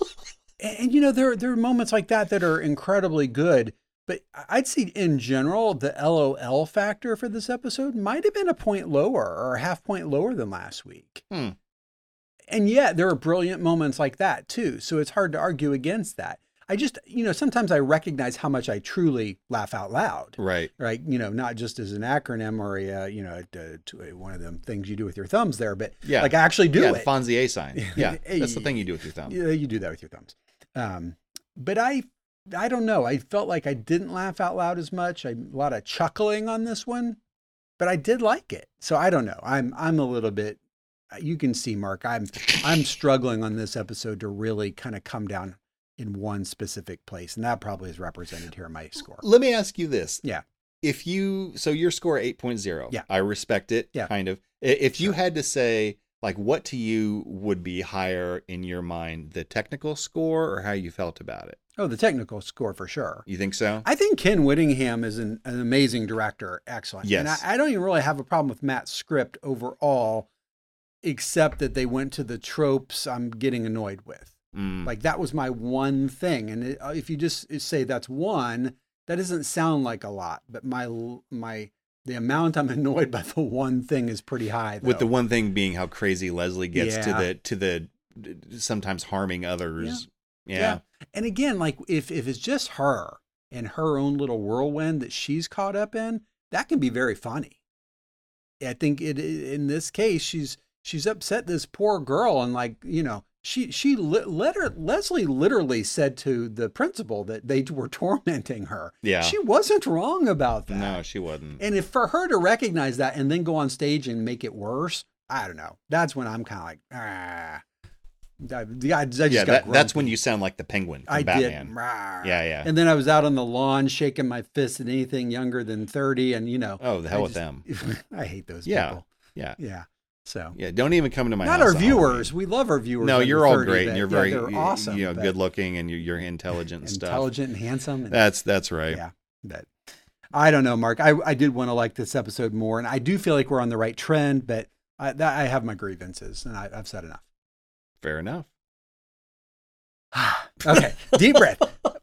Speaker 1: and, and, you know there there are moments like that that are incredibly good, but I- I'd say in general the LOL factor for this episode might have been a point lower or a half point lower than last week.
Speaker 2: Hmm.
Speaker 1: And yet there are brilliant moments like that too, so it's hard to argue against that. I just, you know, sometimes I recognize how much I truly laugh out loud
Speaker 2: Right.
Speaker 1: right you know not just as an acronym or a uh, you know a, a- to a- one of them things you do with your thumbs there but
Speaker 2: Yeah.
Speaker 1: like I actually do
Speaker 2: yeah,
Speaker 1: it
Speaker 2: The Fonzie sign. Yeah. That's the
Speaker 1: Hey.
Speaker 2: thing you do with your thumb.
Speaker 1: yeah, you do that with your thumbs um but i i don't know i felt like i didn't laugh out loud as much I, a lot of chuckling on this one but i did like it so i don't know i'm i'm a little bit you can see mark i'm i'm struggling on this episode to really kind of come down in one specific place and that probably is represented here in my score
Speaker 2: Let me ask you this.
Speaker 1: Yeah.
Speaker 2: If you so your score 8.0.
Speaker 1: Yeah.
Speaker 2: I respect it
Speaker 1: Yeah.
Speaker 2: kind of. I- If you had to say like what to you would be higher in your mind, the technical score or how you felt about it?
Speaker 1: oh the technical score for sure
Speaker 2: You think so?
Speaker 1: I think Ken Whittingham is an, an amazing director. Excellent. And
Speaker 2: Yes.
Speaker 1: I, I don't even really have a problem with Matt's script overall, except that they went to the tropes I'm getting annoyed with.
Speaker 2: Mm.
Speaker 1: Like that was my one thing. And it, uh, if you just say that's one, that doesn't sound like a lot, but my, l- my, the amount I'm annoyed by the one thing is pretty high. Though.
Speaker 2: with the one thing being how crazy Leslie gets
Speaker 1: Yeah.
Speaker 2: to the to the sometimes harming others. Yeah.
Speaker 1: And again, like if if it's just her and her own little whirlwind that she's caught up in, that can be very funny. I think it in this case she's she's upset this poor girl and like you know she she lit, let her Leslie literally said to the principal that they were tormenting her.
Speaker 2: Yeah.
Speaker 1: she wasn't wrong about that.
Speaker 2: No, she wasn't.
Speaker 1: And if for her to recognize that and then go on stage and make it worse, I don't know. That's when I'm kind of like ah. I, I just got
Speaker 2: yeah, that, that's
Speaker 1: grumpy.
Speaker 2: when you sound like the penguin from
Speaker 1: I did.
Speaker 2: Batman.
Speaker 1: Rawr.
Speaker 2: Yeah, yeah.
Speaker 1: And then I was out on the lawn shaking my fist at anything younger than 30 and you know.
Speaker 2: Oh, the hell
Speaker 1: I
Speaker 2: with
Speaker 1: them. I hate those
Speaker 2: yeah.
Speaker 1: people.
Speaker 2: Yeah.
Speaker 1: Yeah. So.
Speaker 2: Yeah, don't even come to my
Speaker 1: Not
Speaker 2: house
Speaker 1: our
Speaker 2: on Halloween.
Speaker 1: viewers. We love our viewers.
Speaker 2: No,
Speaker 1: under
Speaker 2: you're all
Speaker 1: 30
Speaker 2: great and
Speaker 1: that-
Speaker 2: you're
Speaker 1: yeah,
Speaker 2: very
Speaker 1: they're awesome,
Speaker 2: You know,
Speaker 1: but-
Speaker 2: good looking and you're, you're intelligent and stuff.
Speaker 1: Intelligent and handsome and-
Speaker 2: that's that's right.
Speaker 1: Yeah. But I don't know, Mark. I, I did want to like this episode more and I do feel like we're on the right trend, but I, that, I have my grievances and I, I've said enough.
Speaker 2: Fair enough.
Speaker 1: Okay, deep breath.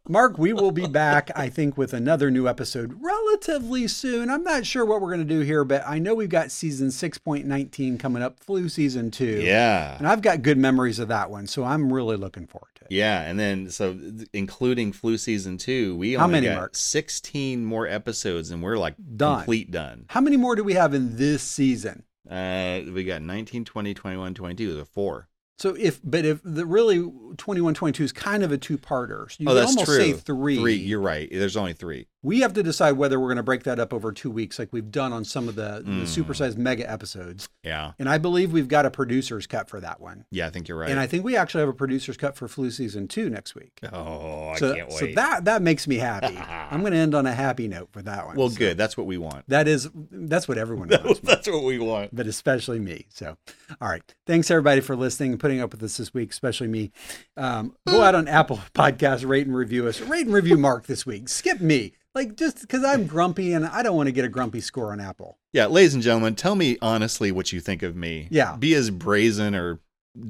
Speaker 1: Mark, we will be back, I think, with another new episode relatively soon. I'm not sure what we're going to do here, but I know we've got season 6.19 coming up, flu season two.
Speaker 2: Yeah.
Speaker 1: And I've got good memories of that one, so I'm really looking forward to it.
Speaker 2: Yeah, and then so th- including flu season two, we
Speaker 1: How
Speaker 2: only
Speaker 1: many,
Speaker 2: got
Speaker 1: Mark?
Speaker 2: sixteen more episodes, and we're like
Speaker 1: Done.
Speaker 2: complete done.
Speaker 1: How many more do we have in this season?
Speaker 2: Uh, we got 19, 20, 21, 22. The four.
Speaker 1: So if, but if the really 21, 22 is kind of a two-parter. So you
Speaker 2: oh,
Speaker 1: could
Speaker 2: that's
Speaker 1: almost
Speaker 2: true.
Speaker 1: say three.
Speaker 2: Three. You're right. There's only three.
Speaker 1: We have to decide whether we're going to break that up over two weeks, like we've done on some of the, the
Speaker 2: Mm.
Speaker 1: supersized mega episodes.
Speaker 2: Yeah.
Speaker 1: And I believe we've got a producer's cut for that one.
Speaker 2: Yeah, I think you're right.
Speaker 1: And I think we actually have a producer's cut for flu season two next week.
Speaker 2: Oh, I
Speaker 1: so,
Speaker 2: can't wait.
Speaker 1: So that that makes me happy. I'm going to end on a happy note with that one.
Speaker 2: well,
Speaker 1: So
Speaker 2: good. That's what we want.
Speaker 1: That is that's what everyone wants.
Speaker 2: That's what we want.
Speaker 1: But especially me. So, all right. Thanks everybody for listening and putting up with us this week, especially me. Um, go out on Apple Podcasts, rate and review us. Rate and review Mark this week. Skip me, like just because I'm grumpy and I don't want to get a grumpy score on Apple.
Speaker 2: Yeah, ladies and gentlemen, tell me honestly what you think of me.
Speaker 1: Yeah.
Speaker 2: Be as brazen or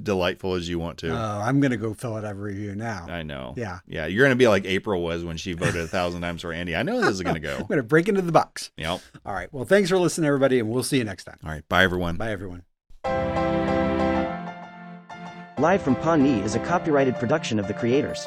Speaker 2: delightful as you want to.
Speaker 1: Oh, I'm going to go fill out every review now.
Speaker 2: I know.
Speaker 1: Yeah.
Speaker 2: Yeah. You're going to be like April was when she voted a thousand times for Andy. I know this is going to
Speaker 1: I'm
Speaker 2: go.
Speaker 1: going to break into the box.
Speaker 2: Yep.
Speaker 1: All right. Well, thanks for listening, everybody, and we'll see you next time.
Speaker 2: All right. Bye, everyone.
Speaker 1: Bye, everyone.
Speaker 17: Live from Pawnee is a copyrighted production of the creators.